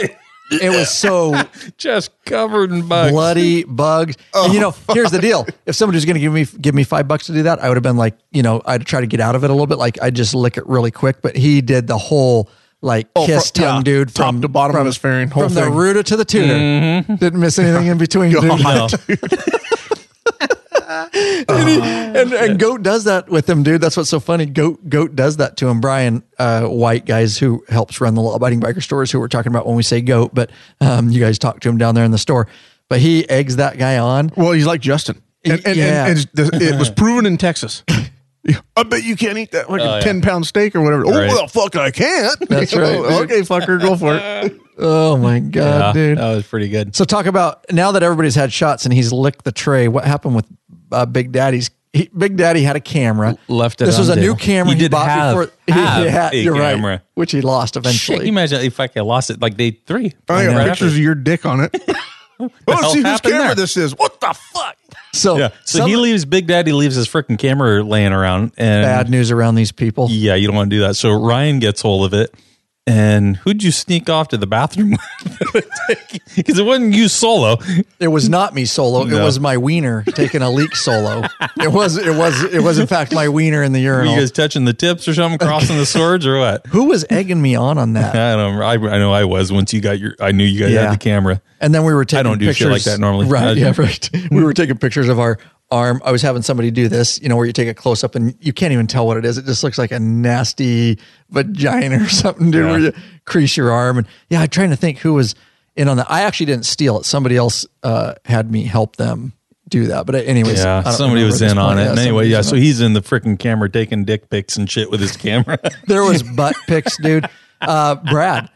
Speaker 1: it was so
Speaker 3: just covered in bugs.
Speaker 1: bloody bugs. and you know, here's the deal: if somebody was going to give me give me five bucks to do that, I would have been like, you know, I'd try to get out of it a little bit. Like I'd just lick it really quick. But he did the whole like kiss
Speaker 2: fr- Oh, yeah,
Speaker 1: tongue, dude,
Speaker 2: top
Speaker 1: from
Speaker 2: to bottom of
Speaker 1: from-
Speaker 2: his fairing, whole
Speaker 1: from the
Speaker 2: thing. Mm-hmm.
Speaker 1: rooter to the tutor. Didn't miss anything in between. dude.
Speaker 3: No.
Speaker 1: and, he- and,
Speaker 2: Oh,
Speaker 1: and Goat does that with him, dude. That's what's so funny. Goat Goat does that to him. Brian uh, White, guys who helps run the law abiding biker stores, who we're talking about when we say Goat, but um, you guys talk to him down there in the store. But he eggs that guy on.
Speaker 2: Well, he's like Justin. And, and,
Speaker 1: Yeah.
Speaker 2: and, and the- it was proven in Texas. I bet you can't eat that like
Speaker 3: Oh,
Speaker 2: a
Speaker 3: yeah.
Speaker 2: 10 pound steak or whatever.
Speaker 3: Right.
Speaker 2: Oh, well, fuck, I can't.
Speaker 1: That's right, dude.
Speaker 2: okay, fucker, go for it.
Speaker 1: Oh my god,
Speaker 3: Yeah,
Speaker 1: dude.
Speaker 3: that was pretty good.
Speaker 1: So talk about now that everybody's had shots and he's licked the tray. What happened with uh, Big Daddy's? He, Big Daddy had a camera.
Speaker 3: Left it
Speaker 1: This was a
Speaker 3: on
Speaker 1: new
Speaker 3: there.
Speaker 1: camera
Speaker 3: He did have-
Speaker 1: he-
Speaker 3: have a
Speaker 1: you're right,
Speaker 3: camera.
Speaker 1: which he lost
Speaker 3: Shit,
Speaker 1: eventually.
Speaker 3: can you imagine if I could lost it like day three?
Speaker 1: Oh,
Speaker 2: I
Speaker 3: Right
Speaker 2: got
Speaker 3: after.
Speaker 2: pictures of your dick on it. I want to
Speaker 3: hell
Speaker 2: see whose
Speaker 3: happened
Speaker 2: camera
Speaker 3: there?
Speaker 2: this is. What the fuck?
Speaker 1: so
Speaker 3: Yeah. So
Speaker 1: some
Speaker 3: he leaves Big Daddy leaves his freaking camera laying around and
Speaker 1: bad news around these people.
Speaker 3: yeah, you don't want to do that. So Ryan gets hold of it. And who'd you sneak off to the bathroom with? Because it wasn't you solo.
Speaker 1: It was not me solo. It
Speaker 3: No.
Speaker 1: was my wiener taking a leak solo. it was. It was. It was in fact my wiener in the
Speaker 3: Were you
Speaker 1: urinal.
Speaker 3: guys touching the tips or something, crossing the swords or what?
Speaker 1: Who was egging me on on that?
Speaker 3: I don't. I, I know I was. Once you got your, I knew you guys
Speaker 1: Yeah.
Speaker 3: had the camera.
Speaker 1: And then we were taking
Speaker 3: don't do
Speaker 1: pictures
Speaker 3: shit like that normally.
Speaker 1: Right.
Speaker 3: I-
Speaker 1: Yeah, right. We were taking pictures of our arm. I was having somebody do this, you know, where you take a close up and you can't even tell what it is. It just looks like a nasty vagina or something, dude, where
Speaker 3: Yeah.
Speaker 1: you crease your arm. And yeah, I'm trying to think who was in on that. I actually didn't steal it. Somebody else uh, had me help them do that. But anyways, I
Speaker 3: Yeah,
Speaker 1: don't
Speaker 3: somebody
Speaker 1: remember
Speaker 3: was
Speaker 1: at this
Speaker 3: in on
Speaker 1: point.
Speaker 3: it. and anyway,
Speaker 1: somebody
Speaker 3: yeah.
Speaker 1: was
Speaker 3: So
Speaker 1: in on it.
Speaker 3: he's in the freaking camera taking dick pics and shit with his camera.
Speaker 1: there was butt pics, dude. Uh, Brad,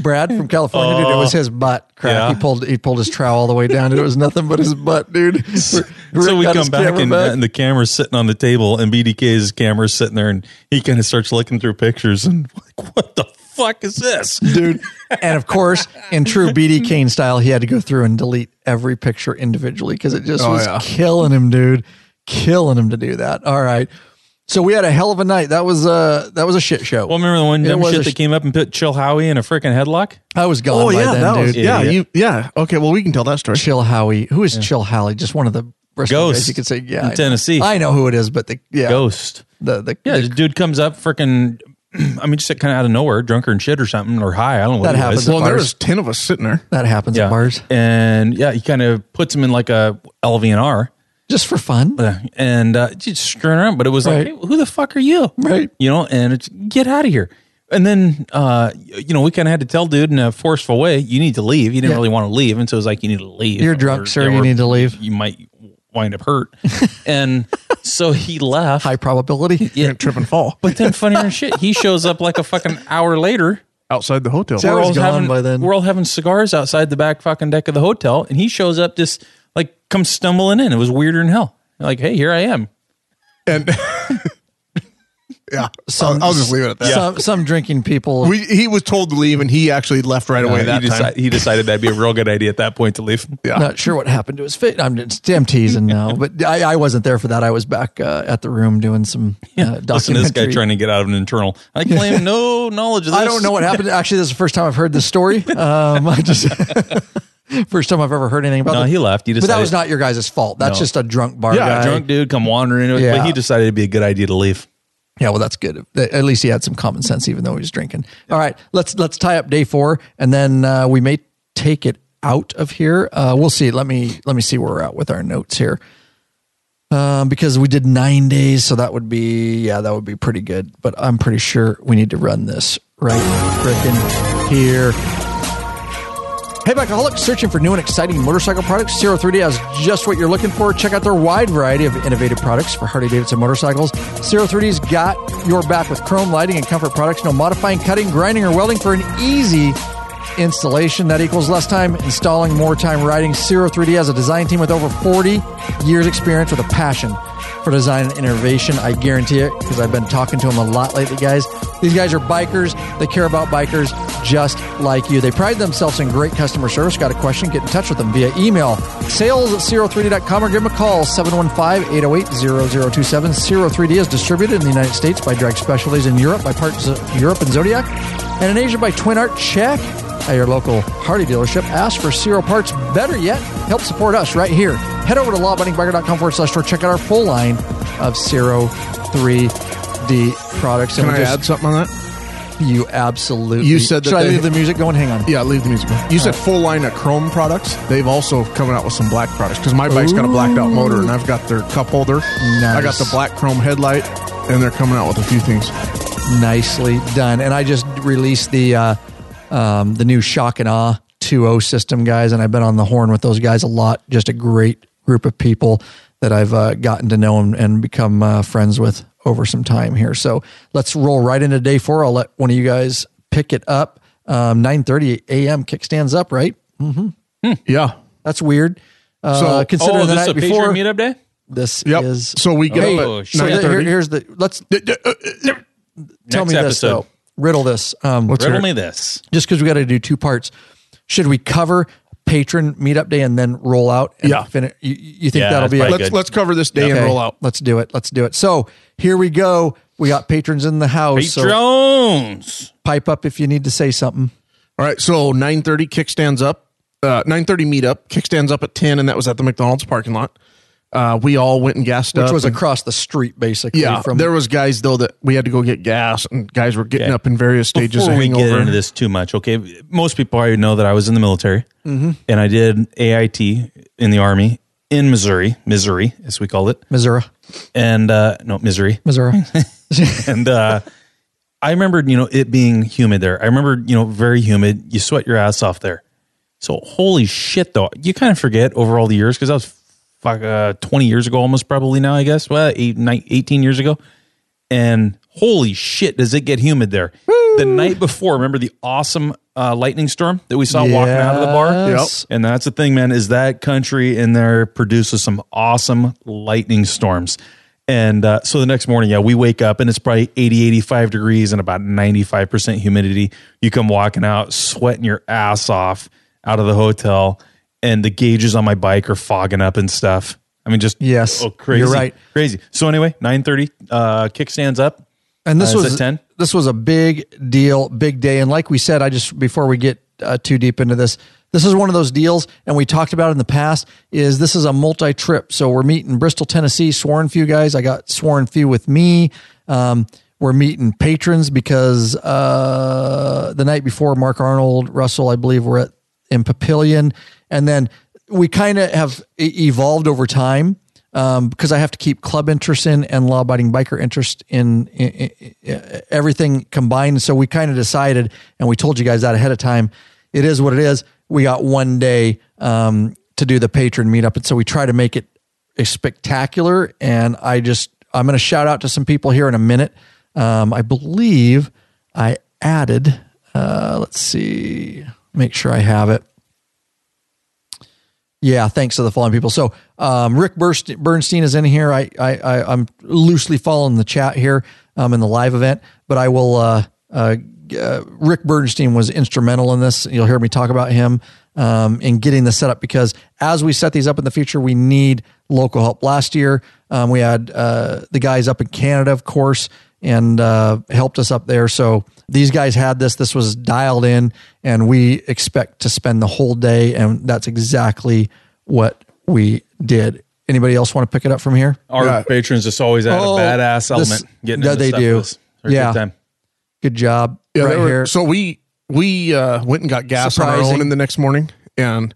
Speaker 1: Brad from California, dude. It was his butt crack.
Speaker 3: Oh. Yeah.
Speaker 1: He pulled he pulled his trowel all the way down, and it was nothing but his butt, dude.
Speaker 3: so
Speaker 1: Rick
Speaker 3: we
Speaker 1: got
Speaker 3: come
Speaker 1: his
Speaker 3: back
Speaker 1: camera
Speaker 3: and, and the camera's sitting on the table and BDK's camera's sitting there and he kind of starts looking through pictures and like, what the fuck is this?
Speaker 1: dude. And of course, in true BD Kane style, he had to go through and delete every picture individually because it just
Speaker 2: Oh,
Speaker 1: was
Speaker 2: yeah.
Speaker 1: killing him, dude. Killing him to do that. All right. So we had a hell of a night. That was uh that was a shit show.
Speaker 3: Well, remember the one
Speaker 1: It
Speaker 3: dumb
Speaker 1: was
Speaker 3: shit
Speaker 1: a
Speaker 3: that
Speaker 1: sh-
Speaker 3: came up and put Chill Howie in a freaking headlock?
Speaker 1: I was gone
Speaker 3: Oh,
Speaker 1: by then, dude.
Speaker 2: Oh, yeah,
Speaker 3: Idiot.
Speaker 2: you, yeah. Okay, well, we can tell that story.
Speaker 1: Chill Howie. Who is Chill Howie? Just one of the Bristol
Speaker 3: Ghost
Speaker 1: guys. You could say, yeah,
Speaker 3: in
Speaker 1: I know.
Speaker 3: Tennessee.
Speaker 1: I know who it is, but the yeah,
Speaker 3: Ghost.
Speaker 1: the the,
Speaker 3: Yeah,
Speaker 1: the-
Speaker 3: this dude comes up freaking. I mean, just kind of out of nowhere, drunk or shit or something, or high. I don't know what
Speaker 1: That
Speaker 3: it
Speaker 1: happens.
Speaker 3: was.
Speaker 2: Well, there
Speaker 1: Bars.
Speaker 2: was 10 of us sitting there.
Speaker 1: that happens at bars
Speaker 3: And yeah, he kind of puts him in like a LVNR
Speaker 1: just for fun.
Speaker 3: uh, and uh, just screwing around. But it was
Speaker 1: Right.
Speaker 3: like, hey, who the fuck are you?
Speaker 1: Right.
Speaker 3: You know, and it's get out of here. And then, uh, you know, we kind of had to tell dude in a forceful way, you need to leave. You didn't
Speaker 1: Yeah.
Speaker 3: really want to leave. And so it was like, you need to leave.
Speaker 1: You're drunk, sir. You need to leave.
Speaker 3: You might wind up hurt. and so he left.
Speaker 1: High probability.
Speaker 2: You're gonna trip and fall
Speaker 3: But then, funnier than shit, he shows up like a fucking hour later.
Speaker 2: outside the hotel.
Speaker 1: I was gone
Speaker 3: having,
Speaker 1: by then.
Speaker 3: We're all having cigars outside the back fucking deck of the hotel, and he shows up just like comes stumbling in. It was weirder than hell. Like, hey, here I am.
Speaker 2: And yeah,
Speaker 1: Some-
Speaker 2: I'll, I'll just leave it at that.
Speaker 1: Some some drinking people.
Speaker 2: We, he was told to leave, and he actually left right away that
Speaker 3: he,
Speaker 2: time.
Speaker 3: deci- he decided that'd be a real good idea at that point to leave.
Speaker 2: Yeah.
Speaker 1: not sure what happened to his fit. I'm just I'm teasing now, but I, I wasn't there for that. I was back uh, at the room doing some uh,
Speaker 3: Listen to
Speaker 1: documentary.
Speaker 3: this guy trying to get out of an internal. I claim no knowledge of this.
Speaker 1: I don't know what happened. Actually, this is the first time I've heard this story. Um, I just first time I've ever heard anything about.
Speaker 3: No,
Speaker 1: that.
Speaker 3: he left. He
Speaker 1: but that
Speaker 3: decided-
Speaker 1: was not your guys' fault. That's
Speaker 3: No.
Speaker 1: just a drunk bar
Speaker 3: Yeah,
Speaker 1: guy.
Speaker 3: a drunk dude come wandering into it.
Speaker 1: Yeah.
Speaker 3: But he decided it'd be a good idea to leave.
Speaker 1: Yeah, well, that's good. At least he had some common sense, even though he was drinking. All right, let's let's tie up day four, and then uh, we may take it out of here. Uh, we'll see. Let me let me see where we're at with our notes here, um, because we did nine days, so that would be yeah, that would be pretty good. But I'm pretty sure we need to run this right freaking here. Hey, Bikeaholics, searching for new and exciting motorcycle products? Zero 3D has just what you're looking for. Check out their wide variety of innovative products for Harley Davidson motorcycles. Zero 3D's got your back with chrome lighting and comfort products. No modifying, cutting, grinding, or welding for an easy installation that equals less time installing, more time riding. Zero 3D has a design team with over 40 years experience with a passion for design and innovation. I guarantee it because I've been talking to them a lot lately, guys. These guys are bikers. They care about bikers just like you. They pride themselves in great customer service. Got a question? Get in touch with them via email, sales at 03d.com or give them a call, 715-808-0027. 03d is distributed in the United States by Drag Specialties in Europe, by Parts of Europe and Zodiac, and in Asia by Twin Art. Check at your local Hardy dealership. Ask for Zero Parts. Better yet, help support us right here. Head over to lawabidingbiker.com forward slash store. Check out our full line of Zero 3D products.
Speaker 2: Can
Speaker 1: we
Speaker 2: I
Speaker 1: just-
Speaker 2: add something on that?
Speaker 1: you absolutely.
Speaker 2: You said that
Speaker 1: Should I
Speaker 2: they-
Speaker 1: leave the music going? Hang on.
Speaker 2: Yeah, leave the music. You said full line of Chrome products. They've also coming out with some black products because my bike's got a blacked out motor and I've got their cup holder. I got
Speaker 1: Nice.
Speaker 2: the black Chrome headlight, and they're coming out with a few things.
Speaker 1: Nicely done. And I just released the uh, um, the new Shock and Awe 2.0 system, guys. And I've been on the horn with those guys a lot. Just a great group of people that I've uh, gotten to know and, and become uh, friends with over some time here. So let's roll right into day four. I'll let one of you guys pick it up. Um, 9.30 a.m. Kickstands up, right?
Speaker 2: Yeah.
Speaker 1: That's weird. Uh,
Speaker 2: So-
Speaker 1: considering
Speaker 3: oh,
Speaker 1: the
Speaker 3: this
Speaker 1: night
Speaker 3: a
Speaker 1: before,
Speaker 3: Patreon meetup day?
Speaker 1: this
Speaker 2: Yep.
Speaker 1: is
Speaker 2: So we get
Speaker 3: Oh,
Speaker 2: up at
Speaker 3: shit.
Speaker 1: So the- here-
Speaker 2: 9:30.
Speaker 1: here's the let's
Speaker 2: uh,
Speaker 1: tell
Speaker 3: Next
Speaker 1: me this
Speaker 3: episode.
Speaker 1: though. Riddle this. Um,
Speaker 3: Riddle me this.
Speaker 1: just because we got to do two parts. Should we cover patron meetup day and then roll out? And
Speaker 2: Yeah.
Speaker 1: Finish? You, you think
Speaker 3: Yeah,
Speaker 1: that'll be it?
Speaker 3: that's probably
Speaker 2: Let's
Speaker 3: good.
Speaker 2: let's cover this day and
Speaker 1: Okay,
Speaker 2: roll out.
Speaker 1: Let's do it. Let's do it. So here we go. We got patrons in the house. So
Speaker 3: Jones.
Speaker 1: pipe up if you need to say something.
Speaker 2: All right, so 9:30 kickstands up. Uh, 9:30 meetup kickstands up at 10, and that was at the McDonald's parking lot. Uh, we all went and gassed
Speaker 1: Which
Speaker 2: up.
Speaker 1: was
Speaker 2: and-
Speaker 1: across the street, basically.
Speaker 2: yeah.
Speaker 1: From
Speaker 2: there was guys though that we had to go get gas, and guys were getting
Speaker 3: Okay.
Speaker 2: up in various stages
Speaker 3: Before
Speaker 2: of
Speaker 3: we
Speaker 2: hangover.
Speaker 3: get into this too much, okay, most people already know that I was in the military
Speaker 1: Mm-hmm.
Speaker 3: and I did AIT in the Army in Missouri, Missouri, as we call it.
Speaker 1: Missouri,
Speaker 3: And uh, no, Missouri.
Speaker 1: Missouri.
Speaker 3: and uh, I remembered, you know, it being humid there. I remember, you know, very humid. You sweat your ass off there. So holy shit, though, you kind of forget over all the years because that was fuck uh, twenty years ago, almost probably now. I guess well, eight, nine, 18 years ago. And holy shit, does it get humid there? The night before, remember the awesome uh, lightning storm that we saw walking out of the bar?
Speaker 1: Yes.
Speaker 3: And that's the thing, man, is that country in there produces some awesome lightning storms. And uh, so the next morning, yeah, we wake up and it's probably 80, 85 degrees and about 95% humidity. You come walking out, sweating your ass off out of the hotel, and the gauges on my bike are fogging up and stuff. I mean, just
Speaker 1: Yes,
Speaker 3: oh, crazy,
Speaker 1: you're right.
Speaker 3: crazy. So anyway, nine thirty, uh, kickstands up,
Speaker 1: And this
Speaker 3: Uh, is
Speaker 1: was
Speaker 3: it 10?
Speaker 1: This was a big deal, big day. And like we said, I just before we get uh, too deep into this, this is one of those deals, and we talked about it in the past. Is this is a multi trip? So we're meeting Bristol, Tennessee, Sworn Few guys. I got Sworn Few with me. Um, we're meeting patrons because uh, the night before, Mark Arnold, Russell, I believe, were at in Papillion, and then we kind of have e- evolved over time um, because I have to keep club interest in and law abiding biker interest in, in, in- everything combined. So we kind of decided, and we told you guys that ahead of time. It is what it is. We got one day um, to do the patron meetup, and so we try to make it a spectacular. And I just I'm going to shout out to some people here in a minute. Um, I believe I added. Uh, let's see. Make sure I have it. Yeah, thanks to the following people. So um, Rick Burst- Bernstein is in here. I, I, I I'm loosely following the chat here um, in the live event, but I will. Uh, uh, g- uh, Rick Bernstein was instrumental in this. You'll hear me talk about him um, in getting this set up because as we set these up in the future, we need local help. Last year, um, we had uh, the guys up in Canada, of course, and uh, helped us up there. So these guys had this. This was dialed in, and we expect to spend the whole day, and that's exactly what we did. Anybody else want to pick it up from here?
Speaker 3: our patrons just always add
Speaker 1: Oh,
Speaker 3: a badass
Speaker 1: this-
Speaker 3: element. Getting
Speaker 1: yeah,
Speaker 3: into
Speaker 1: they
Speaker 3: stuff
Speaker 1: do.
Speaker 3: with us. They're a
Speaker 1: Yeah.
Speaker 3: good time.
Speaker 1: Good job,
Speaker 2: Yeah,
Speaker 1: right
Speaker 2: they were-
Speaker 1: here.
Speaker 2: So we we uh, went and got gas on our
Speaker 1: Surprising.
Speaker 2: own in the next morning, and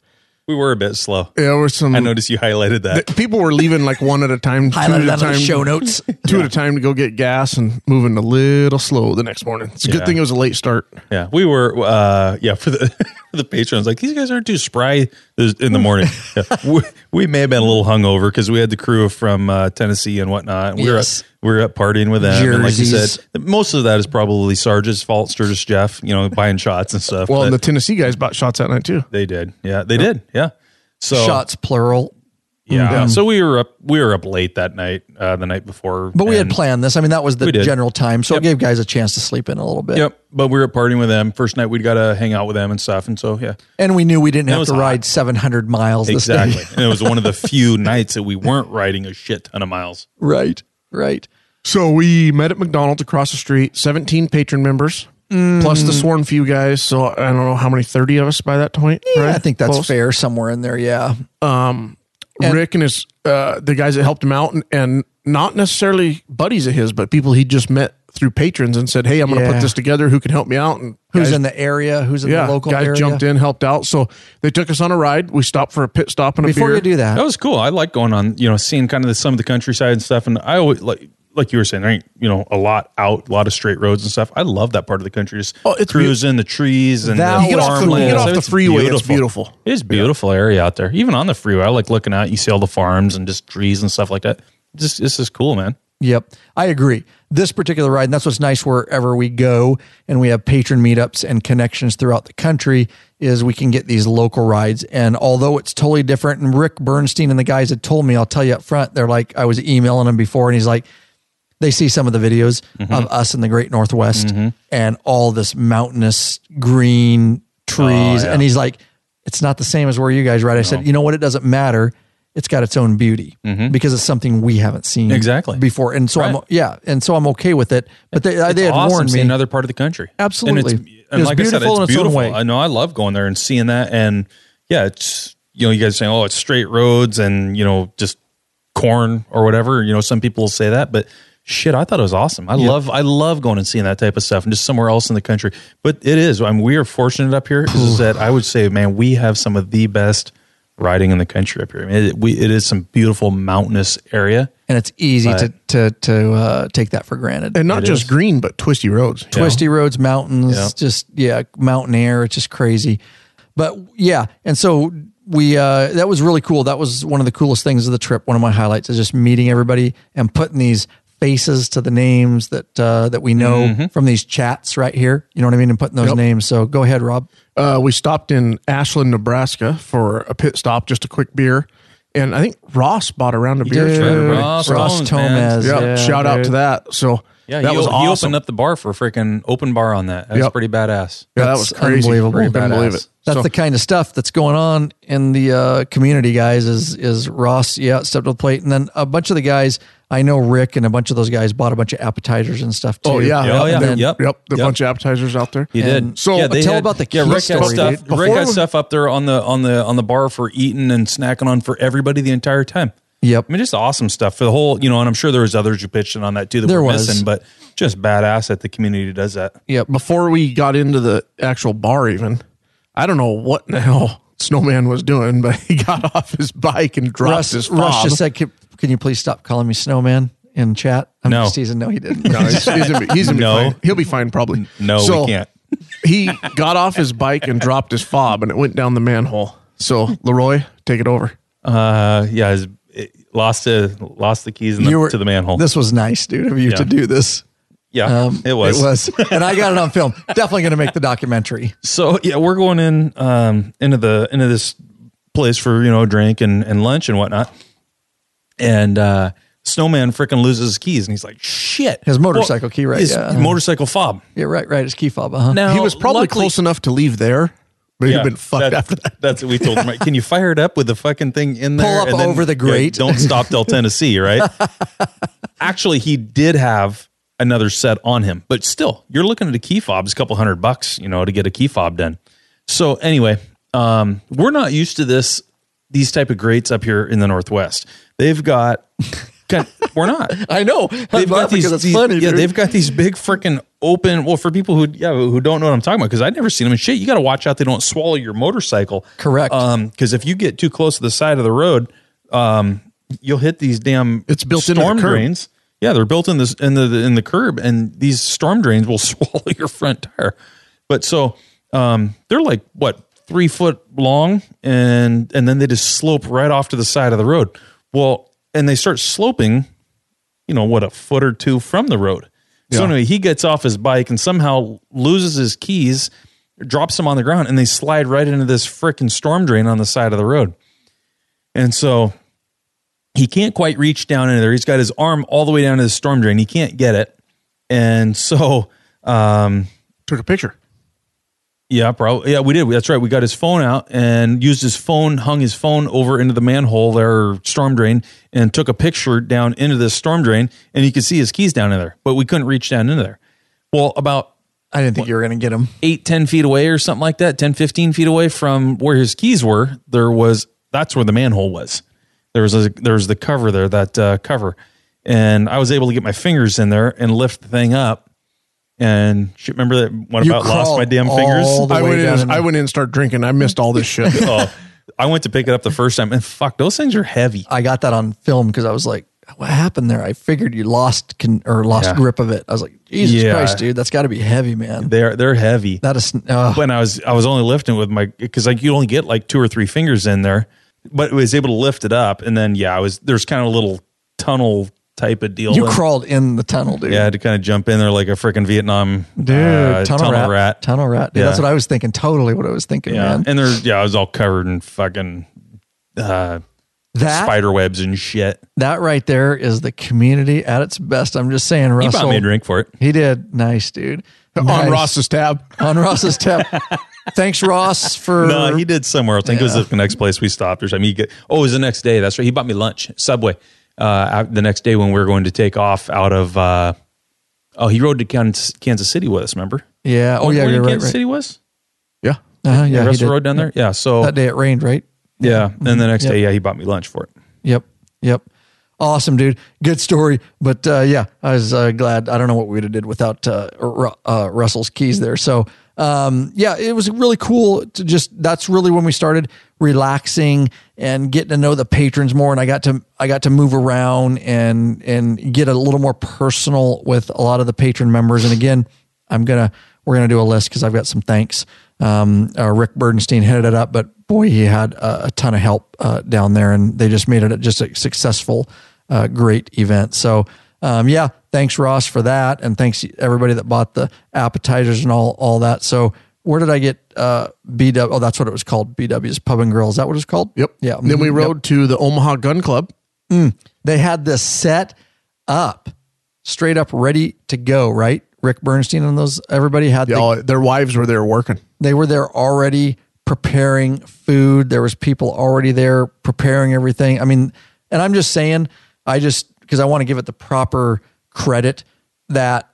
Speaker 3: We were a bit slow.
Speaker 2: There were some.
Speaker 3: I noticed you highlighted that.
Speaker 2: People were leaving like one at a time, two
Speaker 1: Highlighted
Speaker 2: at a
Speaker 1: that on
Speaker 2: time, Oh.
Speaker 1: the show notes.
Speaker 2: two at a time to go get gas, and moving a little slow the next morning. It's a good
Speaker 3: Yeah.
Speaker 2: thing it was a late start.
Speaker 3: Yeah, we were. Uh, yeah, for the for the patrons, like these guys aren't too spry this- in the morning. Yeah. we, we may have been a little hungover because we had the crew from uh, Tennessee and whatnot. And we were up,
Speaker 1: Yes.
Speaker 3: we were up partying with them. And like you
Speaker 1: Jerseys.
Speaker 3: said, most of that is probably Sarge's fault, Sturgis Jeff. You know, buying shots and stuff.
Speaker 2: Well,
Speaker 3: but
Speaker 2: and the Tennessee guys bought shots that night too.
Speaker 3: they did. Yeah, they did. Yeah. So
Speaker 1: Shots plural.
Speaker 3: Yeah. So we were up. We were up late that night. Uh, the night before,
Speaker 1: But we had
Speaker 3: and-
Speaker 1: planned this. I mean, that was the
Speaker 3: did.
Speaker 1: general time, so it gave guys a chance to sleep in a little bit.
Speaker 3: Yep. But we were partying with them. First night, we'd got to hang out with them and stuff. And so yeah.
Speaker 1: And we knew we didn't have
Speaker 3: was
Speaker 1: to
Speaker 3: hot.
Speaker 1: ride 700 miles this day.
Speaker 3: Exactly. and it was one of the few nights that we weren't riding a shit ton of miles.
Speaker 1: Right, right.
Speaker 2: So we met at McDonald's across the street, 17 patron members,
Speaker 1: Mm.
Speaker 2: plus the sworn few guys. So I don't know how many, 30 of us by that point.
Speaker 1: Yeah,
Speaker 2: right?
Speaker 1: I think that's
Speaker 2: Close.
Speaker 1: fair somewhere in there. Yeah.
Speaker 2: Rick and his, uh, the guys that helped him out, and, and not necessarily buddies of his, but people he just met through patrons and said, Hey, I'm going to
Speaker 1: Yeah.
Speaker 2: put this together. Who can help me out? And
Speaker 1: Who's
Speaker 2: guys-
Speaker 1: in the area? Who's in
Speaker 2: yeah,
Speaker 1: the local
Speaker 2: guys
Speaker 1: area?
Speaker 2: jumped in, helped out. So they took us on a ride. We stopped for a pit stop and a
Speaker 1: Before
Speaker 2: beer.
Speaker 1: you do that,
Speaker 3: That was cool. I like going on. You know, seeing kind of the, some of the countryside and stuff. And I always like. Like you were saying, there ain't you know a lot out, a lot of straight roads and stuff. I love that part of the country. Just
Speaker 2: Oh, it's
Speaker 3: cruising the trees and
Speaker 1: That
Speaker 3: the
Speaker 1: was
Speaker 2: You get off the, you
Speaker 1: Farmland.
Speaker 2: get off the
Speaker 3: It's
Speaker 2: freeway. It's beautiful.
Speaker 3: It's a beautiful area out there. Even on the freeway, I like looking out. You see all the farms and just trees and stuff like that. Just this is cool, man.
Speaker 1: Yep, I agree. This particular ride, and that's what's nice wherever we go, and we have patron meetups and connections throughout the country, is we can get these local rides. And although it's totally different, and Rick Bernstein and the guys had told me, I'll tell you up front, they're like, I was emailing him before, and he's like, they see some of the videos
Speaker 3: Mm-hmm.
Speaker 1: of us in the Great Northwest and all this mountainous green trees,
Speaker 3: Oh,
Speaker 1: and he's like, it's not the same as where you guys ride. I said, you know what? It doesn't matter. It's got its own beauty because it's something we haven't seen
Speaker 3: Mm-hmm. Exactly.
Speaker 1: before, and so I'm
Speaker 3: Right.
Speaker 1: yeah, and so I'm okay with it. But they
Speaker 3: It's
Speaker 1: they had
Speaker 3: awesome
Speaker 1: warned
Speaker 3: seeing
Speaker 1: me.
Speaker 3: another part of the country.
Speaker 1: Absolutely.
Speaker 3: and, it's, and
Speaker 1: It's
Speaker 3: like
Speaker 1: beautiful
Speaker 3: I said,
Speaker 1: in
Speaker 3: it's
Speaker 1: its own
Speaker 3: beautiful.
Speaker 1: way.
Speaker 3: I know I love going there and seeing that. And yeah, it's you know you guys saying oh it's straight roads and you know just corn or whatever. You know some people will say that, but shit, I thought it was awesome. I love I love going and seeing that type of stuff and just somewhere else in the country. But it is. I mean, we are fortunate up here. Is that I would say, man, we have some of the best riding in the country up here. I mean, it, we, it is some beautiful mountainous area.
Speaker 1: and it's easy to
Speaker 3: But-
Speaker 1: to to uh, take that for granted.
Speaker 2: And not
Speaker 3: It
Speaker 2: just
Speaker 3: is.
Speaker 2: green, but twisty roads.
Speaker 1: Twisty roads, mountains,
Speaker 3: Yeah.
Speaker 1: just yeah, mountain air. It's just crazy. But yeah, and so we uh, that was really cool. That was one of the coolest things of the trip. One of my highlights is just meeting everybody and putting these faces to the names that uh, that we know
Speaker 3: Mm-hmm.
Speaker 1: from these chats right here. You know what I mean? And putting those names. So go ahead, Rob.
Speaker 2: Uh, we stopped in Ashland, Nebraska for a pit stop, just a quick beer. And I think Ross bought a round of beer
Speaker 1: Dude,
Speaker 2: for everybody.
Speaker 3: Ross
Speaker 1: Ross
Speaker 3: Tomes, man.
Speaker 1: Tomez.
Speaker 2: Yeah,
Speaker 1: yeah,
Speaker 2: shout out to that. So
Speaker 3: Yeah,
Speaker 2: that
Speaker 3: he,
Speaker 2: was
Speaker 3: o-
Speaker 2: awesome.
Speaker 3: he opened up the bar for a freaking open bar on that. That's
Speaker 2: Yep.
Speaker 3: pretty badass.
Speaker 2: yeah, that
Speaker 1: That's
Speaker 2: was crazy.
Speaker 1: unbelievable.
Speaker 2: Couldn't
Speaker 1: Pretty
Speaker 2: believe
Speaker 3: badass.
Speaker 2: it.
Speaker 1: That's
Speaker 2: so,
Speaker 1: the kind of stuff that's going on in the uh, community, guys. Is is Ross? Yeah, stepped to the plate, and then a bunch of the guys. I know Rick and a bunch of those guys bought a bunch of appetizers and stuff too.
Speaker 2: oh yeah,
Speaker 3: Yeah, oh, yeah.
Speaker 2: And then-
Speaker 3: Yep.
Speaker 2: yep, The
Speaker 3: Yep.
Speaker 2: bunch of appetizers out there.
Speaker 3: He
Speaker 1: And-
Speaker 3: did.
Speaker 2: So-
Speaker 3: yeah,
Speaker 1: tell about the
Speaker 3: yeah,
Speaker 1: kid
Speaker 3: Rick had
Speaker 1: story,
Speaker 3: stuff.
Speaker 1: dude.
Speaker 3: Rick
Speaker 2: Before
Speaker 3: had
Speaker 2: we-
Speaker 3: stuff up there on the on the on the bar for eating and snacking on for everybody the entire time.
Speaker 1: Yep.
Speaker 3: I mean, just awesome stuff for the whole. You know, and I'm sure there was others you pitched in on that too that
Speaker 1: There
Speaker 3: were
Speaker 1: was.
Speaker 3: missing, but just badass that the community does that.
Speaker 1: Yep.
Speaker 2: Before we got into the actual bar, even I don't know what in the hell Snowman was doing, but he got off his bike and dropped
Speaker 1: Russ,
Speaker 2: his
Speaker 1: Russ
Speaker 2: fob.
Speaker 1: just said, can, can you please stop calling me Snowman in chat?" I'm
Speaker 3: No.
Speaker 1: just teasing. No, he didn't.
Speaker 2: No, he's, he's gonna be, he's gonna be
Speaker 3: No.
Speaker 2: fine. He'll be fine probably.
Speaker 3: No,
Speaker 2: So,
Speaker 3: we can't.
Speaker 2: he got off his bike and dropped his fob, and it went down the manhole. So Leroy, take it over.
Speaker 3: Uh, yeah, it's- it lost the lost the keys in the,
Speaker 1: You were-
Speaker 3: to the manhole.
Speaker 1: This was nice, dude, of you to do this.
Speaker 3: yeah, it was.
Speaker 1: It was, and I got it on film. Definitely going to make the documentary.
Speaker 3: So yeah, we're going in um, into the into this place for you know a drink and, and lunch and whatnot. And uh, Snowman freaking loses his keys, and he's like, "Shit!"
Speaker 1: His motorcycle key, right?
Speaker 3: His
Speaker 1: Yeah.
Speaker 3: motorcycle fob.
Speaker 1: Yeah, right, right. It's key fob, huh?
Speaker 3: Now
Speaker 2: he was probably close enough to leave there, but he'd been fucked after that.
Speaker 3: That's what we told him. Right? Can you fire it up with the fucking thing in there?
Speaker 1: Pull up over the
Speaker 3: yeah,
Speaker 1: grate.
Speaker 3: don't stop till Tennessee, right? Actually, he did have another set on him, but still, you're looking at a key fob. It's a couple hundred bucks, you know, to get a key fob done. So anyway, um, we're not used to this. These type of grates up here in the Northwest, they've got Kind- we're not.
Speaker 1: I know.
Speaker 3: They've got these,
Speaker 1: That's
Speaker 3: these-
Speaker 1: funny.
Speaker 3: yeah.
Speaker 1: dude.
Speaker 3: They've got these big freaking open. Well, for people who yeah who don't know what I'm talking about, because I've never seen them. And shit, you got to watch out they don't swallow your motorcycle.
Speaker 1: Correct.
Speaker 3: Um, because if you get too close to the side of the road, um, you'll hit these damn
Speaker 2: It's built into the
Speaker 3: storm
Speaker 2: curb.
Speaker 3: drains. Yeah, they're built in this in the in the curb, and these storm drains will swallow your front tire. But so um, they're like what three foot long, and and then they just slope right off to the side of the road. Well, and they start sloping you know, what, a foot or two from the road. So anyway, he gets off his bike and somehow loses his keys, drops them on the ground, and they slide right into this freaking storm drain on the side of the road. And so he can't quite reach down in there. He's got his arm all the way down to the storm drain. He can't get it. And so
Speaker 2: Took a picture.
Speaker 3: yeah, probably. Yeah, we did. That's right. We got his phone out and used his phone, hung his phone over into the manhole there, or storm drain, and took a picture down into this storm drain. And you could see his keys down in there, but we couldn't reach down into there. Well, about
Speaker 1: I didn't think you were going to get them.
Speaker 3: eight, 10 feet away or something like that, 10, 15 feet away from where his keys were, there was, that's where the manhole was. There was, a, there was the cover there, that uh, cover. And I was able to get my fingers in there and lift the thing up. And shit, remember that one
Speaker 1: You
Speaker 3: about lost
Speaker 1: crawled
Speaker 3: my damn fingers?
Speaker 1: all the
Speaker 2: I
Speaker 1: way
Speaker 2: went, in,
Speaker 1: down
Speaker 2: and-
Speaker 1: in
Speaker 2: I
Speaker 1: there.
Speaker 2: went in and started drinking. I missed all this shit.
Speaker 3: oh, I went to pick it up the first time, and fuck, those things are heavy.
Speaker 1: I got that on film because I was like, what happened there? I figured you lost con- or lost
Speaker 3: Yeah.
Speaker 1: grip of it. I was like, Jesus
Speaker 3: Yeah.
Speaker 1: Christ, dude, that's got to be heavy, man.
Speaker 3: They're they're heavy.
Speaker 1: That is, uh,
Speaker 3: When I was I was only lifting with my because like you only get like two or three fingers in there, but I was able to lift it up, and then yeah, I was there's kind of a little tunnel type of deal.
Speaker 1: you
Speaker 3: And-
Speaker 1: crawled in the tunnel, dude.
Speaker 3: Yeah, I had to kind of jump in there like a freaking Vietnam
Speaker 1: Dude,
Speaker 3: uh,
Speaker 1: tunnel, rat, Tunnel rat. Dude,
Speaker 3: Yeah.
Speaker 1: That's what I was thinking. Totally what I was thinking,
Speaker 3: Yeah,
Speaker 1: man.
Speaker 3: and there's yeah, I was all covered in fucking uh,
Speaker 1: That,
Speaker 3: spider webs and shit.
Speaker 1: that right there is the community at its best. I'm just saying,
Speaker 3: He
Speaker 1: Russell.
Speaker 3: bought me a drink for it.
Speaker 1: He did. Nice, dude.
Speaker 2: On
Speaker 1: Nice.
Speaker 2: Ross's tab.
Speaker 1: on Ross's tip. Thanks, Ross, for.
Speaker 3: No, he did somewhere else. I think it was the next place we stopped or something. He get, oh, it was the next day. That's right. He bought me lunch, Subway, uh, out- the next day when we were going to take off out of. Uh, oh, he rode to Kansas, Kansas City with us. Remember?
Speaker 1: Yeah. Oh,
Speaker 3: Were you
Speaker 1: yeah.
Speaker 3: in
Speaker 1: You're right.
Speaker 3: Kansas
Speaker 1: right.
Speaker 3: City was.
Speaker 2: Yeah.
Speaker 1: Uh-huh,
Speaker 3: Yeah,
Speaker 1: yeah. he
Speaker 3: Russell
Speaker 1: did.
Speaker 3: rode down there. Yeah. So
Speaker 1: That day it rained, right?
Speaker 3: yeah, and the next
Speaker 1: Yep.
Speaker 3: day, yeah, he bought me lunch for it.
Speaker 1: Yep. Yep. Awesome, dude. Good story. But uh, yeah, I was uh, glad. I don't know what we'd have did without uh, Ru- uh, Russell's keys there. So um, yeah, it was really cool to just. That's really when we started relaxing and getting to know the patrons more. And I got to I got to move around and and get a little more personal with a lot of the patron members. And again, I'm gonna we're gonna do a list because I've got some thanks. Um, uh, Rick Burdenstein headed it up, but boy, he had a, a ton of help uh, down there, and they just made it just a successful, uh, great event. So um, yeah, thanks Ross for that, and thanks everybody that bought the appetizers and all all that. So where did I get uh, BW? Oh, that's what it was called. BW's Pub and Grill. Is that what it's called?
Speaker 2: Yep.
Speaker 1: Yeah. Mm-hmm.
Speaker 2: Then we
Speaker 1: Yep.
Speaker 2: rode to the Omaha Gun Club.
Speaker 1: They had this set up, straight up, ready to go. Right. Rick Bernstein and those everybody had the
Speaker 2: They all- their wives were there working.
Speaker 1: they were there already preparing food there was people already there preparing everything i mean and i'm just saying i just because i want to give it the proper credit that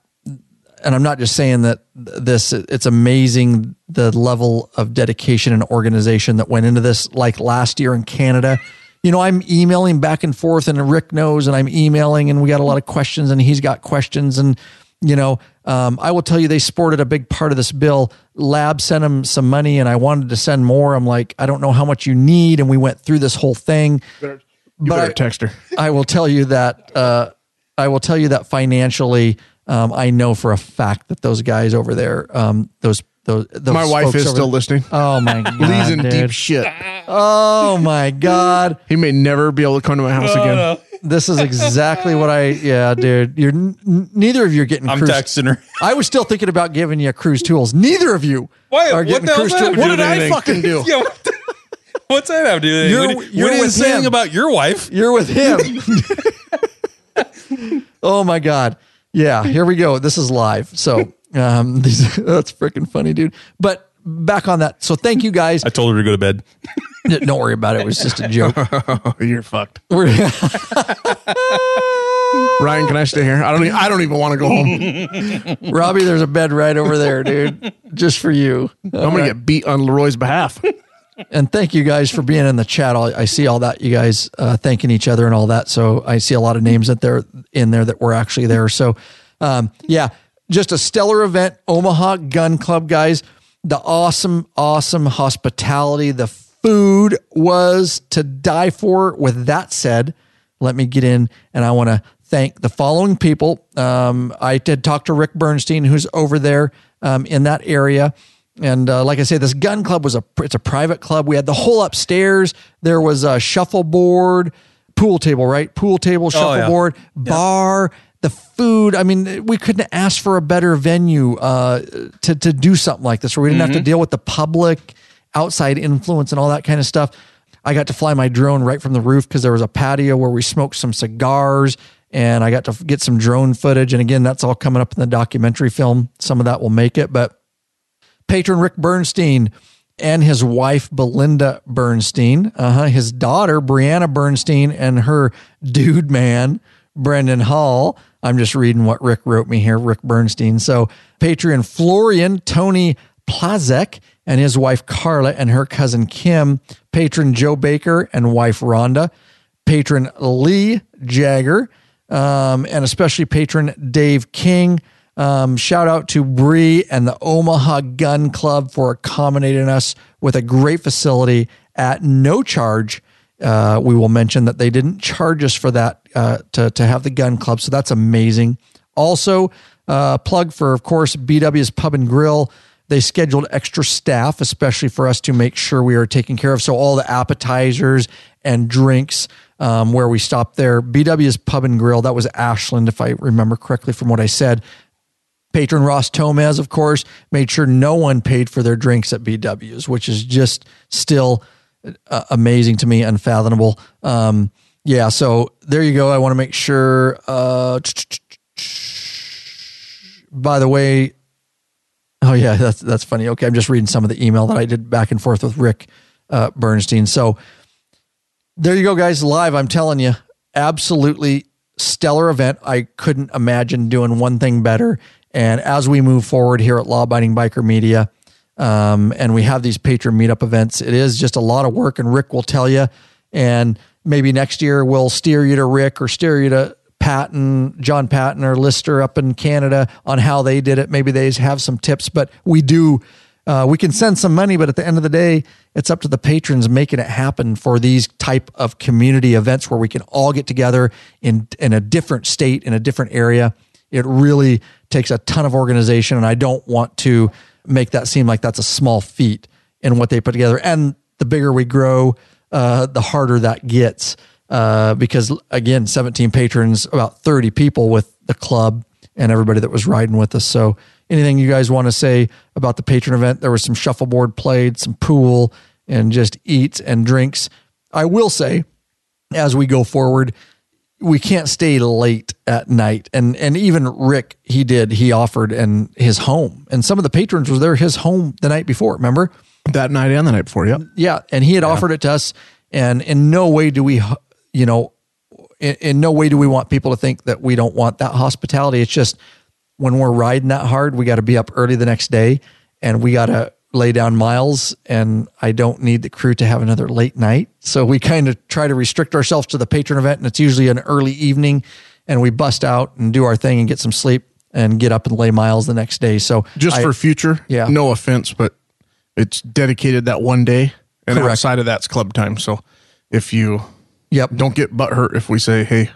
Speaker 1: and i'm not just saying that th- this it's amazing the level of dedication and organization that went into this like last year in canada you know i'm emailing back and forth and rick knows and i'm emailing and we got a lot of questions and he's got questions and you know, um, I will tell you, they sported a big part of this bill. Lab sent them some money, and I wanted to send more. I'm like, I don't know how much you need, and we went through this whole thing.
Speaker 2: You
Speaker 1: But
Speaker 2: better
Speaker 1: I-
Speaker 2: text her.
Speaker 1: I will tell you that uh, I will tell you that financially, um, I know for a fact that those guys over there, um, those those, those
Speaker 2: My wife
Speaker 1: folks
Speaker 2: is
Speaker 1: over
Speaker 2: still
Speaker 1: there-
Speaker 2: listening.
Speaker 1: Oh my
Speaker 2: Lee's
Speaker 1: god,
Speaker 2: in
Speaker 1: dude.
Speaker 2: deep shit.
Speaker 1: oh my god,
Speaker 2: He may never be able to come to my house again.
Speaker 1: this is exactly what I. Yeah, dude, you're n- n- neither of you are getting.
Speaker 3: I'm
Speaker 1: cruise-
Speaker 3: texting her.
Speaker 1: I was still thinking about giving you cruise tools. Neither of you
Speaker 3: Why-
Speaker 1: are
Speaker 3: what
Speaker 1: getting
Speaker 3: the hell's
Speaker 1: cruise
Speaker 3: that?
Speaker 1: tools.
Speaker 3: What
Speaker 1: What did
Speaker 3: did
Speaker 1: I
Speaker 2: anything.
Speaker 1: fucking do?
Speaker 3: Yeah, what the- what's that have to do? with
Speaker 1: You're-
Speaker 3: anything? What-
Speaker 1: you're
Speaker 3: what are you
Speaker 1: with
Speaker 3: saying
Speaker 1: him.
Speaker 3: about your wife?
Speaker 1: You're with him. oh my god. Yeah, here we go. This is live. So um, these, that's freaking funny, dude. But back on that. So thank you guys.
Speaker 3: I told her to go to bed.
Speaker 1: Don't worry about it. It was just a joke.
Speaker 2: Oh, you're fucked.
Speaker 1: We're-
Speaker 2: Ryan, can I stay here? I don't. e- I don't even want to go home.
Speaker 1: Robbie, there's a bed right over there, dude, just for you.
Speaker 2: I'm gonna get beat on Leroy's behalf.
Speaker 1: and thank you guys for being in the chat. I, I see all that you guys uh, thanking each other and all that. So I see a lot of names that they're in there that were actually there. So um, yeah, just a stellar event, Omaha Gun Club guys. The awesome, awesome hospitality. The food was to die for. With that said, let me get in and I want to thank the following people. Um, I did talk to Rick Bernstein, who's over there um, in that area. And uh, like I say, this gun club was a it's a private club. We had the whole upstairs. There was a shuffleboard, pool table, right? Pool table,
Speaker 3: yeah.
Speaker 1: shuffleboard, bar, the food. I mean, we couldn't ask for a better venue uh, to to do something like this, where we didn't have to deal with the public, outside influence, and all that kind of stuff. I got to fly my drone right from the roof because there was a patio where we smoked some cigars, and I got to f- get some drone footage. And again, that's all coming up in the documentary film. Some of that will make it, but patron Rick Bernstein and his wife Belinda Bernstein, uh-huh, his daughter Brianna Bernstein, and her dude man Brendan Hall. I'm just reading what Rick wrote me here, Rick Bernstein. So Patreon Florian Tony Plazek and his wife Carla and her cousin Kim, patron Joe Baker and wife Rhonda, patron Lee Jagger, um, and especially patron Dave King. Um, shout out to Bree and the Omaha Gun Club for accommodating us with a great facility at no charge. Uh, we will mention that they didn't charge us for that uh, to, to have the gun club. So that's amazing. Also, uh, plug for, of course, BW's Pub and Grill. They scheduled extra staff, especially for us to make sure we are taken care of. So all the appetizers and drinks um, where we stopped there. BW's Pub and Grill, that was Ashland, if I remember correctly from what I said. Patron Ross Tomez, of course, made sure no one paid for their drinks at BW's, which is just still uh, amazing to me, unfathomable. Um, yeah, so there you go. I want to make sure. Uh, by the way, Oh yeah, that's that's funny. Okay, I'm just reading some of the email that I did back and forth with Rick uh, Bernstein. So there you go, guys. Live, I'm telling you, absolutely stellar event. I couldn't imagine doing one thing better. And as we move forward here at Law Abiding Biker Media, um, and we have these patron meetup events, it is just a lot of work, and Rick will tell you. And maybe next year we'll steer you to Rick or steer you to Patton, John Patton or Lister up in Canada on how they did it. Maybe they have some tips, but we do. Uh, we can send some money, but at the end of the day, it's up to the patrons making it happen for these type of community events where we can all get together in in a different state, in a different area. It really takes a ton of organization, and I don't want to make that seem like that's a small feat in what they put together. And the bigger we grow, uh, the harder that gets uh, because again, 17 patrons, about 30 people with the club and everybody that was riding with us. So, anything you guys want to say about the patron event? There was some shuffleboard played, some pool, and just eats and drinks. I will say, as we go forward, we can't stay late at night. And and even Rick, he did. He offered and his home, and some of the patrons were there his home the night before. Remember?
Speaker 2: That night and the night before. Yep.
Speaker 1: yeah and he had offered it to us and in no way do we you know in, in no way do we want people to think that we don't want that hospitality it's just when we're riding that hard we got to be up early the next day and we got to lay down miles and i don't need the crew to have another late night so we kind of try to restrict ourselves to the patron event and it's usually an early evening and we bust out and do our thing and get some sleep and get up and lay miles the next day so
Speaker 2: Just
Speaker 1: I-
Speaker 2: for future.
Speaker 1: yeah.
Speaker 2: No offense, but it's dedicated that one day, and
Speaker 1: Correct.
Speaker 2: outside of that's club time. So if you
Speaker 1: yep
Speaker 2: don't get butt hurt if we say, "Hey,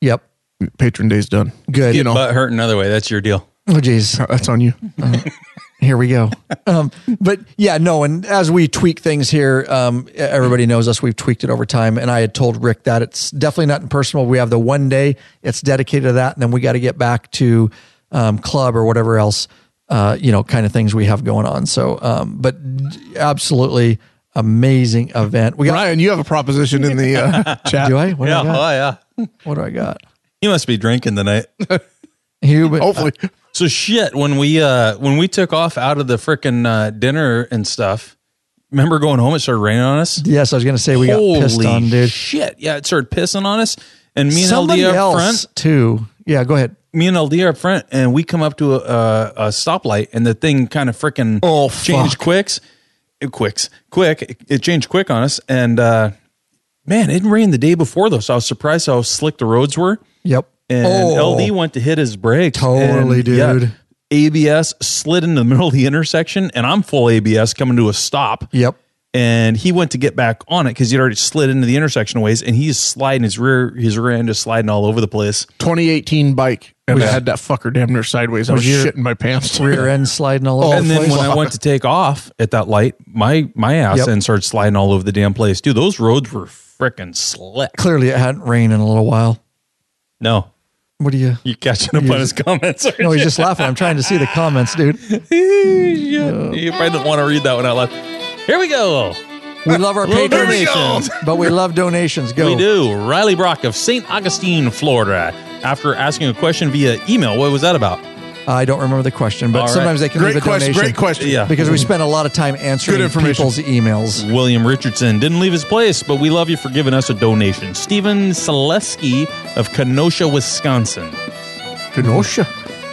Speaker 1: yep
Speaker 2: patron day's done,"
Speaker 1: Good.
Speaker 2: You know
Speaker 3: But hurt another way. That's your deal.
Speaker 1: oh jeez
Speaker 2: that's on you.
Speaker 1: here we go. Um, but yeah, no, and as we tweak things here, um, everybody knows us. We've tweaked it over time, and I had told Rick that it's definitely not personal. We have the one day it's dedicated to that, and then we got to get back to um, club or whatever else, uh, you know, kind of things we have going on. So, um, but absolutely amazing event. We got.
Speaker 2: Ryan, you have a proposition in the uh, chat.
Speaker 1: Do I? What do I got?
Speaker 3: yeah.
Speaker 1: What do I got?
Speaker 3: You must be drinking tonight.
Speaker 1: Human.
Speaker 3: Oh.
Speaker 2: Hopefully,
Speaker 3: So shit, when we uh when we took off out of the frickin' uh, dinner and stuff, remember going home? It started raining on us.
Speaker 1: Yes, I was gonna say we got pissed on, dude.
Speaker 3: shit! Yeah, it started pissing on us. And me and
Speaker 1: Somebody
Speaker 3: LD up
Speaker 1: else
Speaker 3: front,
Speaker 1: too. Yeah, go ahead.
Speaker 3: me and LD up front, and we come up to a, a, a stoplight, and the thing kind of frickin'
Speaker 2: Oh,
Speaker 3: changed
Speaker 2: fuck.
Speaker 3: quicks, it quicks quick. It, it changed quick on us, and uh, man, it rained the day before though, so I was surprised how slick the roads were.
Speaker 1: Yep.
Speaker 3: And
Speaker 1: Oh.
Speaker 3: LD went to hit his brakes.
Speaker 1: Totally,
Speaker 3: and, yeah,
Speaker 1: dude.
Speaker 3: ABS slid in the middle of the intersection, and I'm full ABS coming to a stop.
Speaker 1: Yep.
Speaker 3: And he went to get back on it because he'd already slid into the intersection ways, and he's sliding his rear, his rear end is sliding all over the place.
Speaker 2: 2018 bike. We
Speaker 3: Yeah.
Speaker 2: had that fucker damn near sideways. I was shitting my pants.
Speaker 1: Rear end sliding all over.
Speaker 3: Oh, and
Speaker 1: the
Speaker 3: then
Speaker 1: place.
Speaker 3: when I went to take off at that light, my my ass
Speaker 1: Yep.
Speaker 3: end started sliding all over the damn place, dude. Those roads were freaking slick.
Speaker 1: clearly it hadn't rained in a little while.
Speaker 3: No,
Speaker 1: What do you?
Speaker 3: you catching up on his comments? Or
Speaker 1: No, he's just laughing. I'm trying to see the comments, dude.
Speaker 3: yeah, you probably didn't want to read that one out loud. Here we go.
Speaker 1: We love our
Speaker 3: Well, there we
Speaker 1: patrons, but we love donations. Go.
Speaker 3: We do. Riley Brock of St. Augustine, Florida. After asking a question via email, what was that about?
Speaker 1: I don't remember the question, but
Speaker 3: All right.
Speaker 1: sometimes they can
Speaker 2: Great
Speaker 1: leave a
Speaker 2: question.
Speaker 1: donation
Speaker 2: Great question.
Speaker 3: Yeah.
Speaker 1: because we spend a lot of time answering
Speaker 2: Good information.
Speaker 1: people's emails.
Speaker 3: William Richardson didn't leave his place, but we love you for giving us a donation. Stephen Selesky of Kenosha, Wisconsin.
Speaker 2: Kenosha.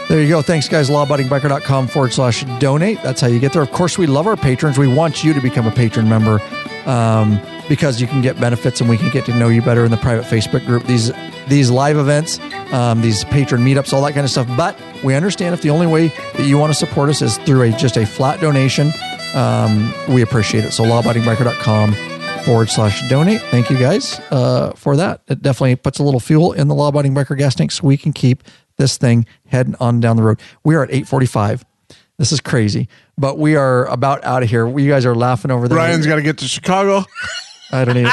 Speaker 1: There you go. Thanks, guys. Lawabidingbiker.com forward slash donate. That's how you get there. Of course, we love our patrons. We want you to become a patron member um, because you can get benefits and we can get to know you better in the private Facebook group. These these live events, um, these patron meetups, all that kind of stuff. But we understand if the only way that you want to support us is through a just a flat donation, um, we appreciate it. So lawabidingbiker.com forward slash donate. Thank you guys uh, for that. It definitely puts a little fuel in the law abiding biker gas tank so we can keep this thing heading on down the road. We are at 845. This is crazy, but we are about out of here. You guys are laughing over there.
Speaker 2: Ryan's got to get to Chicago.
Speaker 1: I don't even.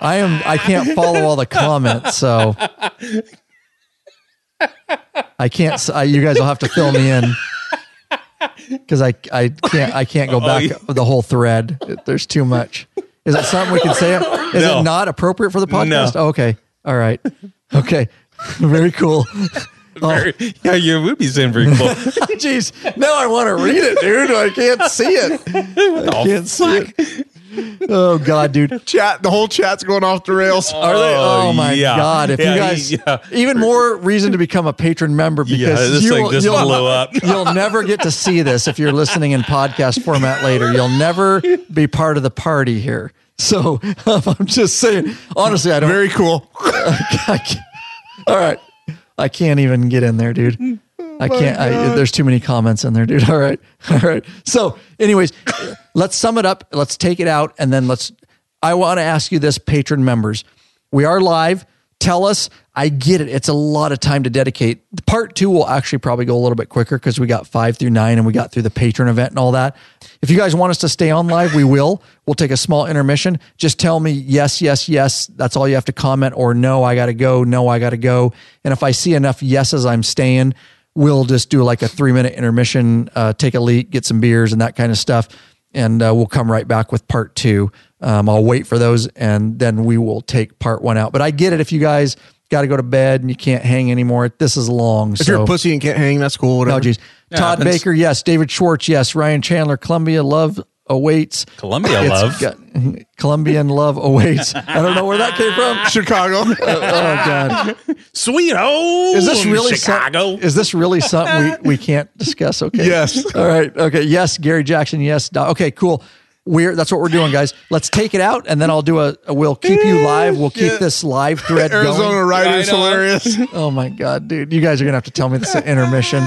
Speaker 1: I am. I can't follow all the comments, so I can't. s I you guys will have to fill me in because I I can't I
Speaker 3: Oh,
Speaker 1: can't go back the whole thread. There's too much. Is it something we can say? Is
Speaker 3: No.
Speaker 1: it not appropriate for the podcast?
Speaker 3: No.
Speaker 1: Okay. All right. Okay. Very cool. Oh,
Speaker 3: Very- yeah, you would be saying very cool.
Speaker 1: jeez. now I want to read it, dude. I can't see it. I can't see it. Oh God, dude.
Speaker 2: Chat. The whole chat's going off the rails.
Speaker 1: Are they?
Speaker 3: Oh,
Speaker 1: Oh my
Speaker 3: yeah.
Speaker 1: god! If
Speaker 3: Yeah,
Speaker 1: you guys,
Speaker 3: yeah.
Speaker 1: even more reason to become a patron member because
Speaker 3: yeah, this
Speaker 1: you'll,
Speaker 3: thing just
Speaker 1: you'll-
Speaker 3: blew up.
Speaker 1: you'll never get to see this if you're listening in podcast format later. You'll never be part of the party here. So I'm just saying, honestly, I don't.
Speaker 2: Very cool.
Speaker 1: I can't- all right, I can't even get in there, dude. I can't. I, there's too many comments in there, dude. All right, all right. So, anyways, let's sum it up. Let's take it out, and then let's. I want to ask you this, patron members. We are live. Tell us. I get it. It's a lot of time to dedicate. Part two will actually probably go a little bit quicker because we got five through nine and we got through the patron event and all that. If you guys want us to stay on live, we will. We'll take a small intermission. Just tell me yes, yes, yes. That's all you have to comment, or no, I got to go. No, I got to go. And if I see enough yeses, I'm staying we'll just do like a three minute intermission, uh, take a leak, get some beers and that kind of stuff. And uh, we'll come right back with part two. Um, I'll wait for those and then we will take part one out. But I get it if you guys got to go to bed and you can't hang anymore. This is long.
Speaker 2: If
Speaker 1: so.
Speaker 2: you're a pussy and can't hang, that's cool.
Speaker 1: Oh,
Speaker 2: Whatever.
Speaker 1: geez. Todd
Speaker 3: happens.
Speaker 1: Baker, yes. David Schwartz, yes. Ryan Chandler, Columbia Love awaits.
Speaker 3: Columbia
Speaker 1: It's
Speaker 3: love.
Speaker 1: got- Colombian Love awaits. I don't know where that came from.
Speaker 2: Chicago.
Speaker 1: Oh, God.
Speaker 3: Sweet home.
Speaker 1: Is this really
Speaker 3: Chicago?
Speaker 1: Some, is this really something we, we can't discuss? Okay.
Speaker 2: Yes.
Speaker 1: All right. Okay. Yes, Gary Jackson. Yes. Doc. Okay. Cool. We're that's what we're doing, guys. Let's take it out, and then I'll do a. We'll keep you live. We'll keep this live thread
Speaker 2: Arizona
Speaker 1: going.
Speaker 2: rider
Speaker 3: I
Speaker 2: is
Speaker 3: know.
Speaker 2: hilarious.
Speaker 1: Oh my god, dude! You guys are gonna have to tell me this at intermission.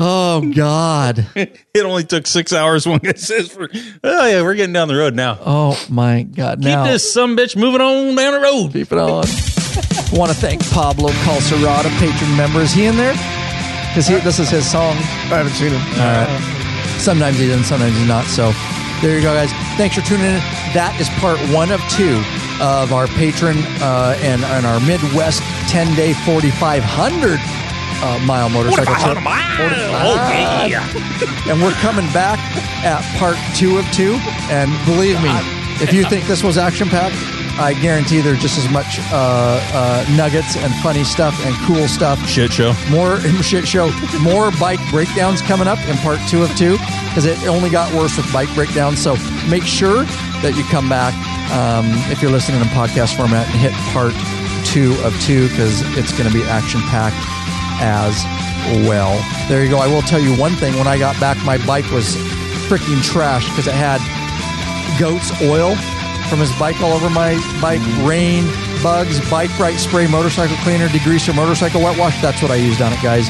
Speaker 1: Oh god.
Speaker 3: it only took six hours. One guy says, for, "Oh yeah, we're getting down the road now."
Speaker 1: Oh my god.
Speaker 3: Keep
Speaker 1: now,
Speaker 3: this some bitch moving on down the road.
Speaker 1: Keep it on. Want to thank Pablo Calcerada, patron member. Is he in there? Because this is his song.
Speaker 2: I haven't seen him.
Speaker 1: Sometimes he does, sometimes he's not. So there you go, guys. Thanks for tuning in. That is part one of two of our patron uh, and, and our Midwest 10 day 4,500 uh, mile motorcycle trip.
Speaker 3: Oh yeah.
Speaker 1: And we're coming back at part two of two. And believe me, if you think this was action packed, I guarantee there's just as much uh, uh, nuggets and funny stuff and cool stuff
Speaker 3: Shit show.
Speaker 1: more shit show, more bike breakdowns coming up in part two of two because it only got worse with bike breakdowns. So make sure that you come back um, if you're listening in podcast format and hit part two of two because it's going to be action packed as well. There you go. I will tell you one thing. When I got back, my bike was freaking trash because it had goat's oil from his bike all over my bike, rain, bugs, bike bright spray, motorcycle cleaner, degreaser, motorcycle wet wash. That's what I used on it, guys.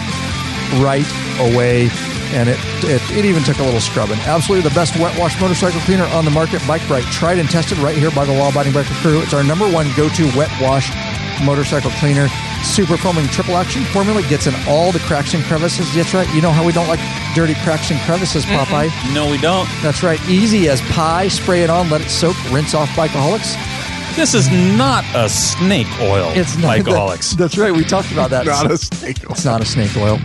Speaker 1: Right away. And it, it, it even took a little scrubbing. Absolutely the best wet wash motorcycle cleaner on the market, Bike Bright. Tried and tested right here by the Law Abiding Biker Crew. It's our number one go to wet wash motorcycle cleaner. Super foaming triple action formula gets in all the cracks and crevices. That's right. You know how we don't like dirty cracks and crevices, Popeye.
Speaker 3: No, we don't.
Speaker 1: That's right. Easy as pie. Spray it on, let it soak, rinse off Bikeaholics.
Speaker 3: This is not a snake oil.
Speaker 1: It's not that-
Speaker 3: Bikeaholics.
Speaker 1: that's right. We talked about that.
Speaker 2: Not a snake.
Speaker 1: it's not a snake oil.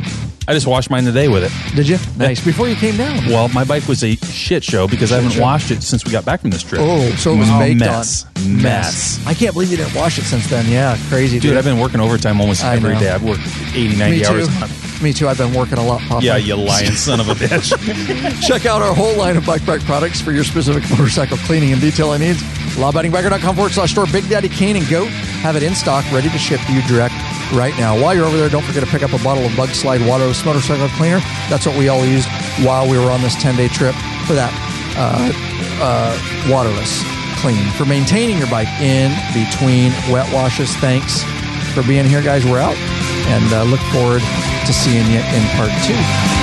Speaker 3: I just washed mine today with it.
Speaker 1: Did you? Nice. Before you came down.
Speaker 3: Well, my bike was a shit show because I haven't
Speaker 1: show.
Speaker 3: washed it since we got back from this trip.
Speaker 1: Oh, so it was
Speaker 3: Wow.
Speaker 1: baked
Speaker 3: mess.
Speaker 1: on.
Speaker 3: Mess.
Speaker 1: I can't believe you didn't wash it since then. Yeah, crazy, dude.
Speaker 3: Dude, I've been working overtime almost
Speaker 1: I
Speaker 3: every
Speaker 1: know.
Speaker 3: day. I've worked 80, 90
Speaker 1: Me too.
Speaker 3: hours a month.
Speaker 1: Me too. I've been working a lot, Popeye.
Speaker 3: Yeah, you lying son of a bitch.
Speaker 1: Check out our whole line of bike rack products for your specific motorcycle cleaning and detailing needs. Lawbitingbiker.com forward slash store. Big Daddy Kane and Goat have it in stock, ready to ship to you direct right now. While you're over there, don't forget to pick up a bottle of Bug Slide Waterless Motorcycle Cleaner. That's what we all used while we were on this 10 day trip for that uh, uh, waterless clean for maintaining your bike in between wet washes. Thanks for being here, guys. We're out and uh, look forward to seeing you in part two.